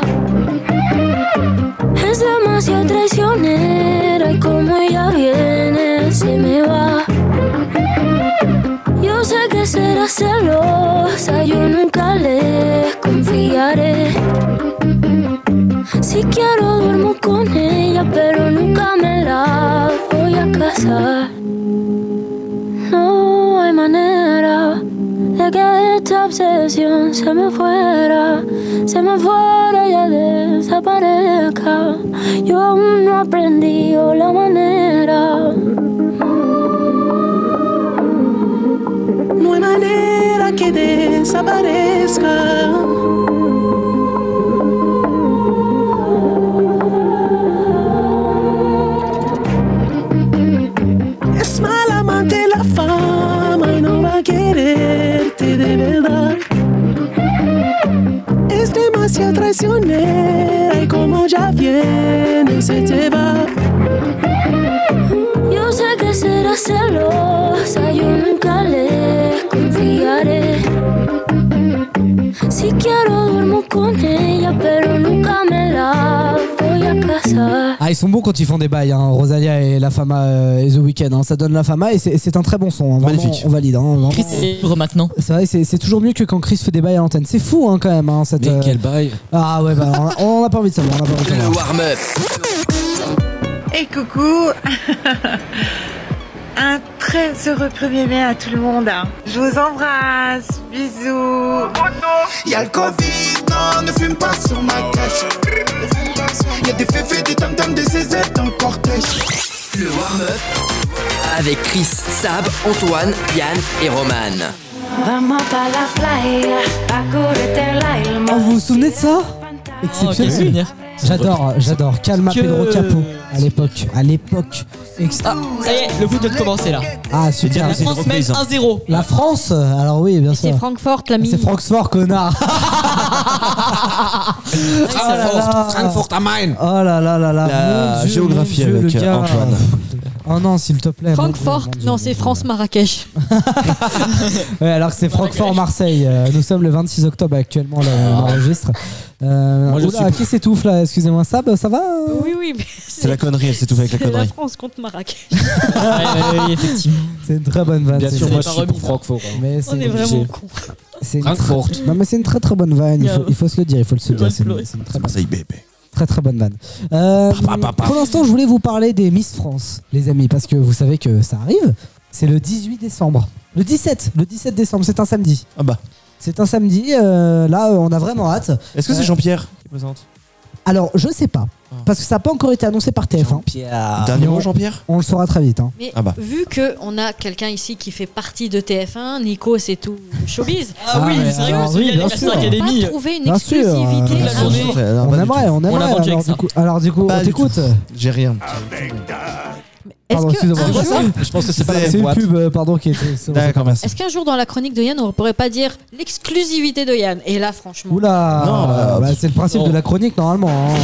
S5: Es demasiado traicionera y como ella viene se me va. Yo sé que será celosa, yo nunca le confiaré. Si quiero duermo con ella, pero nunca me la voy a casar. No hay manera de que esta obsesión se me fuera, se me fuera y ya desaparezca. Yo aún no aprendí la manera.
S1: No hay manera que desaparezca. Es mal amante la fama y no va a quererte de verdad. Es demasiado traicionera y como ya viene se te va.
S5: Yo sé que será celosa, yo nunca le confiaré. Si quiero duermo con ella, pero nunca me la voy a casar.
S9: Ah, ils sont bons quand ils font des bails, hein, Rosalia et La Fama euh, et The Weeknd. hein, ça donne La Fama et c'est c'est un très bon son. hein, vraiment,
S10: Magnifique.
S9: On valide. hein, vraiment.
S10: Chris est libre maintenant.
S9: C'est vrai, c'est c'est toujours mieux que quand Chris fait des bails à l'antenne. C'est fou hein, quand même. Hein, cette,
S4: Mais
S9: euh,
S4: quel bail
S9: Ah ouais, bah, on a- on n'a pas envie de savoir. on a pas envie de
S20: Le
S9: savoir.
S20: warm-up.
S7: Et coucou Un très heureux 1er mai à tout le monde. hein. Je vous embrasse. Bisous.
S16: Y'a le Covid, non, ne fume pas sur ma cache. Y'a des féfés, des tam-tams, des zézettes dans le cortège.
S17: Le warm-up avec Chris, Sab, Antoine, Yann et Roman.
S5: Vamos pa' la playa a curarte el alma.
S9: Oh, vous vous souvenez de ça
S5: quel
S9: Exceptionnel.
S5: souvenir.
S9: J'adore, j'adore. Calma
S10: Que-
S9: Pedro Capo. À l'époque, à l'époque.
S10: Ah, ça y est, le foot vient de commencer là.
S9: Ah super.
S10: La France mène
S11: hein.
S10: 1-0.
S9: La France, alors oui, bien sûr.
S12: C'est Francfort, l'ami.
S9: C'est Francfort, connard.
S12: Francfort,
S9: Francfort à Main. Ah Oh là là là là.
S11: La
S9: Ah, mon Dieu,
S11: géographie
S9: mon Dieu,
S11: avec,
S9: le
S11: euh,
S9: gars.
S11: Antoine.
S9: Oh non, s'il te plaît. mon Dieu.
S12: Francfort, non, c'est France-Marrakech.
S9: Ouais, alors que c'est Francfort Marseille. Euh, nous sommes le 26 octobre actuellement là, on enregistre. Euh,
S11: Ah. Moi, je
S9: oula,
S11: suis pour.
S9: qui s'étouffe là Excusez-moi, ça, ça va euh
S12: Oui, oui, mais
S11: C'est la connerie, elle s'étouffe avec la
S12: c'est la
S11: connerie.
S12: France contre Marrakech.
S9: C'est une très bonne vanne.
S4: Bien
S9: Bah, c'est
S4: sûr,
S9: vrai.
S4: moi je suis pour Francfort. hein.
S9: Mais c'est
S12: On est vraiment cons.
S9: C'est une
S4: Francfort.
S9: très- Non mais c'est une très très bonne vanne. Il faut, il faut se le dire, il faut le se dire. C'est une, c'est une très, bonne... très très bonne vanne. Euh, Pour l'instant, je voulais vous parler des Miss France, les amis, parce que vous savez que ça arrive. C'est le 18 décembre. Le 17, le 17 décembre, c'est un samedi. Ah bah. C'est un samedi. euh, là, euh, on a vraiment hâte.
S11: Est-ce que
S9: Euh,
S11: c'est Jean-Pierre qui présente
S9: Alors, je sais pas, parce que ça n'a pas encore été annoncé par TF1.
S11: Jean-Pierre. Dernier mot, Jean-Pierre Ah bah.
S9: On le saura très vite. Hein.
S12: Mais vu qu'on a quelqu'un ici qui fait partie de TF1, Nico, c'est tout showbiz.
S9: Ah oui, mais c'est vrai qu'on alors se oui, dit, bien la sûr. Star Academy.
S12: On va trouver une
S9: Bien sûr, euh,
S11: Ah,
S12: exclusivité.
S9: bien sûr. On aimerait, on aimerait.
S11: vendu
S9: alors,
S11: avec ça.
S9: du coup, alors, du coup,
S11: Pas
S9: on
S11: du tout.
S9: t'écoute.
S11: J'ai rien.
S12: Est-ce que un jour-
S11: Je pense que c'est pas la même
S9: C'est une
S11: boîte.
S9: pub, euh, pardon, qui était. c'est-
S11: D'accord, merci.
S12: Est-ce qu'un jour dans la chronique de Yann, on pourrait pas dire l'exclusivité de Yann Et là, franchement.
S9: Oula
S11: Non, bah,
S9: bah, C'est le principe de la chronique normalement. hein.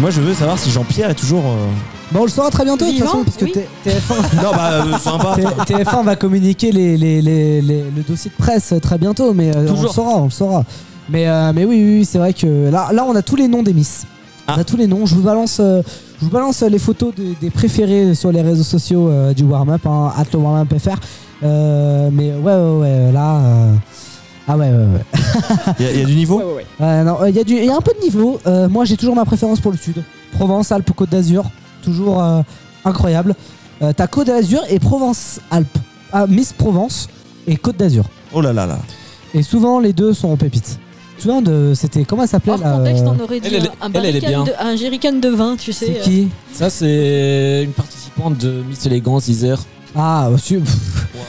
S11: Moi, je veux savoir si Jean-Pierre est toujours. euh,
S9: Bah, on le saura très bientôt de toute
S11: Vivant,
S9: façon, parce que T- TF1.
S11: Non, bah, euh, sympa.
S9: T- TF1 va communiquer les, les- les- les- le dossier de presse très bientôt, mais euh, on le
S11: Toujours.
S9: saura, on le saura. Mais, euh, mais oui, oui, oui, c'est vrai que là, là, on a tous les noms des Miss.
S11: Ah.
S9: On a tous les noms. Je vous balance, euh, je vous balance les photos de- des préférés sur les réseaux sociaux euh, du warm-up, hein, at le warm-up FR. Euh, mais ouais, ouais, ouais, là. euh, Ah ouais, ouais, ouais.
S11: Il y, a- il y a du niveau
S9: Ouais, non, euh, Il y, a du- il y a un peu de niveau. Euh, moi, j'ai toujours ma préférence pour le sud. Provence, Alpes, Côte d'Azur. Toujours euh, incroyable. Euh, T'as Côte d'Azur et Provence, Alpes. Ah, Miss Provence et Côte d'Azur.
S11: Oh là là là.
S9: Et souvent, les deux sont en pépite. Tu vois, de- c'était. Comment elle s'appelait là
S12: Contexte,
S9: euh,
S12: on aurait dit
S4: Elle, elle-
S12: un,
S4: elle, elle est bien.
S12: barricade de- un jerrycan de vin, tu sais.
S9: C'est qui
S10: euh.
S4: Ça, c'est une participante de Miss Élégance Isère.
S9: Ah, monsieur.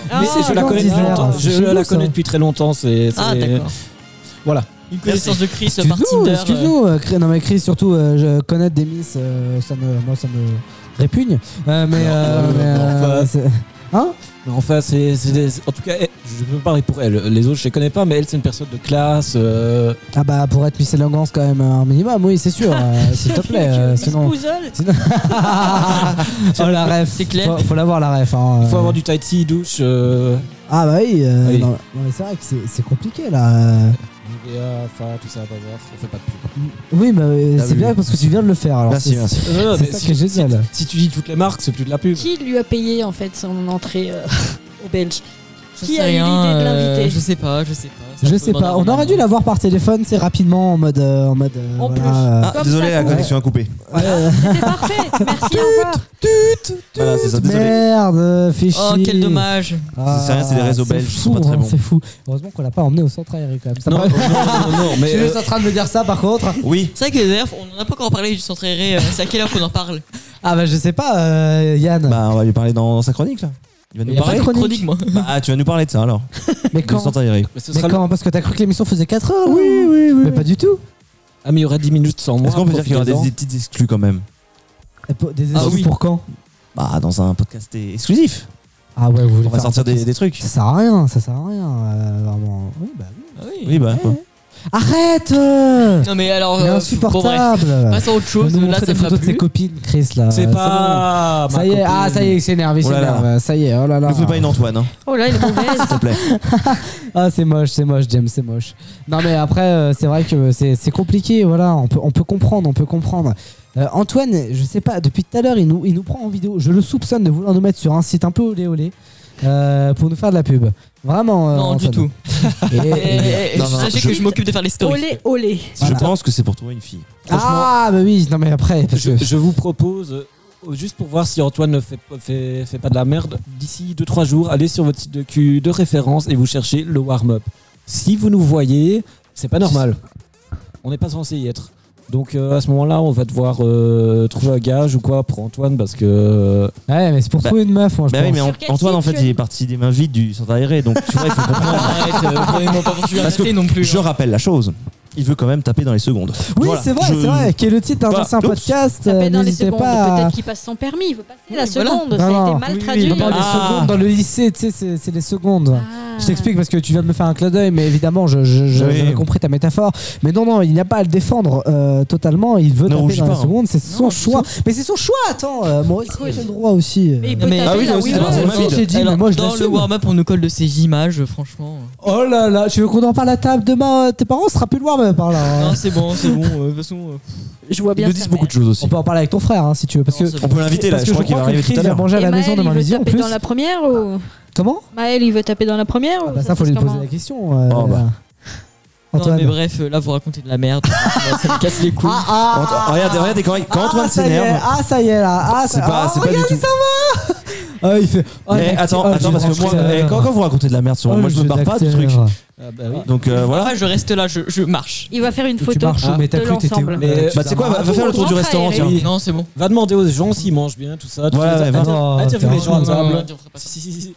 S12: Ah,
S4: Mais je la connais depuis
S9: Isère,
S4: longtemps.
S9: c'est
S4: Je
S9: chez
S4: la
S9: nous, ça.
S4: connais depuis très longtemps. C'est.
S10: Ah,
S4: c'est-
S10: d'accord.
S4: Voilà.
S10: Une connaissance de Chris par
S9: Excuse-nous,
S10: Tinder.
S9: excuse-nous, euh, Chris- non mais Chris, surtout, euh, je connaître des miss, euh, ça me, moi ça me répugne. Euh, mais, euh, mais, euh, c'est- Hein
S4: Mais enfin, c'est. c'est des- En tout cas, elle- je peux parler pour elle. Les autres, je les connais pas, mais elle, c'est une personne de classe. euh,
S9: Ah bah pour être Miss Langance quand même un minimum, oui c'est sûr, euh, s'il te plaît. euh, sinon... sinon- oh la ref,
S4: C'est clair.
S9: Faut, faut l'avoir la ref. hein,
S4: Il faut
S9: euh.
S4: avoir du tai chi, douche. euh,
S9: Ah bah oui, euh,
S4: Oui.
S9: non, non, mais c'est vrai que c'est- c'est compliqué là. euh.
S4: Nivea, enfin, tout ça, bazar. On fait pas de pub.
S9: Oui mais euh,
S11: Ah
S4: T'as
S9: c'est
S4: vu.
S9: bien parce que tu viens de le faire. Alors,
S4: Merci,
S9: c'est-
S4: merci.
S9: c'est-
S4: Non, non,
S9: C'est
S4: mais
S9: ça
S4: si-
S9: qui est génial.
S4: Si tu dis toutes les marques, c'est plus de la pub.
S12: Qui lui a payé en fait son entrée euh, au Belge
S10: Je
S12: Qui
S10: sais
S12: a eu l'idée
S10: rien,
S12: de
S10: euh,
S12: l'inviter
S10: Je sais pas, je sais pas. C'est un
S9: Je
S10: peu
S9: sais
S10: dans la
S9: pas, on aurait
S10: randonnée.
S9: dû l'avoir par téléphone, c'est rapidement en mode. euh, en mode euh,
S10: En
S9: voilà,
S10: plus.
S9: euh,
S11: Ah, désolé, la connexion a coupé.
S12: C'était parfait, merci, au revoir.
S11: Voilà, Ah, c'est ça, désolé.
S9: Merde, fichier.
S10: Oh, quel dommage.
S11: C'est rien, c'est les réseaux belges, ils sont pas très bons.
S9: C'est fou. Heureusement qu'on l'a pas emmené au centre aéré quand même. Ça
S11: Oh, Non,
S9: paraît-
S11: non, non, non, mais,
S9: Je suis juste
S11: euh,
S9: en train de me dire ça par contre.
S11: Oui.
S10: C'est vrai que d'ailleurs, on n'en a pas encore parlé du centre aéré. euh, C'est à quelle heure qu'on en parle
S9: Ah bah je sais pas, euh, Yann.
S11: Bah, on va lui parler dans sa chronique là. Il va
S10: Il
S11: nous
S10: y a pas
S11: parler.
S10: de chronique, moi.
S11: Bah, ah, tu vas nous parler de ça alors.
S9: Mais
S11: Du
S9: quand
S11: centre aéré.
S9: Mais, quand Parce que t'as cru que l'émission faisait 4 heures Oui,
S11: oui, oui.
S9: Mais pas du tout.
S4: Ah, mais il y aura 10 minutes sans moi.
S11: Est-ce qu'on peut dire qu'il y aura des,
S4: profitez-en.
S11: des petites exclus quand même
S9: Des
S11: Ah
S9: échanges
S11: oui.
S9: Eh, pour quand
S11: Bah, dans un podcast exclusif.
S9: Ah ouais, vous voulez
S11: On va
S9: faire un
S11: sortir des,
S9: podcast
S11: des trucs.
S9: Ça sert à rien, ça sert à rien. euh, vraiment. Oui, bah oui.
S11: Oui, bah. quoi.
S9: Arrête
S10: Non, mais alors.
S9: Ah. Il est
S10: euh,
S9: insupportable.
S10: bon, bref. Passons à autre chose.
S9: Il nous
S10: Là,
S9: montrait
S10: ça
S9: des
S10: me va
S9: photos de ses
S10: plus.
S9: copines, Chris, là.
S4: C'est
S9: bon.
S4: pas
S9: Ça
S4: ma
S9: y est,
S4: copine.
S9: ah, ça y est, il s'énerve, il
S11: Oh là là.
S9: s'énerve. Ça y est, oh là là.
S11: Ne fais pas une Antoine, hein,
S12: Oh là, il est mauvais.
S11: s'il te plaît.
S9: Ah, c'est moche, c'est moche, James, c'est moche. Non, mais après, euh, c'est vrai que c'est c'est compliqué, voilà, on peut, on peut comprendre, on peut comprendre. Euh, Antoine, je sais pas, depuis tout à l'heure, il nous, il nous prend en vidéo. Je le soupçonne de vouloir nous mettre sur un site un peu olé olé euh, pour nous faire de la pub. Vraiment. euh,
S10: Non, du
S9: Antoine.
S10: tout.
S9: Et-
S12: Eh,
S9: et-
S10: Et- et-
S11: Non, non,
S10: Sachez
S11: je-
S10: que je m'occupe de faire les stories.
S12: Olé, olé.
S9: Euh,
S11: Je pense que c'est pour trouver une fille.
S9: Ah, bah oui, non, mais après, parce que.
S4: Je vous propose, euh, juste pour voir si Antoine ne fait, pas- fait, fait pas de la merde, d'ici 2-3 jours, allez sur votre site de cul de référence et vous cherchez le warm-up. Si vous nous voyez, c'est pas normal. On n'est pas censé y être. Donc euh, à ce moment-là, on va devoir euh, trouver un gage ou quoi pour Antoine parce que. euh,
S9: Ouais, mais c'est pour trouver une meuf, moi, je
S11: Bah oui,
S9: pense.
S11: mais An- Antoine, en fait, il est parti des mains vides du centre aéré, donc tu vois, il faut comprendre.
S9: euh,
S11: Parce que je rappelle la chose. Il veut quand même taper dans les secondes.
S9: hein. Oui,
S11: Voilà,
S9: c'est vrai,
S11: je-
S9: c'est vrai. Qui est le titre d'un
S11: Voilà.
S9: ancien
S11: Oups.
S9: podcast.
S12: Taper
S9: euh,
S12: dans les
S9: N'hésitez
S12: secondes,
S9: pas. à-
S12: peut-être qu'il passe son permis, il veut passer la
S10: voilà.
S12: seconde,
S9: Non,
S12: ça a
S9: non.
S12: été mal
S9: Oui, oui,
S12: traduit.
S9: non, les
S11: Ah.
S9: secondes dans le lycée, tu sais, c'est- c'est les secondes.
S12: Ah.
S9: Je t'explique parce que tu viens de me faire un clin d'œil, mais évidemment, je- je- je-
S11: Oui.
S9: j'avais compris ta métaphore. Mais non, non, il n'y a pas à le défendre euh, totalement. Il veut
S11: Ne
S9: taper
S11: rougis
S9: dans
S11: pas,
S9: les
S11: hein.
S9: secondes, c'est son choix. Mais c'est son choix, attends, euh, moi aussi, j'ai le droit aussi. euh.
S12: il peut taper
S10: ah
S11: oui,
S12: là
S11: j'ai
S12: où
S11: aussi
S12: il
S11: le
S12: veut.
S11: droit.
S9: Moi aussi, euh, j'ai dit, mais moi, je
S10: dans le
S9: l'assume.
S10: warm-up, on nous colle de ces images, franchement.
S9: Oh là là, tu veux qu'on en parle à table demain euh, Tes parents, on sera plus loin, par là. hein.
S10: Non, c'est bon, c'est bon. euh, De toute façon, euh,
S12: Je vois
S11: Ils
S12: bien.
S11: nous
S12: sa
S11: disent
S12: mère.
S11: beaucoup de choses aussi.
S9: On peut en parler avec ton frère hein, si tu veux. Parce
S10: Non,
S9: que,
S10: c'est
S11: On peut l'inviter là,
S9: parce
S11: je
S9: que
S11: crois qu'il va
S9: que
S11: arriver
S9: Chris,
S11: tout à
S9: il a
S11: l'heure.
S9: mangé à
S12: Et
S9: la
S12: Maël,
S9: maison
S12: il
S9: demain
S12: veut
S9: midi en
S12: taper
S9: plus.
S12: dans la première ou
S9: Comment
S12: Maël, il veut taper dans la première ou
S9: Bah ça, faut
S12: se
S9: lui
S12: passe
S9: poser
S12: comment
S9: la question. euh,
S11: Oh, bah.
S10: Non,
S9: Antoine.
S10: mais bref, euh, là, vous racontez de la merde. ça me casse les couilles.
S9: Ah, ah,
S11: Ant- Regarde, regarde, quand, quand
S9: ah,
S11: Antoine
S9: ça y est,
S11: s'énerve,
S9: Ah, ça y est là. Ah,
S11: c'est
S9: ça-
S11: pas,
S9: ah,
S11: c'est pas du
S9: regarde,
S11: tout.
S9: Ah, il fait. Ah,
S11: Mais
S9: il-
S11: attends,
S9: ah,
S11: attends,
S9: j'ai
S11: parce que
S9: branché
S11: moi,
S9: la-
S11: eh, quand, quand vous racontez de la merde sur moi,
S9: Oh,
S11: moi je
S9: le
S11: me
S9: jeu
S11: barre pas du truc.
S9: d'acteur.
S4: Ah bah oui.
S11: Donc euh, voilà.
S10: Après, Ah, je reste là, je, je marche.
S12: Il va faire une
S9: Tu
S12: photo
S9: marches au métacle,
S12: de
S9: t'étais où
S12: l'ensemble.
S4: Mais-
S9: Euh,
S4: Bah,
S9: tu
S11: Bah, tu sais quoi, va, va faire le tour du
S12: Rentre
S11: restaurant,
S12: à
S11: tiens.
S4: Oui.
S10: Non, c'est bon.
S4: Va demander aux gens s'ils mangent bien, tout ça. Tu
S11: Voilà,
S4: les as-
S11: ouais,
S4: inter-
S9: vraiment.
S4: interviewe Ah, les gens à
S10: Non, non,
S4: table.
S10: non, on ferait pas ça.
S4: Si, si, si, si.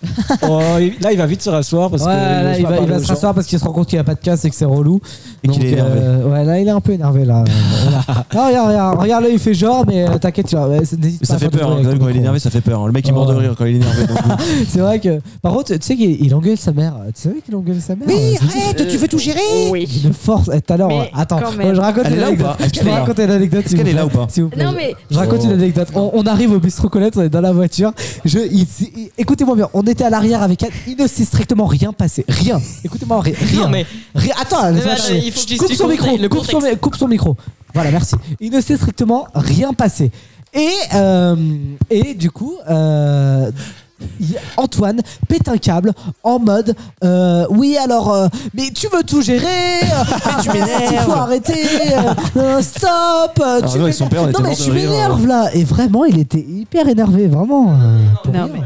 S4: Oh, il- là, il va vite se rasseoir parce que.
S9: Ouais, là,
S4: n'ose
S9: il
S4: pas
S9: va, il
S4: parler
S9: va
S4: aux
S9: se
S4: gens.
S9: rasseoir parce qu'il se rend compte qu'il a pas de casse et que c'est relou.
S11: Et qu'il est
S9: Donc, euh, ouais, là, il est un peu énervé là. Voilà. Ah, regarde, regarde, regarde, là, il fait genre, mais euh, t'inquiète, tu vas. ouais, c'est- n'hésite
S11: Mais
S9: pas
S11: ça
S9: à
S11: fait
S9: faire
S11: peur,
S9: ton
S11: hein, quand
S9: tour avec
S11: même, quand il
S9: le
S11: est
S9: micro.
S11: énervé, ça fait peur. hein. Le mec il meurt de
S9: Ah Ouais.
S11: rire quand il est énervé. donc, euh,
S9: C'est vrai que. Par contre, tu sais qu'il il engueule sa mère. Tu savais qu'il engueule sa mère Oui, arrête, tu veux tout gérer Il le force. Eh, Tout à l'heure,
S12: Mais
S9: attends,
S12: quand même.
S9: je raconte
S11: Elle est là
S9: l'anecdote.
S11: ou pas Est-ce
S9: Je
S11: qu'elle est
S9: vais
S11: là
S9: raconter l'anecdote.
S11: Est-ce qu'elle est là ou pas
S9: S'il vous plaît.
S12: Non, mais-
S9: Je raconte une anecdote. On, on arrive au bistrot Colette, on est dans la voiture. Je, il- il- écoutez-moi bien, on était à l'arrière avec elle. Il ne s'est strictement rien passé. Rien. Écoutez-moi, ri- rien.
S10: Non, mais-
S9: Rien. Attends, laisse-moi
S10: mais
S9: terminer.
S10: il faut que je
S9: coupe
S10: dise
S9: son
S10: du
S9: micro.
S10: contexte, le
S9: coupe, son,
S10: contexte.
S9: coupe son micro. Voilà, merci. Il ne s'est strictement rien passé. Et, euh, et du coup, euh, il- Antoine pète un câble en mode euh, Oui, alors, euh, mais tu veux tout gérer, euh, mais tu m'énerves, il faut arrêter, euh, euh, stop. euh,
S11: Alors,
S9: tu
S11: nous, avec Ah, son
S9: m'énerves.
S11: père, on était
S9: non, mais
S11: morts de
S9: tu
S11: rire, hein.
S9: m'énerves là. Et vraiment, il était hyper énervé, vraiment. euh, pour
S12: Non,
S9: rien.
S12: mais-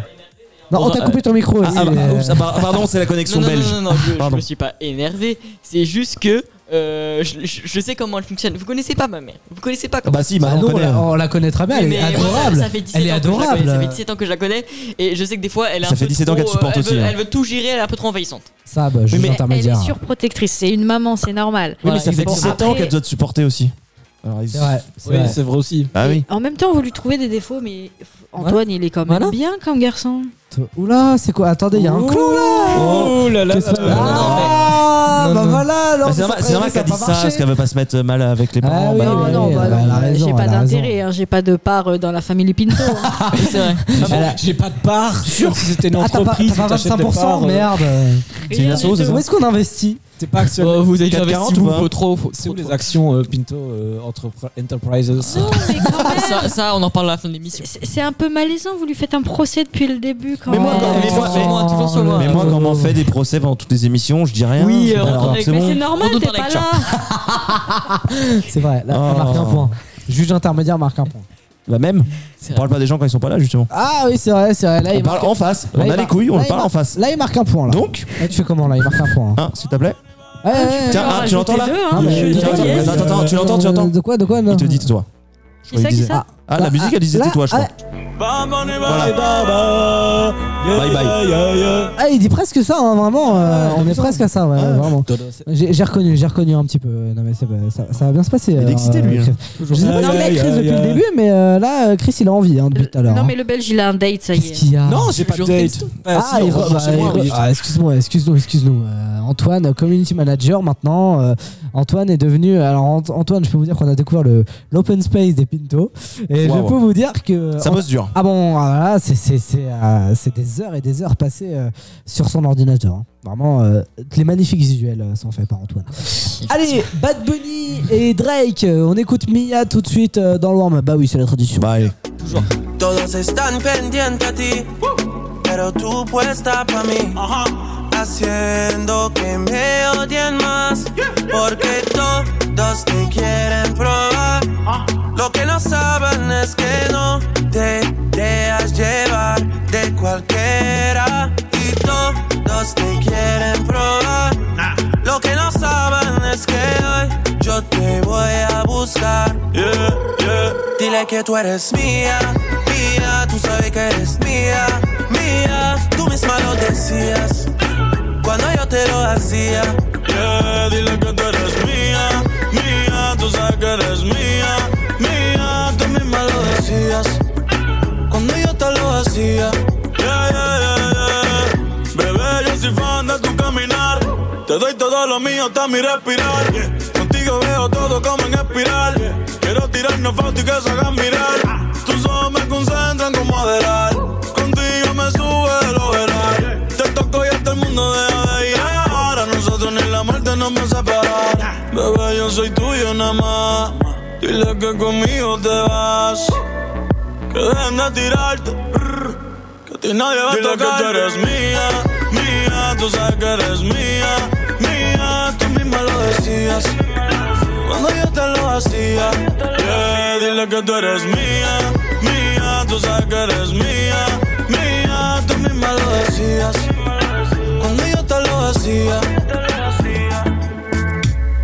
S9: Non, on t'a coupé ton micro.
S11: Ah,
S9: aussi,
S11: ah, bah,
S9: euh,
S11: oups, ah, bah, pardon, c'est la
S10: Non,
S11: connexion
S10: non,
S11: belge.
S10: non, non, non, je, je
S11: Pardon.
S10: me suis pas énervé. C'est juste que euh, je, je- je sais comment elle fonctionne. Vous connaissez pas ma mère. Vous connaissez pas
S11: Ah,
S10: comment.
S11: Bah si,
S9: bah
S11: maintenant
S9: non,
S11: on
S9: on
S11: connaît.
S9: la, on la connaît très bien, Ah, elle est
S10: Mais moi, ça-
S9: adorable.
S10: ça fait 17
S9: elle est
S10: ans que je la connais,
S9: adorable.
S10: Ça fait 17 ans que je la connais et je sais que des fois elle est
S11: Ça
S10: un
S11: fait
S10: peu
S11: 17 ans
S10: trop,
S11: qu'elle te supporte
S10: euh, elle
S11: aussi,
S10: veut-
S11: hein.
S10: Elle veut tout gérer, elle est un peu trop envahissante.
S9: Ça, bah, juge
S11: mais-
S12: Elle
S9: intermédiaire.
S12: est surprotectrice, c'est une maman, c'est normal.
S11: Oui, mais
S10: Voilà,
S11: ça fait
S10: exactement.
S11: 17 ans
S12: Après-
S11: qu'elle doit te supporter aussi. Alors, il-
S9: C'est vrai, c'est Oui, vrai. c'est vrai aussi.
S11: Ah oui.
S12: En même temps, vous lui trouvez des défauts, mais Antoine, il est quand même bien comme garçon.
S9: Oula, c'est quoi Attendez, il y a un clou là
S4: Oh là là.
S9: Ah,
S11: Non,
S9: bah
S11: non.
S9: voilà, alors
S11: Bah, c'est normal, c'est normal qu'elle dise ça, parce qu'elle veut pas se mettre mal avec les parents.
S9: oui,
S11: bah,
S9: oui,
S11: oui.
S9: non,
S11: oui.
S9: bah,
S11: Bah,
S9: non,
S11: elle a raison,
S12: J'ai pas
S11: elle a raison.
S12: d'intérêt, hein, j'ai pas de part euh, dans la famille Pinto. hein. c'est vrai.
S4: J'ai pas de part. Sûr que si c'était une
S9: Ah, t'as pas,
S4: entreprise,
S9: t'as pas
S4: t'achètes des
S9: 25%,
S4: parts, euh,
S9: merde.
S4: C'est une asso, c'est ça
S9: Où est-ce qu'on investit
S4: T'es pas actionnaire.
S9: Oh, vous avez déjà investi, vous, faut
S4: trop. C'est où les actions euh, Pinto euh, Entrepre- Enterprises
S9: Ah.
S10: ça, ça, on en parle à la fin de l'émission.
S12: C'est un peu malaisant, vous lui faites un procès depuis le début quand
S11: Mais moi,
S12: même.
S11: quand- mais moi, mais-
S9: Ah
S11: mais moi, quand on m'en fait des procès pendant toutes les émissions, je dis rien.
S12: Oui, euh,
S11: Alors,
S12: mais c'est normal, t'es pas là.
S9: C'est vrai, là, on
S11: Oh.
S9: marque un point. Juge intermédiaire marque un point.
S11: La même. On parle pas des gens quand ils sont pas là, justement.
S9: Ah oui, c'est vrai, c'est vrai. Là,
S11: On
S9: il
S11: parle
S9: marque-
S11: en face. On
S9: Là, il
S11: a les
S9: marque-
S11: couilles, on
S9: là,
S11: le
S9: il
S11: parle en
S9: marque-
S11: face.
S9: Là, il marque un point. Là.
S11: Donc
S9: Là, tu fais comment là Il marque un point.
S11: Hein, s'il te plaît
S9: Ouais, ouais,
S11: Tiens,
S9: ouais.
S11: ah, tu l'entends là
S9: hein.
S11: Tiens, attends, attends, attends, attends, tu l'entends, tu l'entends
S9: Euh, De quoi, de quoi
S11: Il te dit tais-toi. Je crois
S9: ça,
S11: qu'il
S9: qui
S11: disait-
S9: ça
S11: Ah, la musique, elle disait
S9: là,
S11: tais-toi, je crois. Voilà. Bye bye.
S9: Ah, il dit presque ça, hein, vraiment. euh, on est presque à ça, ouais, vraiment. J'ai j'ai reconnu, j'ai reconnu un petit peu. Non mais c'est pas- ça, ça va bien se passer. euh,
S11: Il est excité, lui, hein.
S9: Chris. Je sais pas
S11: Aïe,
S9: s'il est
S11: aïe,
S9: Chris depuis
S11: aïe,
S9: le
S11: aïe.
S9: début, mais euh, là, euh, Chris, il a envie hein, depuis tout à l'heure.
S12: Non,
S9: hein.
S12: mais le belge, il a un date, ça y est.
S9: Qu'est-ce qu'il y a
S4: Non, j'ai pas de date. Bah,
S9: Ah,
S4: si,
S9: il
S4: on
S9: re-
S4: rentre
S9: bah,
S4: chez
S9: il
S4: moi,
S9: re-
S4: oui.
S9: ah, excuse-moi, excuse-nous, excuse-nous. Euh, Antoine, community manager maintenant. euh, Antoine est devenu. Alors Ant- Antoine, je peux vous dire qu'on a découvert le l'open space des Pinto. Et
S11: Waouh.
S9: je peux vous dire que
S11: Ça
S9: on-
S11: bosse dur.
S9: Ah bon, ah, voilà, c'est c'est c'est euh, c'est des heures et des heures passées euh, sur son ordinateur. hein. Vraiment, euh, les magnifiques visuels euh, sont faits par Antoine. Allez, Bad Bunny et Drake. euh, On écoute Mia tout de suite euh, dans le warm. Bah oui, c'est la tradition.
S11: Bah allez.
S16: Todos están pendientes a ti, pero tú puesta para mí, haciendo que me odien más, porque todos te quieren probar. Lo que no saben es que no te dejas llevar de cualquiera y todos te quieren probar. Lo que no saben es que hoy yo te voy a buscar. Dile que tú eres mía, mía, tú sabes que eres mía, mía. Tú misma lo decías cuando yo te lo hacía.
S23: Yeah, dile que tú eres mía, mía, tú sabes que eres mía, mía, tú misma lo decías
S16: Cuando yo te lo hacía.
S23: Yeah, yeah, yeah, yeah. Bebé, yo soy fan de tu caminar. Te doy todo lo mío hasta mi respirar. Contigo veo todo como en espiral. Quiero tirarnos fotos y que se hagan mirar. Tus ojos me concentran como adelar. Contigo me sube el overall. Te toco y hasta el mundo deja de ir. Ahora nosotros ni la muerte nos va a separar. Bebé, yo soy tuyo nada más. Dile que conmigo te vas. Que dejen de tirarte. Que a ti nadie va
S21: Dile
S23: a
S21: que
S23: tocar.
S21: tú eres
S23: mía, mía, tú sabes que eres mía, mía, tú misma lo decías. Cuando yo te lo hacía, yeah, dile que tú eres mía, mía, tú sabes que eres mía, mía, tú misma lo decías. Cuando yo te lo hacía.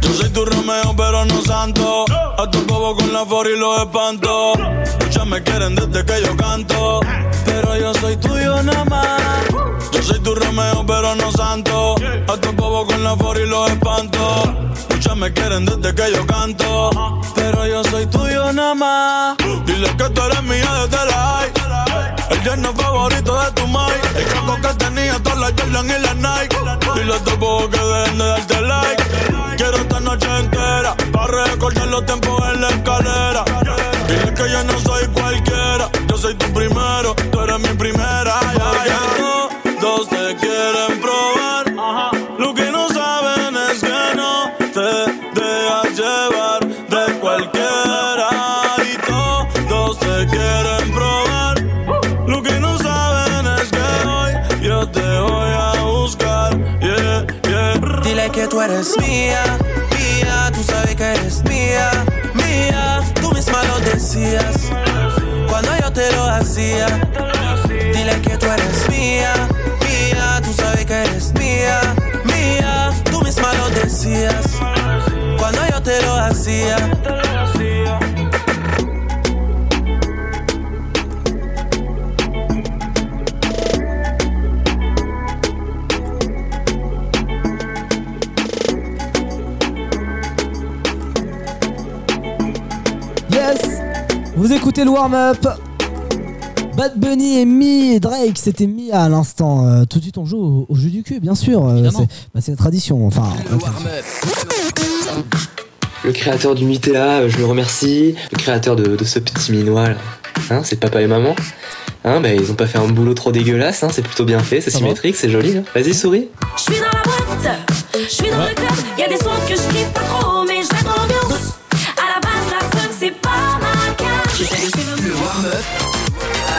S23: Yo soy tu Romeo, pero no santo. A tu bobo con la for y los espanto. Muchas me quieren desde que yo canto. Pero yo soy tuyo nada más. Yo soy tu Romeo, pero no santo. A tu bobo con la for y los espanto. Muchas me quieren desde que yo canto. Pero yo soy tuyo nada más. Dile que tú eres mía desde la high. El yerno favorito de tu mai El caco que tenía todas las Jordan y las Nike Dile a tu bobo que dejen de darte like Quiero esta noche entera para recordar los tiempos en la escalera Dile que yo no soy cualquiera Yo soy tu primero, tú eres mi primera ya, ya. Todos te quieren probar Lo que no saben es que no te dejas llevar De cualquiera Y todos te quieren probar lo que no saben es que hoy yo te voy a buscar. Yeah, yeah.
S16: Dile que tú eres mía, mía, tú sabes que eres mía, mía. Tú misma lo decías cuando yo te lo hacía. Dile que tú eres mía, mía, tú sabes que eres mía, mía. Tú misma lo decías cuando yo te lo hacía.
S9: Vous écoutez le warm-up. Bad Bunny et Mi et Drake, c'était Mi à l'instant. Euh, tout de suite, on joue au, au jeu du cul, bien sûr. Euh,
S17: Évidemment.
S9: c'est bah, c'est la tradition. Enfin, la tradition.
S8: Le créateur du Nutella, euh, je le remercie. Le créateur de, de ce petit minois, là. Hein, c'est papa et maman. Hein, bah, ils ont pas fait un boulot trop dégueulasse, hein, c'est plutôt bien fait, c'est symétrique, c'est joli. hein. Vas-y, souris.
S5: Je suis dans la boîte, je suis dans le club, y a des sons que je kiffe pas trop, mais je dans l'ambiance. À la base, la funk, c'est pas ma carte.
S17: Le warm-up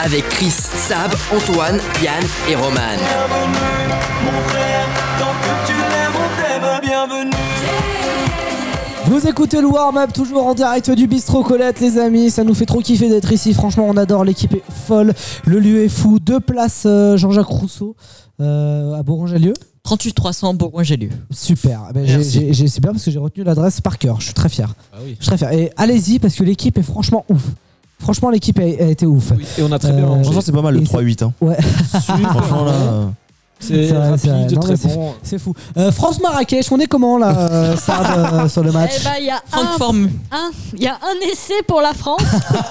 S17: avec Chris, Sab, Antoine, Yann et Roman.
S9: Vous écoutez le warm-up toujours en direct du bistrot Colette les amis, ça nous fait trop kiffer d'être ici, franchement on adore, l'équipe est folle, le lieu est fou, deux places euh, Jean-Jacques Rousseau euh, à Bourgogne-Jallieu.
S10: 38 300 Bourgoin-Jallieu.
S9: Super, Eh ben, j'ai-
S10: Merci.
S9: j'ai- j'ai- c'est bien parce que j'ai retenu l'adresse par cœur, je suis très fier.
S4: Ah oui.
S9: Je suis très fier. Et allez-y parce que l'équipe est franchement ouf. Franchement l'équipe a, a été ouf. Euh,
S4: et on a très bien mangé. Franchement, c'est pas mal, le
S9: et
S4: 3-8, hein.
S9: Ouais.
S4: Franchement, là, euh, C'est
S9: vrai, c'est
S4: rapide,
S9: Non,
S4: très
S9: mais c'est-
S4: bon.
S9: C'est fou. Euh, France Marrakech, on est comment là, euh, Sab, euh, sur le match
S12: Eh ben, il y a
S10: Francfort.
S12: un, un- il y a un essai pour la France.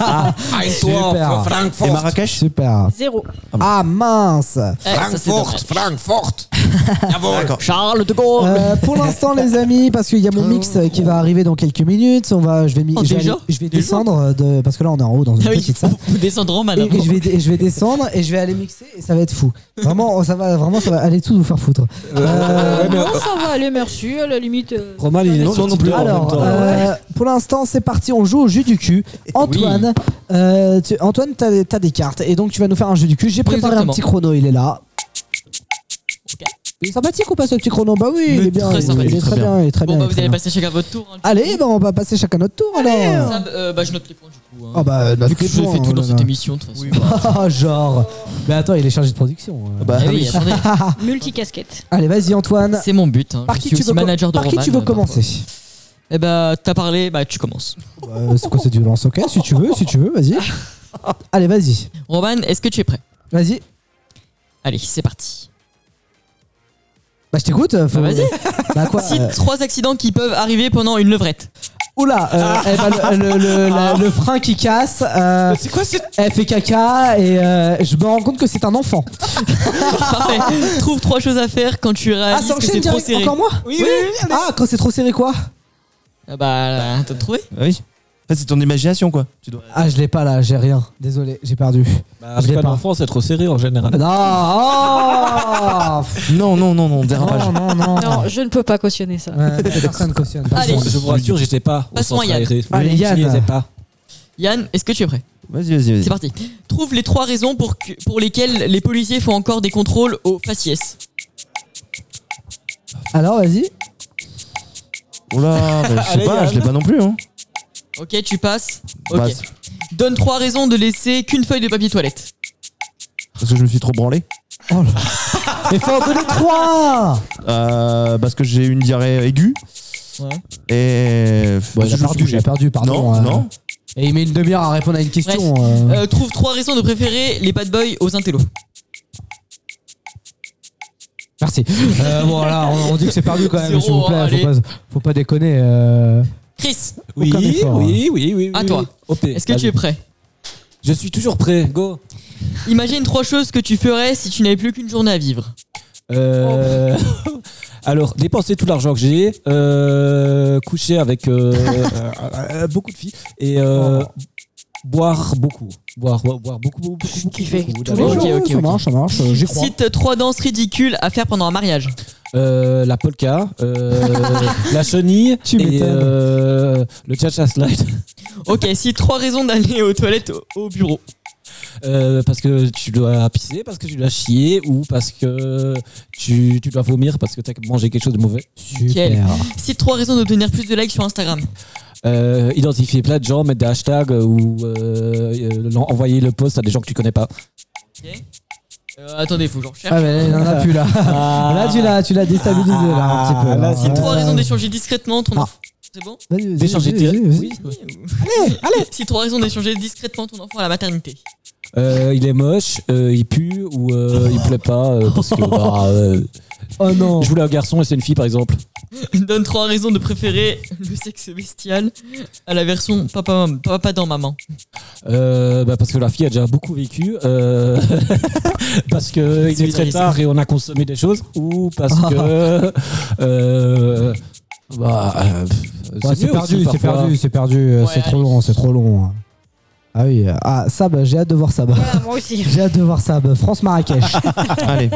S12: Ah,
S9: Super.
S11: Francfort. Et Marrakech
S9: Super.
S12: Zéro.
S9: Ah mince.
S4: Eh,
S11: Francfort.
S10: Charles de Gaulle.
S9: Euh, pour l'instant, les amis, parce qu'il y a mon mix euh, qui va arriver dans quelques minutes. On va, je vais, mi-
S10: Oh,
S9: je vais,
S10: déjà
S9: aller- je vais descendre euh, de, parce que là on est en haut dans une
S10: Ah oui.
S9: petite salle.
S10: Vous descendrez en
S9: Et,
S10: madame.
S9: et je vais, et je vais descendre et je vais aller mixer et ça va être fou. Vraiment, oh, ça va, vraiment, ça va aller tout vous faire foutre. Euh,
S12: Non, ça va aller, merci. À la limite. euh,
S4: Roman, il est
S9: Non,
S4: sur
S9: non, non
S4: Twitter
S9: plus.
S4: en même
S9: Alors,
S4: temps. Eh
S9: euh, pour l'instant, c'est parti. On joue au jeu du cul. Antoine, euh, tu, Antoine, t'as, t'as des cartes et donc tu vas nous faire un jeu du cul. J'ai préparé
S10: Exactement.
S9: un petit chrono. Il est là. Il est sympathique ou pas ce petit chrono Bah oui, il est bien.
S10: Très
S9: il,
S10: sympathique.
S9: est très bien. Il est très
S10: bon,
S9: bien.
S10: bah,
S9: il est très
S10: vous allez
S9: bien.
S10: passer chacun votre tour. hein.
S9: Allez, bah, on va passer chacun notre tour alors.
S10: Sab, euh, bah, je note les points du coup. hein.
S9: Ah bah, euh, notre
S10: Vu que je
S9: points,
S10: fais
S11: hein,
S10: tout
S9: oh
S10: dans
S9: là
S10: cette
S9: là.
S10: émission de toute façon.
S11: bah.
S9: Ah, Genre. Mais attends, il est chargé de production. euh.
S10: Eh oui, attendez.
S12: Multicasquette.
S9: Allez, vas-y Antoine.
S10: C'est mon but. hein.
S9: Par
S10: Je
S9: qui
S10: suis
S9: tu
S10: aussi
S9: veux co-
S10: manager de
S9: par qui
S10: Roman,
S9: tu veux
S10: euh,
S9: commencer
S10: parfois. Eh bah, t'as parlé, bah, tu commences.
S9: Euh, C'est quoi, c'est du lance ok Si tu veux, si tu veux, vas-y. Allez, vas-y.
S10: Roman, est-ce que tu es prêt
S9: Vas-y.
S10: Allez, c'est parti.
S9: Bah, je t'écoute. euh, faut-
S10: Bah, vas-y.
S9: Bah, quoi
S10: Cite
S9: euh,
S10: trois accidents qui peuvent arriver pendant une levrette.
S9: Oula, euh,
S10: Ah.
S9: eh ben, le, le- le- la- le frein qui casse. euh,
S10: C'est quoi ce-
S9: Elle fait caca et euh, je me rends compte que c'est un enfant.
S10: Ah, Parfait. Trouve trois choses à faire quand tu
S9: Ah,
S10: réalises
S9: ça
S10: que
S9: enchaîne
S10: c'est trop
S9: direct.
S10: serré.
S9: Encore moi
S10: Oui, oui, oui, allez.
S9: Ah, quand c'est trop serré, quoi
S10: Ah bah, là, t'as trouvé
S11: Ah Oui. En fait, c'est ton imagination, quoi. Tu dois...
S9: Ah, je l'ai pas là, j'ai rien. Désolé, j'ai perdu. je
S4: Avec
S9: l'ai
S4: pas
S9: pas.
S4: d'enfant, c'est trop serré en général.
S11: oh non,
S9: Non,
S11: non, non, non, dérapage.
S9: Non, Oh non,
S12: Non, je ne peux pas cautionner ça.
S9: Ouais, Euh, personne cautionne.
S10: Allez.
S4: Je vous rassure, j'étais pas au
S10: Passons à
S4: centre
S10: Yann.
S4: aéré.
S9: Allez,
S4: J'y
S9: Ah, Yann.
S4: étais pas.
S10: Yann, est-ce que tu es prêt
S11: Vas-y, vas-y, vas-y.
S10: C'est parti. Trouve les trois raisons pour, que- pour lesquelles les policiers font encore des contrôles aux faciès.
S9: Alors, vas-y.
S11: Oula, bah, je sais
S10: Allez,
S11: pas,
S10: Yann.
S11: je l'ai pas non plus. Hein.
S10: Ok, tu passes. Ok.
S11: Passe.
S10: Donne trois raisons de laisser qu'une feuille de papier toilette.
S11: Parce que je me suis trop branlé.
S9: Oh Mais faut en donner trois
S11: Euh, parce que j'ai eu une diarrhée aiguë.
S10: Ouais.
S11: Et.
S9: Bon,
S11: parce que
S9: il a
S11: je me
S9: perdu,
S11: suis couché.
S9: il a perdu, pardon.
S11: Non,
S9: euh.
S11: non.
S9: Et il met une demi-heure à répondre à une question. euh.
S10: Euh, trouve trois raisons de préférer les bad boys aux intellos.
S9: Merci. Euh, bon, là, on, on dit que c'est perdu quand même,
S10: Zéro,
S9: s'il vous plaît.
S10: hein,
S9: faut,
S10: allez.
S9: pas, faut pas déconner. euh.
S10: Chris,
S4: Oui,
S9: Aucun effort, hein.
S4: oui, oui, oui.
S10: à toi. Est-ce que tu es prêt
S4: Je suis toujours prêt, go.
S10: Imagine trois choses que tu ferais si tu n'avais plus qu'une journée à vivre.
S4: Euh, Alors, dépenser tout l'argent que j'ai, euh, coucher avec euh, euh, euh, beaucoup de filles et euh, boire beaucoup. Boire, boire, boire beaucoup, beaucoup, beaucoup. beaucoup, beaucoup
S9: Ouais,
S4: d'alcool.
S9: ouais, ça marche, ça marche. euh, J'y crois.
S10: Cite trois danses ridicules à faire pendant un mariage.
S4: Euh, la polka, euh, la chenille et
S10: m'étonnes.
S4: euh, le cha-cha slide.
S10: Ok, cite trois raisons d'aller aux toilettes au- au bureau.
S4: Euh, parce que tu dois pisser, parce que tu dois chier ou parce que tu, tu dois vomir parce que t'as mangé quelque chose de mauvais.
S10: Nickel.
S4: Ah.
S10: Cite trois raisons d'obtenir plus de likes sur Instagram.
S4: Euh, identifier plein de gens, mettre des hashtags euh, ou euh, euh, l'en- envoyer le post à des gens que tu connais pas.
S10: Euh, attendez, faut que j'en cherche.
S9: Ah, mais là, il en a plus là.
S4: Ah.
S9: là, tu l'as, tu l'as déstabilisé là, un petit peu. là.
S10: Cite trois
S9: Ouais.
S10: raisons d'échanger discrètement ton enfant. C'est bon
S9: Euh, ah. Vas-y, vas-y,
S4: D'échanger
S9: vas-y,
S4: direct.
S9: vas-y, vas-y.
S10: Allez, allez Cite trois raisons d'échanger discrètement ton enfant à la maternité.
S4: Euh, il est moche, euh, il pue ou euh, il plaît pas euh, parce que bah, euh,
S9: Oh non.
S4: je voulais un garçon et c'est une fille par exemple.
S10: Il donne trois raisons de préférer le sexe bestial à la version papa, papa dans maman.
S4: Euh, bah, parce que la fille a déjà beaucoup vécu, euh, parce que il est très
S10: bizarre,
S4: tard et on a consommé des choses, ou parce que euh, bah, euh,
S9: Ouais, Ah, c'est
S4: mieux
S9: perdu,
S4: aussi,
S9: c'est
S4: parfois.
S9: perdu, c'est perdu, euh, c'est trop long, c'est trop long. Ah oui, euh, ah Sab, j'ai hâte de voir Sab.
S12: moi aussi.
S9: j'ai hâte de voir Sab. France Marrakech.
S11: Allez.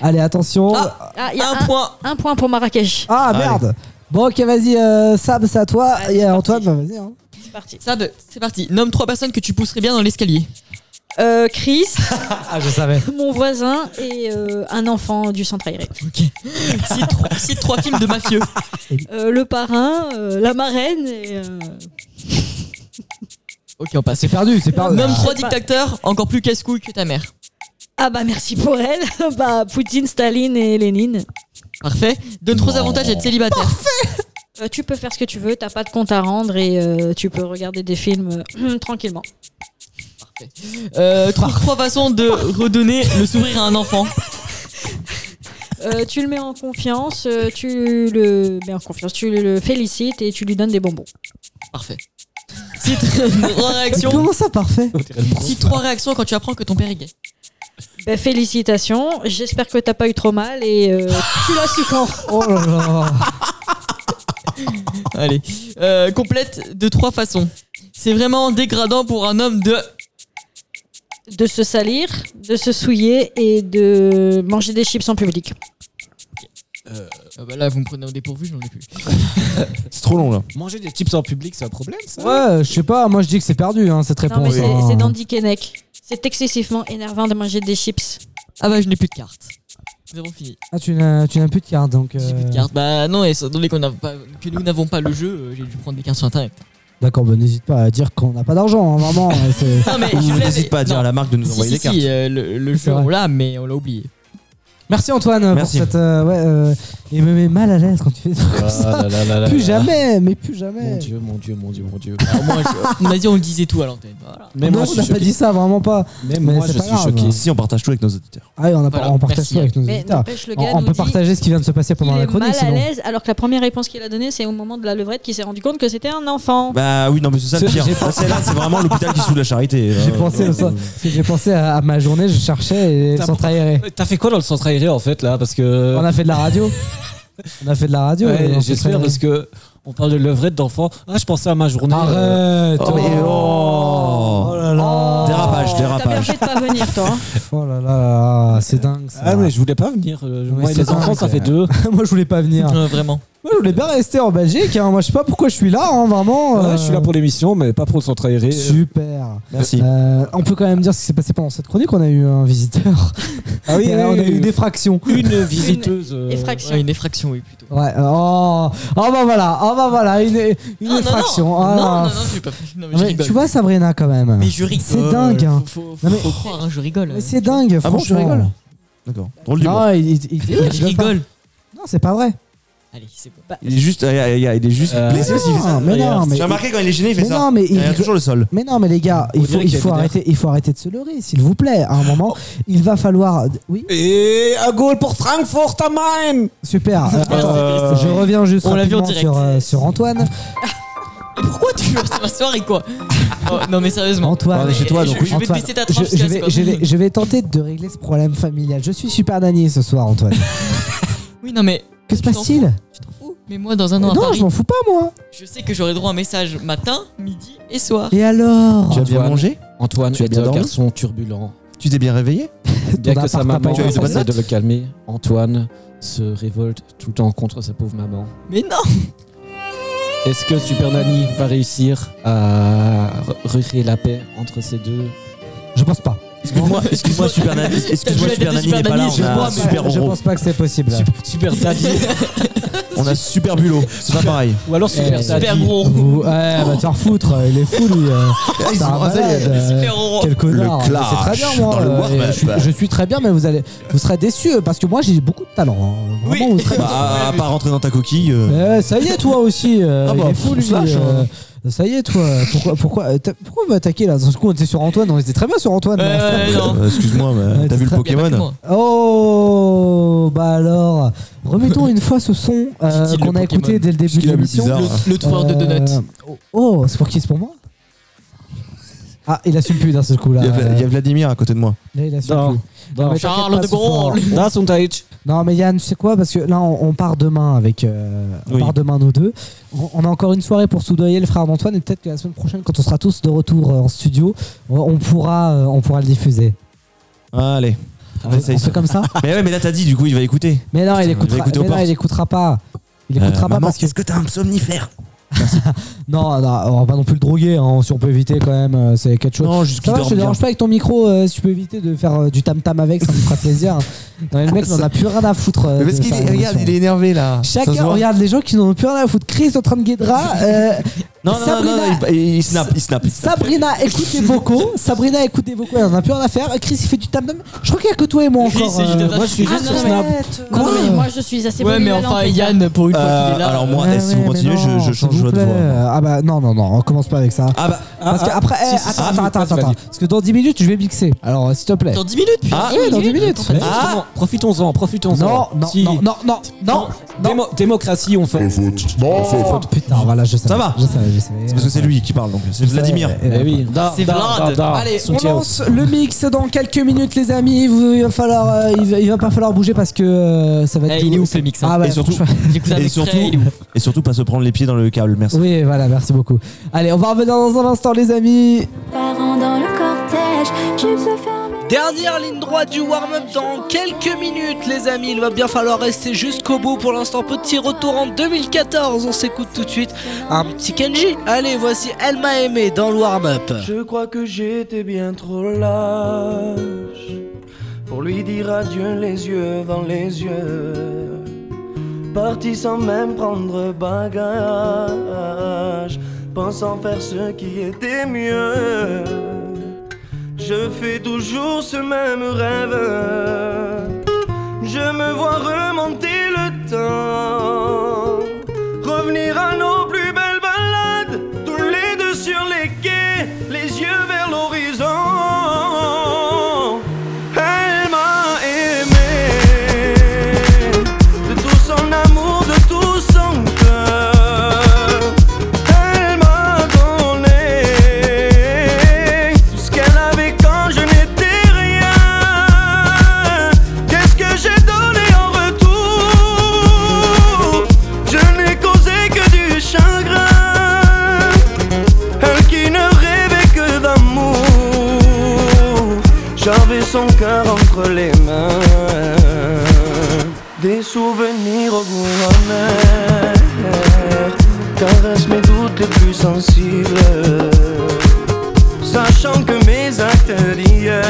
S9: Allez, attention.
S12: Ah, il y a un, point. Un point pour Marrakech.
S9: Ah merde. Bon ok, vas-y euh, Sab, c'est à toi. Et euh, Antoine, bah, vas-y. hein.
S10: C'est parti. Sab, c'est parti. Nomme trois personnes que tu pousserais bien dans l'escalier.
S12: Euh, Chris,
S9: Ah je savais.
S12: mon voisin et euh, un enfant du centre aéré.
S10: Cite trois, cite trois films de mafieux.
S12: Euh, le parrain, euh, la marraine et. euh,
S10: Ok, on passe. C'est
S9: perdu, c'est perdu.
S10: Nomme
S12: Ah.
S10: trois dictateurs encore plus casse-couilles que ta mère.
S12: Ah bah merci pour elle. bah Poutine, Staline et Lénine.
S10: Parfait. Donne trois avantages à être célibataire.
S12: Euh, tu peux faire ce que tu veux, t'as pas de compte à rendre et euh, tu peux regarder des films euh, tranquillement.
S10: Euh, trouve trois façons de redonner le sourire à un enfant.
S12: Euh, tu le mets en confiance, euh, tu le mets en confiance, tu le félicites et tu lui donnes des bonbons.
S10: Parfait. Cite trois réactions.
S9: Comment ça parfait
S10: Cite trois réactions quand tu apprends que ton père est gay.
S12: Bah, félicitations, j'espère que t'as pas eu trop mal et euh, tu l'as su quand
S9: Oh là là.
S10: Allez. Euh, complète de trois façons. C'est vraiment dégradant pour un homme de.
S12: De se salir, de se souiller et de manger des chips en public.
S4: Euh,
S10: Ah bah là, vous me prenez en dépourvu, j'en ai plus.
S11: C'est trop long là.
S4: Manger des chips en public, c'est un problème ça
S9: Ouais, je sais pas, moi je dis que c'est perdu hein, cette
S12: Non
S9: réponse.
S12: mais c'est
S9: hein.
S12: c'est Dandy Kennec. C'est excessivement énervant de manger des chips.
S10: Ah bah je n'ai plus de carte. Nous avons fini.
S9: Ah tu n'as tu n'as plus de carte donc. euh,
S10: Plus de carte. Bah non, et étant donné qu'on n'a pas- que nous n'avons pas le jeu, euh, j'ai dû prendre des cartes sur internet.
S9: D'accord, bah, n'hésite pas à dire qu'on n'a pas d'argent, hein, vraiment. hein,
S4: Euh,
S9: c'est-
S10: Non, mais
S11: Ou
S10: je l'avais-
S11: n'hésite pas à dire
S10: non.
S11: à la marque de nous
S10: Si,
S11: envoyer
S10: si,
S11: des cartes.
S10: si, euh, le, le jeu,
S9: vrai.
S10: on l'a, mais on l'a oublié.
S9: Merci Antoine
S11: Merci.
S9: pour cette. euh, ouais, euh, il me met mal à l'aise quand tu fais des trucs comme
S4: Ah
S9: ça.
S4: là là là là
S9: plus
S4: là.
S9: jamais, mais plus jamais.
S4: Mon dieu, mon dieu, mon dieu, mon dieu.
S10: Alors moi, je- on a dit, on le disait tout à l'antenne. Voilà.
S4: Même
S9: non,
S4: moi,
S9: on
S4: je
S9: n'a
S4: suis
S9: pas
S4: choqué.
S9: dit ça, vraiment pas.
S4: Même
S9: Mais
S4: moi,
S9: c'est
S4: je
S9: pas
S4: suis
S9: grave. hein.
S4: choqué.
S11: Si on partage tout avec nos auditeurs.
S9: Ah oui, on, a pas-
S10: Voilà,
S9: on partage
S10: merci.
S9: tout avec nos
S12: Mais
S9: auditeurs.
S12: n'empêche, le
S9: On,
S12: gars
S9: on
S12: nous
S9: peut
S12: dit
S9: partager ce qui vient de se passer pendant
S12: Il
S9: la
S12: est
S9: chronique
S12: mal à
S9: sinon.
S12: l'aise alors que la première réponse qu'il a donnée c'est au moment de la levrette qu'il s'est rendu compte que c'était un enfant.
S11: Bah oui, non, mais c'est ça le
S9: C'est-
S11: pire.
S9: j'ai
S11: Ah, Celle-là, c'est vraiment l'hôpital qui se fout de la charité.
S9: J'ai
S11: Euh,
S9: pensé, à ça. Parce que j'ai pensé à, à ma journée, je cherchais et
S4: T'as-
S9: sans trahir.
S4: T'as fait quoi dans le centre aéré en fait là Parce que
S9: On a fait de la radio. On a fait de la radio. euh,
S4: Ouais,
S9: et on s'est
S4: J'espère
S9: trahiré.
S4: parce que on parle de levrette d'enfant. Ah, je pensais à ma journée.
S9: Arrête
S4: Oh, mais-
S9: Oh là là
S11: Dérapage,
S12: T'as bien
S11: dérapage.
S12: fait de pas venir toi. hein.
S9: Oh là là, c'est dingue ça.
S4: Ah mais je voulais pas venir. euh,
S9: Oui,
S4: moi et
S9: c'est
S4: les enfants,
S9: dingue.
S4: ça fait deux.
S9: Moi je voulais pas venir.
S10: Euh, vraiment.
S9: Moi je voulais bien rester en Belgique. hein. Moi je sais pas pourquoi je suis là, hein, vraiment.
S4: Ouais, je suis là pour l'émission, mais pas pour le centre aéré.
S9: euh, Super.
S11: Merci.
S9: Euh, on peut quand même dire ce qui s'est passé pendant cette chronique. On a eu un visiteur.
S4: Ah oui,
S9: Et on a
S4: oui,
S9: eu
S4: oui.
S9: des fractions.
S4: Une visiteuse. euh,
S12: Effraction.
S10: Ouais, une effraction, oui, plutôt.
S9: Ouais. Oh, oh bah voilà, oh bah voilà, une, une
S10: Ah, non,
S9: fraction.
S10: Non,
S9: Ah.
S10: non, non, non, j'ai pas fait. Non, mais, je
S9: Mais
S10: rigole.
S9: tu vois Sabrina quand même.
S10: Mais je rigole.
S9: Oh C'est dingue. hein.
S10: Faut, faut-
S9: Non, mais-
S10: faut croire, hein, je rigole.
S9: Mais c'est dingue.
S11: Ah bon, tu
S9: franchement.
S11: rigoles D'accord. Drôle d'humour.
S9: Non, il, il- il- il
S10: Je
S9: rigole pas.
S10: rigole.
S9: Non, c'est pas vrai.
S10: Allez, c'est bon.
S12: Bah-
S11: Il est juste, euh, il est- il est juste
S4: Euh,
S11: blessé s'il fait ça.
S9: mais non, mais-
S11: J'ai remarqué quand il est gêné, il fait
S9: mais
S11: ça.
S9: non, mais il-
S11: il regarde toujours le sol.
S9: Mais non, mais les gars,
S4: On
S9: il faut,
S4: dirait
S9: il
S4: qu'il y a
S9: faut
S4: des
S9: arrêter, il faut arrêter de se leurrer, s'il vous plaît. À un moment, il va falloir. Oui,
S4: Et à goal pour Francfort am Main.
S9: super. Euh,
S4: Euh,
S9: je reviens juste
S10: on l'a vu en
S9: rapidement
S10: direct.
S9: sur, euh, sur Antoine.
S10: Pourquoi tu veux rester ma soirée, quoi Oh, Non, mais sérieusement.
S9: Antoine,
S11: On est chez toi, donc
S10: Je-
S11: oui.
S10: Je vais te
S9: Antoine,
S10: baisser ta
S9: je,
S10: tranche,
S9: je vais,
S10: quoi.
S9: je vais- je vais tenter de régler ce problème familial. Je suis super nanier ce soir, Antoine.
S10: Oui, non, mais.
S9: Que se
S10: tu t'en
S9: passe-t-il
S10: fous, Mais moi, dans un an à
S9: Non,
S10: Paris,
S9: je m'en fous pas, moi.
S10: je sais que j'aurai droit à un message matin, midi et soir.
S9: Et alors
S11: Tu as bien
S4: Antoine.
S11: mangé
S4: Antoine
S11: Tu as
S4: est
S11: bien
S4: un
S11: dormi
S4: garçon turbulent.
S11: Tu t'es bien réveillé
S4: Bien
S9: Ton
S4: que sa
S9: appart n'a pas
S4: maman
S9: été
S11: eu de bonnes
S4: essaie
S11: notes
S4: de le calmer, Antoine se révolte tout le temps contre sa pauvre maman.
S10: Mais non
S4: Est-ce que Super Nanny va réussir à recréer la paix entre ces deux
S9: Je pense pas.
S11: Excuse-moi, excuse-moi, Super Nani. Excuse-moi,
S10: T'as vu la
S11: Super
S10: tête de
S11: Nani n'est pas là.
S10: Super Nani,
S11: On
S10: je
S11: a
S10: vois, mais-
S11: Super
S9: je
S11: Oro.
S9: pense pas que c'est possible.
S4: Super Daddy
S11: On a Super Bulot. C'est pas pareil.
S4: ou alors Super
S9: Eh,
S4: Daddy
S10: Super gros.
S9: Vous- Ouais, bah te faire foutre, il est fou lui. euh. C'est un
S11: Ah, sont rasés,
S9: malade,
S11: les
S9: euh,
S10: super euros.
S9: Quel connard.
S11: Le
S9: Mais C'est très bien, moi.
S11: clash dans le
S9: euh,
S11: warm-up.
S9: je, suis, je suis très bien, mais vous allez, vous serez déçus euh, parce que moi j'ai beaucoup de talent. hein. Vraiment, vous serez-
S11: Bah, à part rentrer dans ta coquille. euh,
S9: Euh, ça y est, toi aussi. euh,
S11: Ah bah, hein.
S9: il est fou lui.
S11: on se lâche,
S9: euh, Ça y est, toi. Pourquoi, pourquoi, euh, t'as- pourquoi on m'a attaqué là Dans ce coup, on était sur Antoine. hein. On était très bien sur Antoine.
S10: Ouais,
S9: là.
S10: ouais, non.
S11: euh, Excuse-moi, mais
S9: Ouais,
S11: t'as vu
S9: c'est Bah,
S11: le
S9: très-
S10: Y a pas que
S11: Pokémon
S10: moi.
S9: Oh, bah alors, remettons une fois ce son euh,
S10: Dit-il,
S9: qu'on
S10: le
S9: a écouté
S10: Pokémon.
S9: dès le
S10: Ce
S9: début
S10: qu'il
S9: de
S10: a vu
S9: l'émission.
S10: bizarre. Le- le tour de Donut.
S9: oh, Oh, c'est pour qui C'est pour moi Ah, il assume plus d'un seul coup là.
S11: Il y, a, Vla- il y a Vladimir à côté de moi.
S9: Là, il assume
S11: Dans-
S9: plus.
S11: dans
S9: mais
S11: Charles
S9: t'inquiète pas,
S11: de
S9: ce
S11: Gaulle.
S9: soir, on- Non, mais Yann, tu sais quoi Parce que là, on, on part demain avec. euh, on
S11: Oui.
S9: part demain, nous deux. On, on a encore une soirée pour soudoyer le frère d'Antoine et peut-être que la semaine prochaine, quand on sera tous de retour euh, en studio, on, on pourra, euh, on pourra le diffuser.
S11: Ah, Allez.
S9: On- on fait comme ça
S11: Mais ouais, mais là t'as dit, du coup il va écouter.
S9: Mais non,
S11: Putain,
S9: il
S11: va
S9: écoutera,
S11: écouter aux
S9: mais non,
S11: portes.
S9: il écoutera pas. Il écoutera
S11: Euh,
S9: pas
S11: maman,
S9: parce que.
S11: est-ce que t'as un somnifère
S9: Non, non, on va pas non plus le droguer, hein, si on peut éviter quand même, euh, c'est quelque chose.
S11: Non, juste
S9: ça
S11: qu'il
S9: va, je te
S11: dorme
S9: dérange
S11: bien.
S9: pas avec ton micro, euh, si tu peux éviter de faire euh, du tam-tam avec, ça me fera plaisir. Non, mais le mec n'en a plus rien à foutre. euh,
S11: Mais parce
S9: de
S11: qu'il
S9: sa
S11: est- regarde,
S9: relation.
S11: il est énervé là. Ça se
S9: Chacun
S11: voit.
S9: regarde les gens qui n'en ont plus rien à foutre. Chris en train de guédra. euh,
S11: Non, non, non,
S9: Sabrina,
S11: non, il, il snap, il snap.
S9: Sabrina écoute les vocaux. Sabrina écoute des vocaux, elle en a plus rien à faire. Chris il fait du tam-tam. Je crois qu'il y a que toi et moi
S10: Chris,
S9: encore.
S10: il est attaché. Ah, non, mais-
S9: Quoi
S10: non, mais
S12: Moi, je suis assez
S10: Ouais, mais enfin, Yann, pour une fois
S9: Euh,
S10: qu'il est là.
S11: alors moi,
S9: Ouais,
S11: eh, si vous
S9: ouais, mais
S11: continuez, je,
S9: non,
S11: je change
S9: s'il vous
S11: de voix.
S9: plaît. Ah bah non, non, non, on commence pas avec ça.
S11: Ah bah,
S9: Parce
S11: ah,
S9: que
S11: ah,
S9: après,
S11: si,
S9: eh,
S11: si, si, si,
S9: attends, attends,
S11: vas-y,
S9: attends,
S11: vas-y.
S9: attends. Parce que dans 10 minutes, je vais mixer. Alors, euh, s'il te plaît.
S10: Dans 10 minutes, putain.
S9: Ah, ouais, dans 10 minutes. Ah.
S4: Mais Profitons-en, profitons-en.
S9: Non, non, non, non, non, non,
S4: Démo- Démocratie, on fait.
S9: Oh, putain, voilà, je savais.
S11: Ça va
S9: Je savais, je savais.
S11: C'est parce que c'est lui qui parle donc, c'est
S9: Je savais, eh,
S11: Vladimir.
S9: et là,
S4: oui. Da-
S11: C'est
S4: da-
S11: Vlad.
S4: da- da.
S9: Allez, on
S4: Soutiens.
S9: lance le mix dans quelques minutes, les amis. Vous- il, va falloir, euh, il, va, il va pas falloir bouger parce que euh, ça va être.
S10: Eh, il est
S9: douloureux.
S10: ouf, le mix, hein.
S9: Ah ouais,
S11: et surtout,
S9: franchement.
S11: et surtout, et surtout pas se prendre les pieds dans le câble, merci.
S9: Oui, voilà, merci beaucoup. Allez, on va revenir dans un instant, les amis.
S5: dans le cortège, tu peux faire
S22: Dernière ligne droite du warm-up dans quelques minutes, les amis. Il va bien falloir rester jusqu'au bout. Pour l'instant, petit retour en 2014. On s'écoute tout de suite. Un petit Kenji. Allez, voici Elle m'a aimé dans le warm-up.
S9: Ah,
S2: Je crois que j'étais bien trop lâche pour lui dire adieu les yeux dans les yeux. Parti sans même prendre bagage, pensant faire ce qui était mieux. Je fais toujours ce même rêve. Je me vois remonter le temps, revenir à nos plus belles balades, tous les deux sur les quais, les yeux vers l'horizon. Elle m'a aimé, de tout son amour, de tout son cœur. Elle m'a donné tout ce qu'elle avait quand je n'étais rien. Qu'est-ce que j'ai donné en retour Je n'ai causé que du chagrin. Elle qui ne rêvait que d'amour. J'avais son cœur entre les mains. Des souvenirs au goût amer caresse mes doutes les plus sensibles. Sachant que mes actes d'hier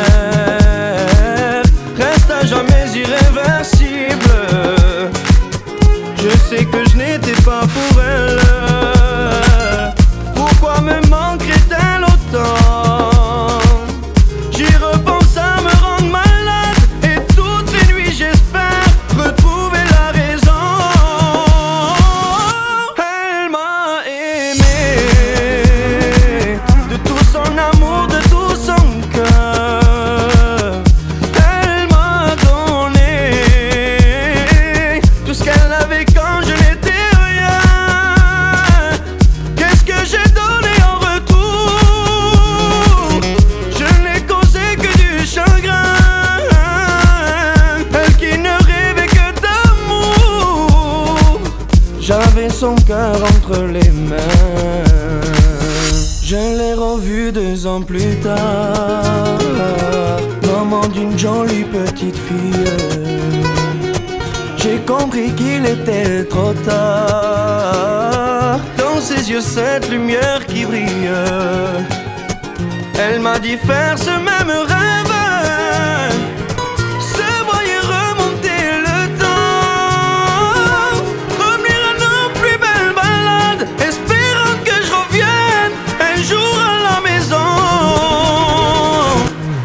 S2: restent à jamais irréversibles. Je sais que je n'étais pas pour elle. Pourquoi me manquerait-elle autant? J'y repense à me rendre malade et toutes les nuits j'espère retrouver la raison. Elle m'a aimé de tout son amour, de tout son cœur. Elle m'a donné tout ce qu'elle avait quand je n'étais rien. Qu'est-ce que j'ai donné en retour Je n'ai causé que du chagrin Elle qui ne rêvait que d'amour J'avais son cœur entre les mains Je l'ai revu deux ans plus tard Maman d'une jolie petite fille j'ai compris qu'il était trop tard. Dans ses yeux, cette lumière qui brille. Elle m'a dit faire ce même rêve. Se voyait remonter le temps. Revenir à nos plus belles balades. Espérant que je revienne un jour à la maison.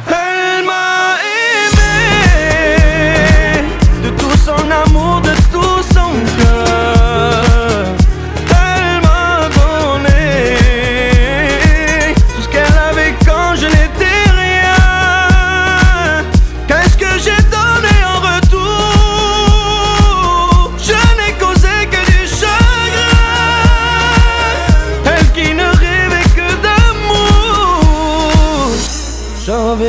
S2: Elle m'a aimé de tout son amour, de tout son cœur. Elle m'a donné tout ce qu'elle avait quand je n'étais rien.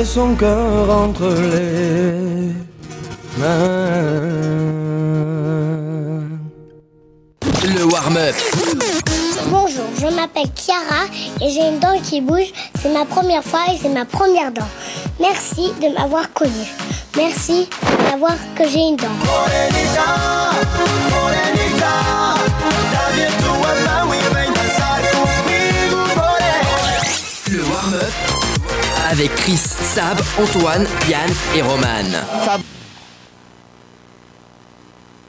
S2: son cœur entre les mains.
S17: Le warm-up.
S13: Bonjour, je m'appelle Chiara et j'ai une dent qui bouge. C'est ma première fois et c'est ma première dent. Merci de m'avoir connue. Merci d'avoir que j'ai une dent.
S17: Le warm-up. Avec Chris, Sab, Antoine, Yann et Roman.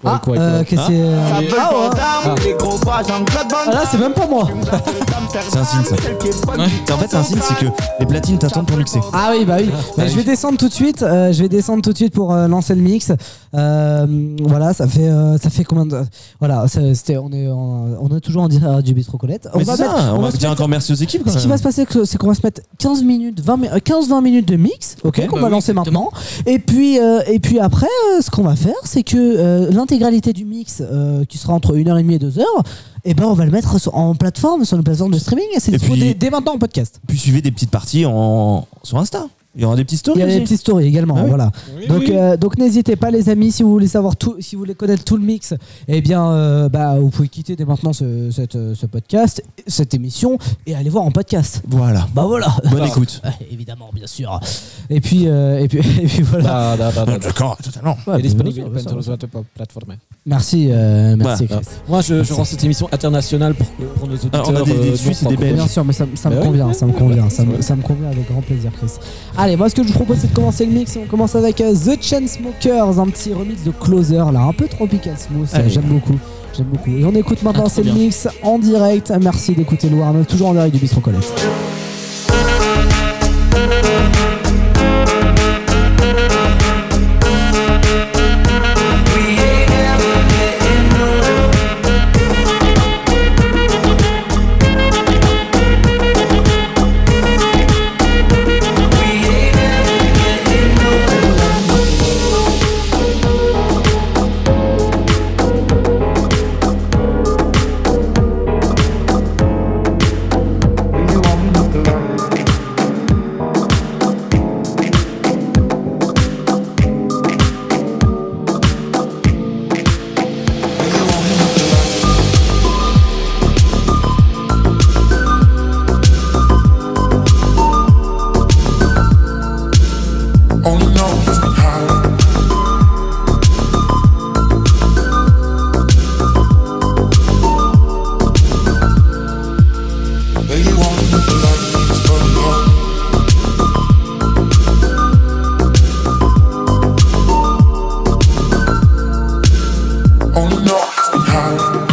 S9: Ah, euh, qu'est-ce que c'est
S3: Ça veut
S9: Ah, ouais.
S2: hein.
S3: pas les gros bras, Jean-Claude Van
S9: Ah, là, c'est même pas moi.
S11: C'est un signe ça. C'est- En fait, c'est un signe, c'est que les platines t'attendent pour mixer.
S9: Ah oui, bah oui. Mais
S11: Ah
S9: je
S11: oui.
S9: vais descendre tout de suite. euh, je vais descendre tout de suite pour euh, lancer le mix. Euh, voilà, ça fait euh, ça fait combien de voilà, ça- c'était on est en- on est toujours en direct du bistrot Colette.
S11: Mais c'est ça,
S9: mettre-
S11: on va
S9: se
S11: dire
S9: mettre-
S11: encore merci aux équipes, quand
S9: Ce qui
S11: même.
S9: va se passer, que- c'est qu'on va se mettre 15 minutes, 20 mi- euh, 15-20 minutes de mix, ok,
S11: Ouais,
S9: qu'on
S11: bah
S9: va
S11: oui,
S9: lancer maintenant. Et puis euh, et puis après, euh, ce qu'on va faire, c'est que euh, l'intégralité du mix euh, qui sera entre 1h30 et 2h, et ben on va le mettre sur- en plateforme, sur une plateforme de streaming. Et c'est dispo dès- dès maintenant en podcast.
S11: Puis suivez des petites parties en... sur Insta. Il y aura des petites stories.
S9: Il y a des
S11: aussi.
S9: petites stories également,
S11: Ah oui.
S9: voilà. donc euh, donc n'hésitez pas les amis si vous voulez savoir tout, si vous voulez connaître tout le mix, eh bien euh, bah vous pouvez quitter dès maintenant ce, cette, euh, ce podcast, cette émission et aller voir en podcast.
S11: Voilà.
S9: Bah voilà.
S11: Bonne
S9: Enfin,
S11: écoute.
S9: euh, évidemment, bien sûr. Et puis euh, et puis et puis
S11: Bah,
S9: voilà.
S11: D'accord, totalement.
S9: Ouais,
S4: est disponible
S9: bien sûr, bien sûr,
S4: sur
S9: bien sûr.
S4: les plateformes.
S9: Merci euh, merci
S11: Bah,
S9: Chris.
S4: Moi, je, je
S9: Merci.
S4: rends cette émission internationale pour, que- pour nos auditeurs. euh,
S11: Ah, on a des- des Suisses et des Belges.
S9: Bien sûr, mais ça, ça me
S4: Bah oui.
S9: convient, ça me convient, ça me, ça me convient avec grand plaisir, Chris. Allez, moi, ce que je vous propose, c'est de commencer le mix et on commence avec euh, The Chainsmokers, un petit remix de Closer, là, un peu tropical smooth, euh,
S11: Allez.
S9: j'aime beaucoup, j'aime beaucoup. Et on écoute maintenant,
S11: Ah, trop
S9: c'est le
S11: bien.
S9: mix en direct. Merci d'écouter le warm toujours en direct du Bistro Colette.
S3: Only knows how. Well, you want me to like things burning up. Only knows how.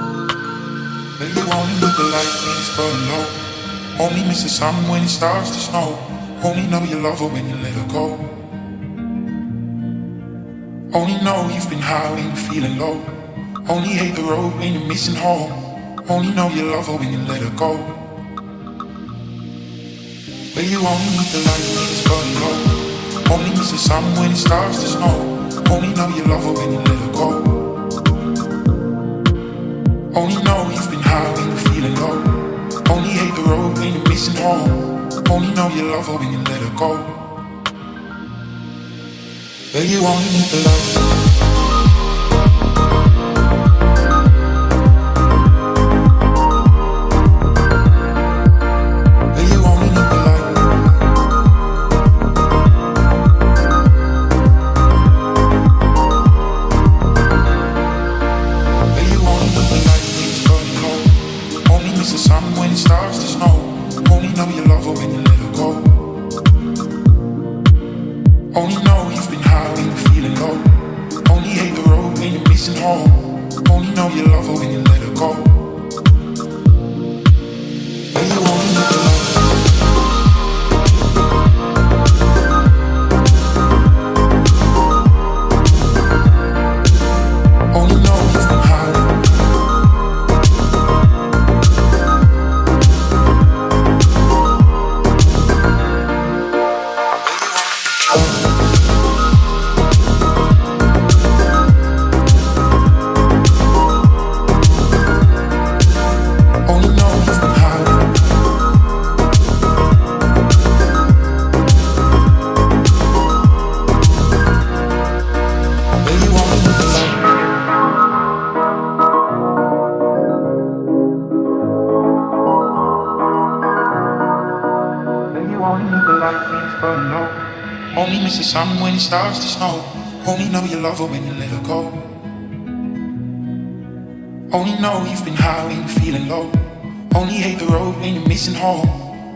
S3: Well, you only know the light things burning up. Only miss the sun when it starts to snow. Only know you love her when you let her go. Only know you've been high when you're feeling low. Only hate the road when you're missing home. Only know you love her when you let her go. But you only need the light when it's burning low. Only miss the sun when it starts to snow. Only know you love her when you let her go. Only know you've been high when you're feeling low. Only hate the road when you're missing home. Only know you love her when you let her go. But you only need the light. Only miss the sun when it starts to snow. Only know you love her when you let her go. Only know you've been high when you're feeling low. Only hate the road when you're missing home. Only know you love her when you let her go. But you only know the light. Only know you've been high. Only like rain for no. Only miss the sun when it starts to snow. Only know you love her when you let her go. Only know you've been high when you're feeling low. Only hate the road when you're missing home.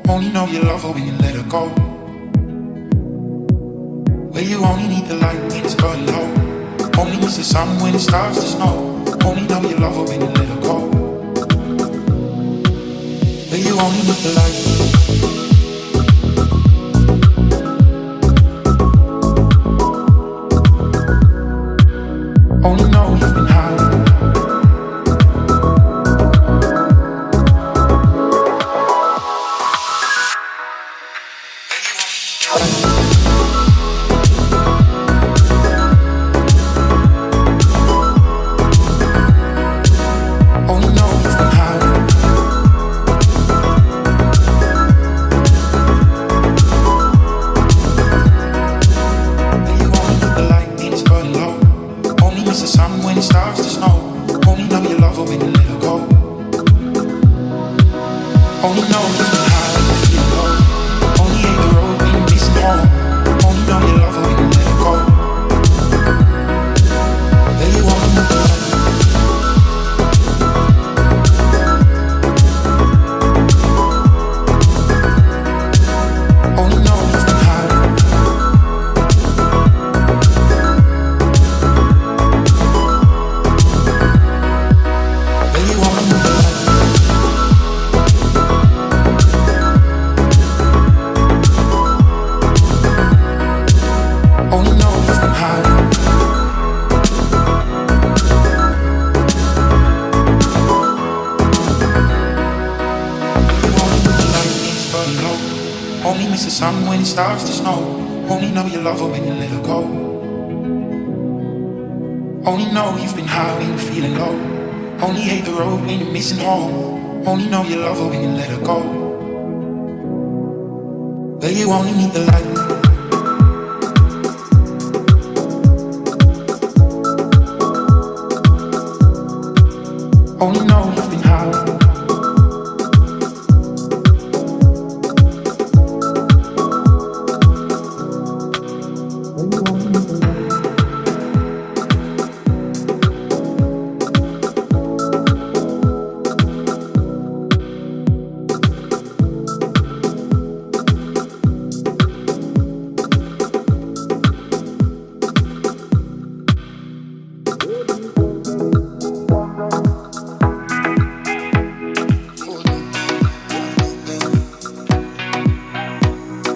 S3: Only know you love her when you let her go. Where you only need the light when it's burning low. Only miss the sun when it starts to snow. Only know you love her when you let her go. Where you only need the light. Only know you've been high. Only know you've been high. the light when it's burning low. Only miss the sun when it starts to snow. Only know you love her when you let her go. Only know you've been high when you feel low. Only hate the road when you're missing home. Only know you love her when you let her go. There you are when you're alone. Only know you've been high. Only know you've been high. Only miss the sun when it starts to snow. Only know you love her when you let her go. Only know you've been high when you're feeling low. Only hate the road when you're missing home. Only know you love her when you let her go. But you only need the light. Only know you've been high.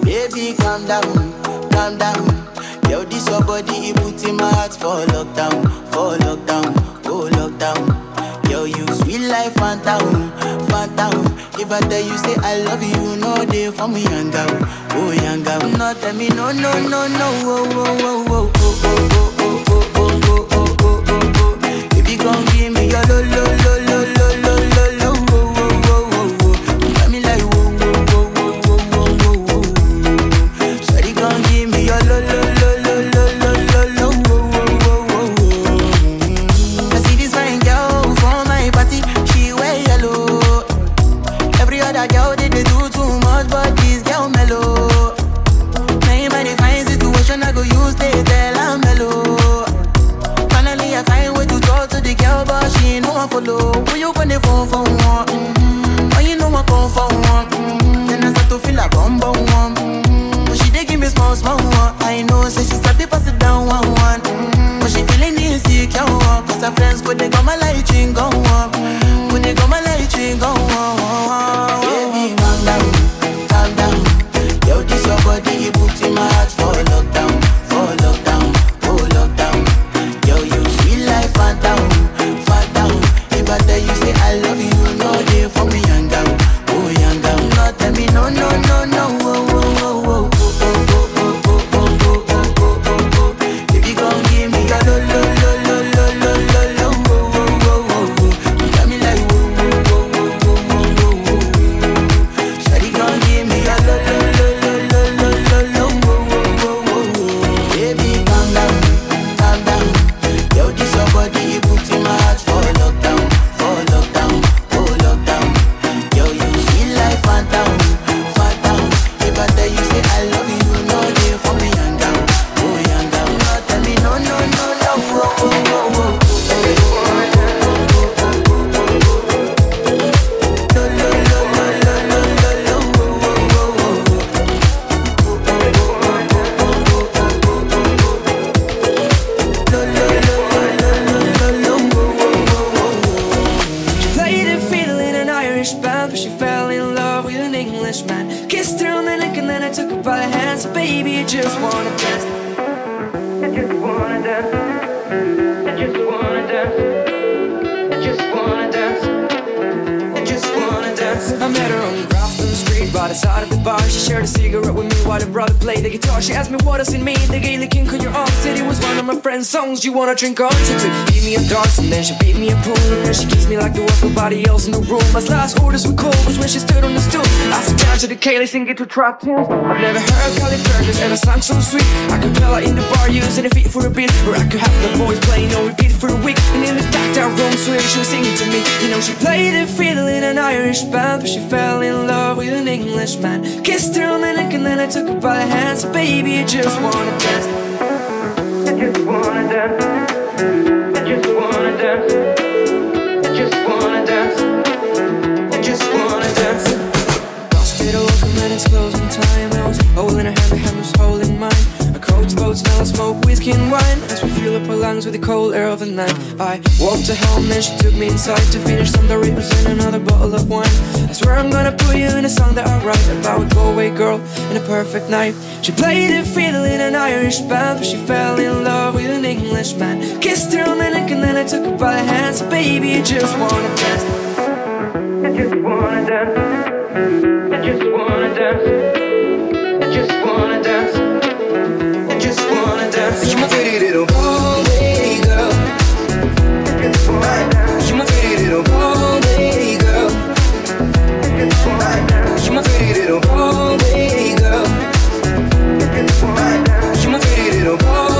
S18: Baby, calm down, calm down. Yo, this your body, it puts in my heart for lockdown, for lockdown, oh lockdown. Yo, you sweet life, phantom, phantom. oh. If I tell you, say I love you, no day for me, young girl, oh young girl. No, tell me, no, no, no, no, oh, oh, oh, oh, oh, oh, oh, oh, oh, oh, oh, oh, oh, oh. Baby, come give me your lo, lo, lo, lo, lo, lo, lo, lo, oh, oh, oh, oh, oh. You got me like, oh, oh, oh, oh, oh, oh, oh, oh. Shawty gon' give me your lo lo lo lo lo lo lo lo wo wo wo wo wo. Mm. I see this fine girl for my party, she wear yellow. Every other girl they dey do too much, but this girl mellow. Now in my fine situation, I go use they tell her mellow. Finally I find way to talk to the girl, but she no wan follow. Mm-hmm. Mm-hmm. Oh,
S14: Englishman. Kissed her on the neck and then I took her by the hands. Baby, I just wanna dance. I just wanna dance. I just wanna dance. I just wanna dance. I just wanna dance. I met her on Grafton Street, right outside of the bar. She shared a cigarette with me while her brother played the guitar. She asked me what does it mean, the Gaelic ink on your arm. Said it was one of my friend's songs you wanna drink on. She took beat me a darts and then she beat me a pool. And then she kissed me like there was nobody else in the room. My last orders were cold was when she stood on the stool. I sat down to the Kaylee singing to trap tunes. I've never heard Kelly Fergus ever sang so sweet. I could bella in the bar using a beat for a beat. Or I could have the boys playing on repeat for a week. And in the dark down room, swear she was singing to me. You know, she played the fiddle in an Irish band, but she fell in love with an Englishman. Kissed her on the neck and then I took her by the hands. Baby, I just wanna dance. I just wanna dance. I just wanna dance. I just wanna dance. I just wanna dance. Lost it all, come and it's closing time. I was holding her hand, her hand was holding mine. A coat's boat smell of smoke, whiskey and wine. As we fill up our lungs with the cold air of the night. I walked her home and she took me inside to finish some Doritos and another bottle of wine. I swear I'm gonna put you in a song that I write about a Galway girl and a perfect night. She played the fiddle in an Irish band, but she fell in love with an Englishman. Kissed her on the neck and then I took her by the hands. Baby, I just wanna dance. I just wanna dance. I just wanna dance. I just wanna dance. I just wanna dance. You're my pretty little Galway girl. You're my pretty little Galway girl. You're my pretty little Galway girl. You're my pretty little Galway girl.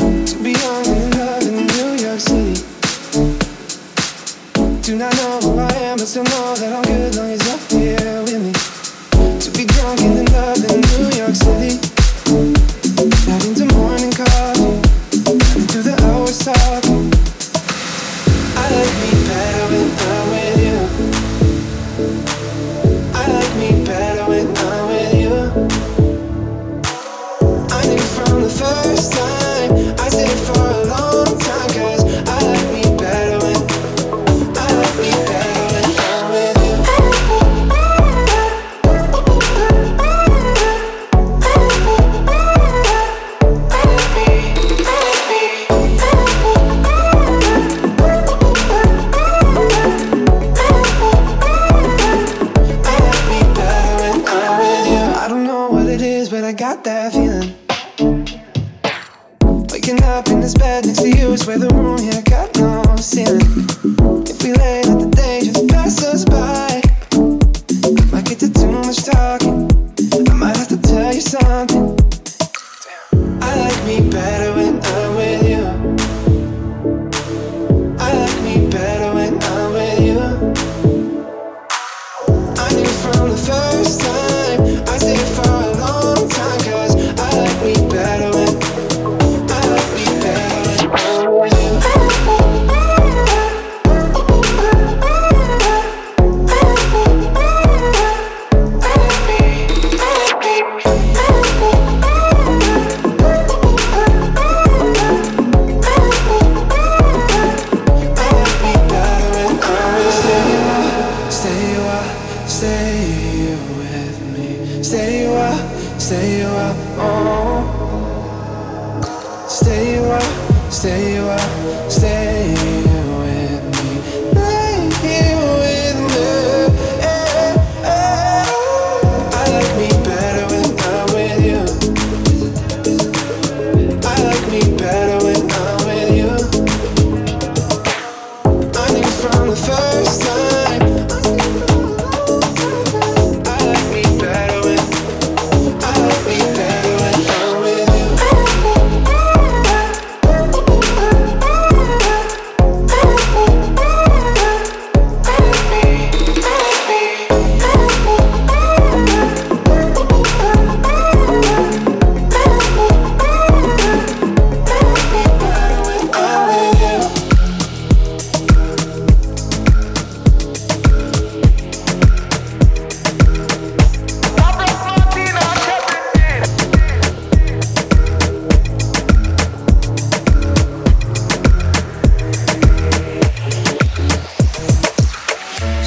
S24: To be young and in love in New York City. Do not know who I am, but still know that I'm good long as you're here with me. To be drunk and in love in New York City. Out into morning coffee, running through the hours talking. I like me better when I'm with you. I like me better when I'm with you. I knew from the first time. I stayed for a long time 'cause I like me better when I like me better when I'm with you. I don't know what it is, but I got that feeling. Waking up in this bed next to you is where the room here got no ceiling. If we lay, let the day just pass us by. I might get to too much talking. I might have to tell you something. I like me better when I'm with you. I like me better when I'm with you. I knew from the first time. I stayed for a long time 'cause I like me better when I like me better when I'm with you.
S15: the first time. I like me better when I like me better when I'm with you.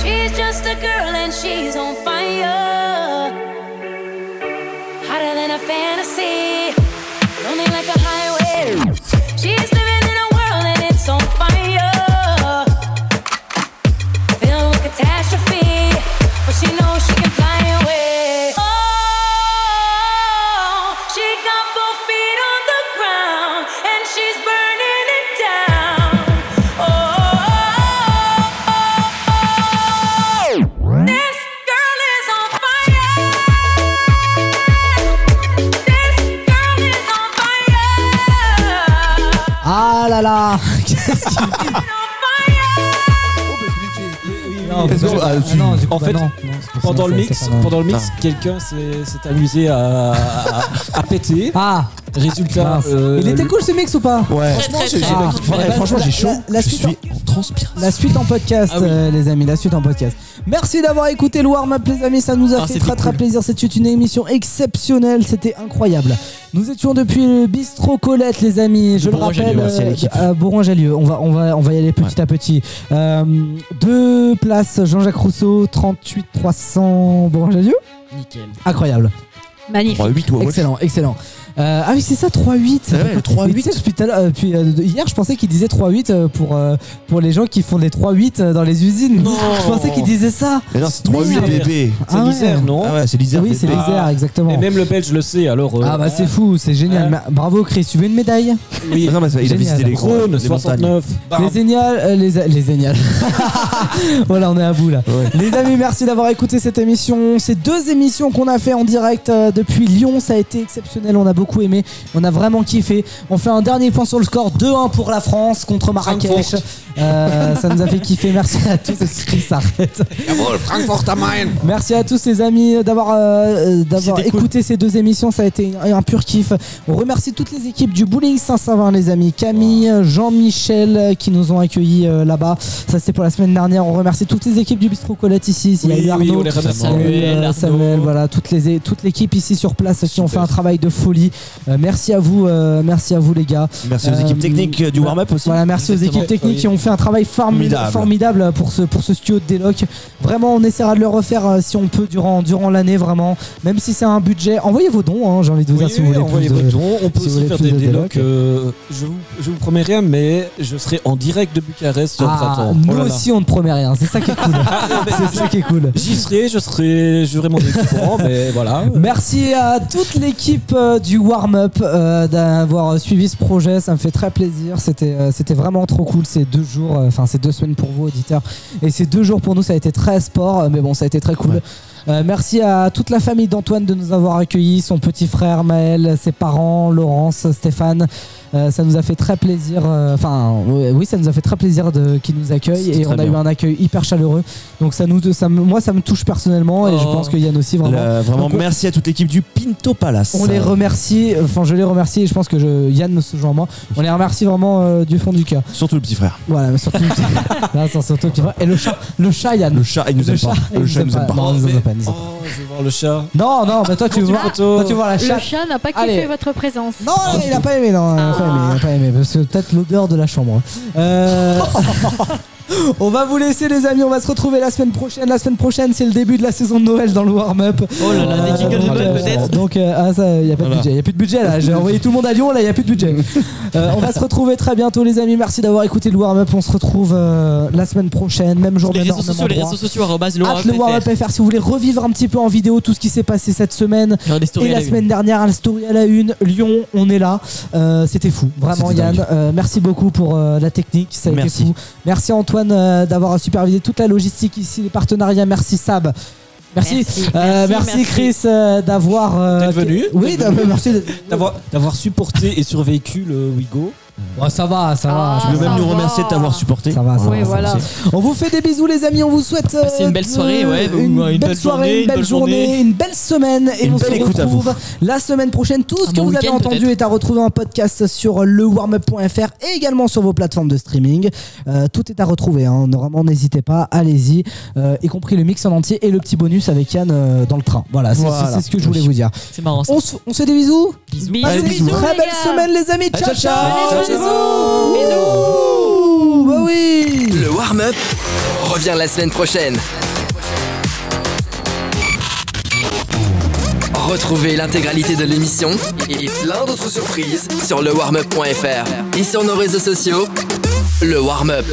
S5: She's just a girl and she's on fire. Hotter than a fantasy, lonely like a highway. She's living in a world and it's on fire. Filled with catastrophe, but she knows she can fly away. Oh, she got both feet on the ground and she's burning it down. Oh. This girl is on fire.
S9: Ah là là Qu'est-ce qui.
S4: Non,
S11: parce que-
S4: non,
S11: ah,
S4: ah,
S11: tu-
S4: non, du coup,
S11: en
S4: bah
S11: fait,
S4: non.
S11: c'est-
S4: pendant le
S11: c'est-
S4: mix,
S11: c'est pas-
S4: pendant le mix,
S11: Ah.
S4: quelqu'un s'est s'est amusé à, à, à péter.
S9: Ah.
S4: Résultat. euh,
S9: Il était
S4: le-
S9: cool ce mix ou pas
S11: Ouais.
S4: Franchement, j'ai- j'ai-
S11: ouais, franchement, j'ai chaud.
S9: La,
S11: Je
S9: suite
S11: suis Ah
S9: en transpiration. La suite en podcast, euh, les amis. La suite en podcast. Merci d'avoir écouté le warm-up, les amis. Ça nous a
S11: Ah,
S9: fait
S11: c'était
S9: très très
S11: cool.
S9: plaisir. C'était une émission exceptionnelle. C'était incroyable. Nous étions depuis le bistrot Colette, les amis. Je le rappelle,
S11: Bourgoin-Jallieu, merci à
S9: euh,
S11: l'équipe.
S9: à Bourgoin-Jallieu. On va, on, va, on va y aller petit à petit. Euh, deux places Jean-Jacques Rousseau, 38 300 Bourgoin-Jallieu.
S10: Nickel.
S9: Incroyable.
S12: Magnifique.
S11: 3-8 ou à
S9: Excellent, excellent. Euh, ah oui, c'est ça, 3-8.
S11: Ah ouais, le 3-8.
S9: Mais tu sais, Depuis, tout à l'heure, euh, depuis, euh, hier, je pensais qu'il disait 3-8 euh, pour, euh, pour les gens qui font des 3-8 euh, dans les usines. Je pensais qu'il disait ça.
S11: Mais non, c'est 3-8
S4: Misère.
S11: bébé.
S4: C'est
S9: Ah ouais.
S4: l'Isère, non
S11: Ah ouais, c'est l'Isère
S9: Oui, c'est
S11: bébé.
S9: l'Isère,
S11: Ah.
S9: exactement.
S4: Et même le Belge le sait, alors. euh,
S9: Ah bah c'est fou, c'est génial. Ma- Bravo Chris, tu veux une médaille
S4: Oui.
S11: Ah Non, mais ça, il a
S9: Génial.
S11: visité les
S4: Rhône,
S11: grandes
S4: 69.
S9: Les géniales, euh, les, les géniales. voilà, on est à bout là. Les amis, merci d'avoir écouté cette émission. Ces deux émissions qu'on a fait en direct euh, depuis Lyon, ça a été exceptionnel. On a beaucoup aimé, on a vraiment kiffé. On fait un dernier point sur le score 2-1 pour la France contre Marrakech.
S11: Francfort.
S9: Euh, ça nous a fait kiffer. Merci à tous. Chris, arrête.
S11: Frankfurt am Main.
S9: Merci à tous les amis d'avoir euh, euh, d'avoir écouté ces deux émissions, ça a été un, un pur kiff. On remercie toutes les équipes du Bowling Saint-Savin les amis, Camille, Jean-Michel euh, qui nous ont accueillis euh, là-bas. Ça c'était pour la semaine dernière. On remercie toutes les équipes du Bistrot Colette ici, il y a
S4: Oui,
S9: eu Arnaud,
S4: oui, on les remercie.
S9: il y a eu, euh,
S4: Samuel, Arnaud.
S9: Samuel, voilà, toutes les toute l'équipe ici sur place qui ont fait un travail de folie. Euh, merci à vous euh, merci à vous les gars.
S11: Merci aux équipes techniques du warm-up aussi.
S9: Euh, Voilà, Ah, merci aux
S11: Exactement.
S9: équipes techniques qui ont fait un travail formidable,
S11: Formidable.
S9: formidable pour ce pour ce studio de Déloc. Vraiment, on essaiera de le refaire euh, si on peut durant durant l'année vraiment, même si c'est un budget. Envoyez vos dons, hein, j'ai envie de vous
S4: Oui,
S9: dire si
S4: oui,
S9: vous voulez
S4: envoyez
S9: plus de-
S4: vos dons. On peut
S9: si vous
S4: aussi
S9: voulez
S4: faire
S9: plus
S4: des
S9: de
S4: délocs.
S9: Déloc.
S4: euh, je, vous, je vous promets rien, mais je serai en direct de Bucarest sur Oh
S9: Ah,
S4: printemps.
S9: nous aussi on ne promet rien, c'est ça qui est cool. c'est ça qui est cool.
S4: ben, J'y serai, je serai, j'aurai mon équipement, mais voilà.
S9: Merci à toute l'équipe euh, du warm-up euh, d'avoir suivi ce projet. Ça me fait très plaisir. C'était euh, c'était vraiment trop cool ces deux jours, euh, enfin ces deux semaines pour vous auditeurs et ces deux jours pour nous. Ça a été très sport, euh, mais bon, ça a été très cool. Euh, merci à toute la famille d'Antoine de nous avoir accueillis, son petit frère Maël, ses parents, Laurence, Stéphane. Euh, ça nous a fait très plaisir. euh, Enfin, ouais, oui, ça nous a fait très plaisir de qu'ils nous accueillent
S11: C'était
S9: et on a
S11: très
S9: eu
S11: bien.
S9: un accueil hyper chaleureux. Donc ça nous, ça me- moi, ça me touche personnellement et je
S11: Oh.
S9: pense que Yann aussi vraiment.
S11: Là, vraiment,
S9: Donc, on-
S11: merci à toute l'équipe du Pinto Palace.
S9: on les remercie, enfin je les remercie et je pense que je- Yann se joint à moi. On les remercie vraiment euh, du fond du cœur.
S11: Surtout le petit frère.
S9: Voilà, mais surtout, Là, c'est surtout le petit frère. Et le chat, le chat Yann.
S11: Le chat, il nous aime pas. Le chat, il nous aime pas.
S9: Non, il nous aime pas, il nous aime
S4: Oh, je vais voir le chat.
S9: pas. Non, non, mais toi tu vois, toi, tu vois la
S12: Le
S9: chatte.
S12: chat n'a pas kiffé
S9: Allez.
S12: votre présence.
S9: Non, il a pas aimé, non, il a pas aimé, il a pas aimé, parce que peut-être l'odeur de la chambre. Euh, on va vous laisser les amis, on va se retrouver la semaine prochaine. La semaine prochaine, c'est le début de la saison de Noël dans le warm-up.
S10: Oh là là, des jingles de Noël,
S9: donc, euh,
S10: peut-être
S9: Donc, euh, ah, ça, il y a pas de
S11: Voilà.
S9: budget, il y a plus de budget là. J'ai envoyé tout le monde à Lyon, là, il y a plus de budget. Euh, on va se retrouver très bientôt les amis. Merci d'avoir écouté le warm-up. On se retrouve euh, la semaine prochaine, même jour,
S10: Les
S9: même
S10: réseaux
S9: heure, même
S10: sociaux, les
S9: endroit.
S10: réseaux sociaux, arrobase, le
S9: Hâte Ah, le
S10: warm-up
S9: warm-up FR si vous voulez revivre un petit peu en vidéo tout ce qui s'est passé cette semaine
S10: Genre des stories
S9: et
S10: à
S9: la
S10: la une.
S9: semaine dernière la story à la une Lyon on est là Euh, c'était fou vraiment
S11: C'était
S9: Yann
S11: dingue.
S9: euh, merci beaucoup pour euh, la technique ça a
S11: Merci.
S9: été fou merci Antoine Antoine euh, d'avoir supervisé toute la logistique ici, les partenariats. Merci Sab. Merci.
S4: Merci,
S9: Euh,
S4: merci,
S9: merci, Chris euh, d'avoir. euh,
S4: D'être venu.
S9: Oui,
S4: D'être
S9: d'avoir-
S4: venu.
S9: merci.
S4: d'avoir d'avoir supporté et survécu le Wigo.
S9: ça va, Ah, ça va.
S11: Je veux même nous remercier de t'avoir supporté. Ça
S9: va, ça va, ça va, c'est- On vous fait des bisous, les amis. On vous souhaite euh,
S10: Passez une belle soirée,
S9: de-
S10: ouais, ou
S9: une,
S10: une
S9: belle,
S10: belle
S9: soirée,
S10: journée,
S9: une belle journée, une belle semaine. Et
S11: Une
S9: on
S11: belle
S9: se
S11: écoute à vous.
S9: retrouve la semaine prochaine. Tout ce
S11: Un
S9: que
S11: bon
S9: vous avez
S11: week-end,
S9: entendu est à retrouver en podcast sur lewarmup.fr et également sur vos plateformes de streaming. Euh, tout est à retrouver. hein. Normalement, n'hésitez pas, allez-y, euh, y compris le mix en entier et le petit bonus avec Yann euh, dans le train. Voilà, c'est
S11: Voilà.
S9: c'est ce que je voulais vous dire.
S10: C'est marrant.
S9: On se on se fait des bisous.
S10: Bisous.
S9: Passez
S10: Allez,
S9: une
S10: bisous.
S9: Très belle semaine, les amis.
S10: Ah,
S9: Ciao,
S10: ciao,
S9: ciao.
S10: ciao.
S9: Bisous. Bah oui.
S17: Le warm-up revient la semaine prochaine. Retrouvez l'intégralité de l'émission et plein d'autres surprises sur le warmup.fr et sur nos réseaux sociaux. Le warm-up.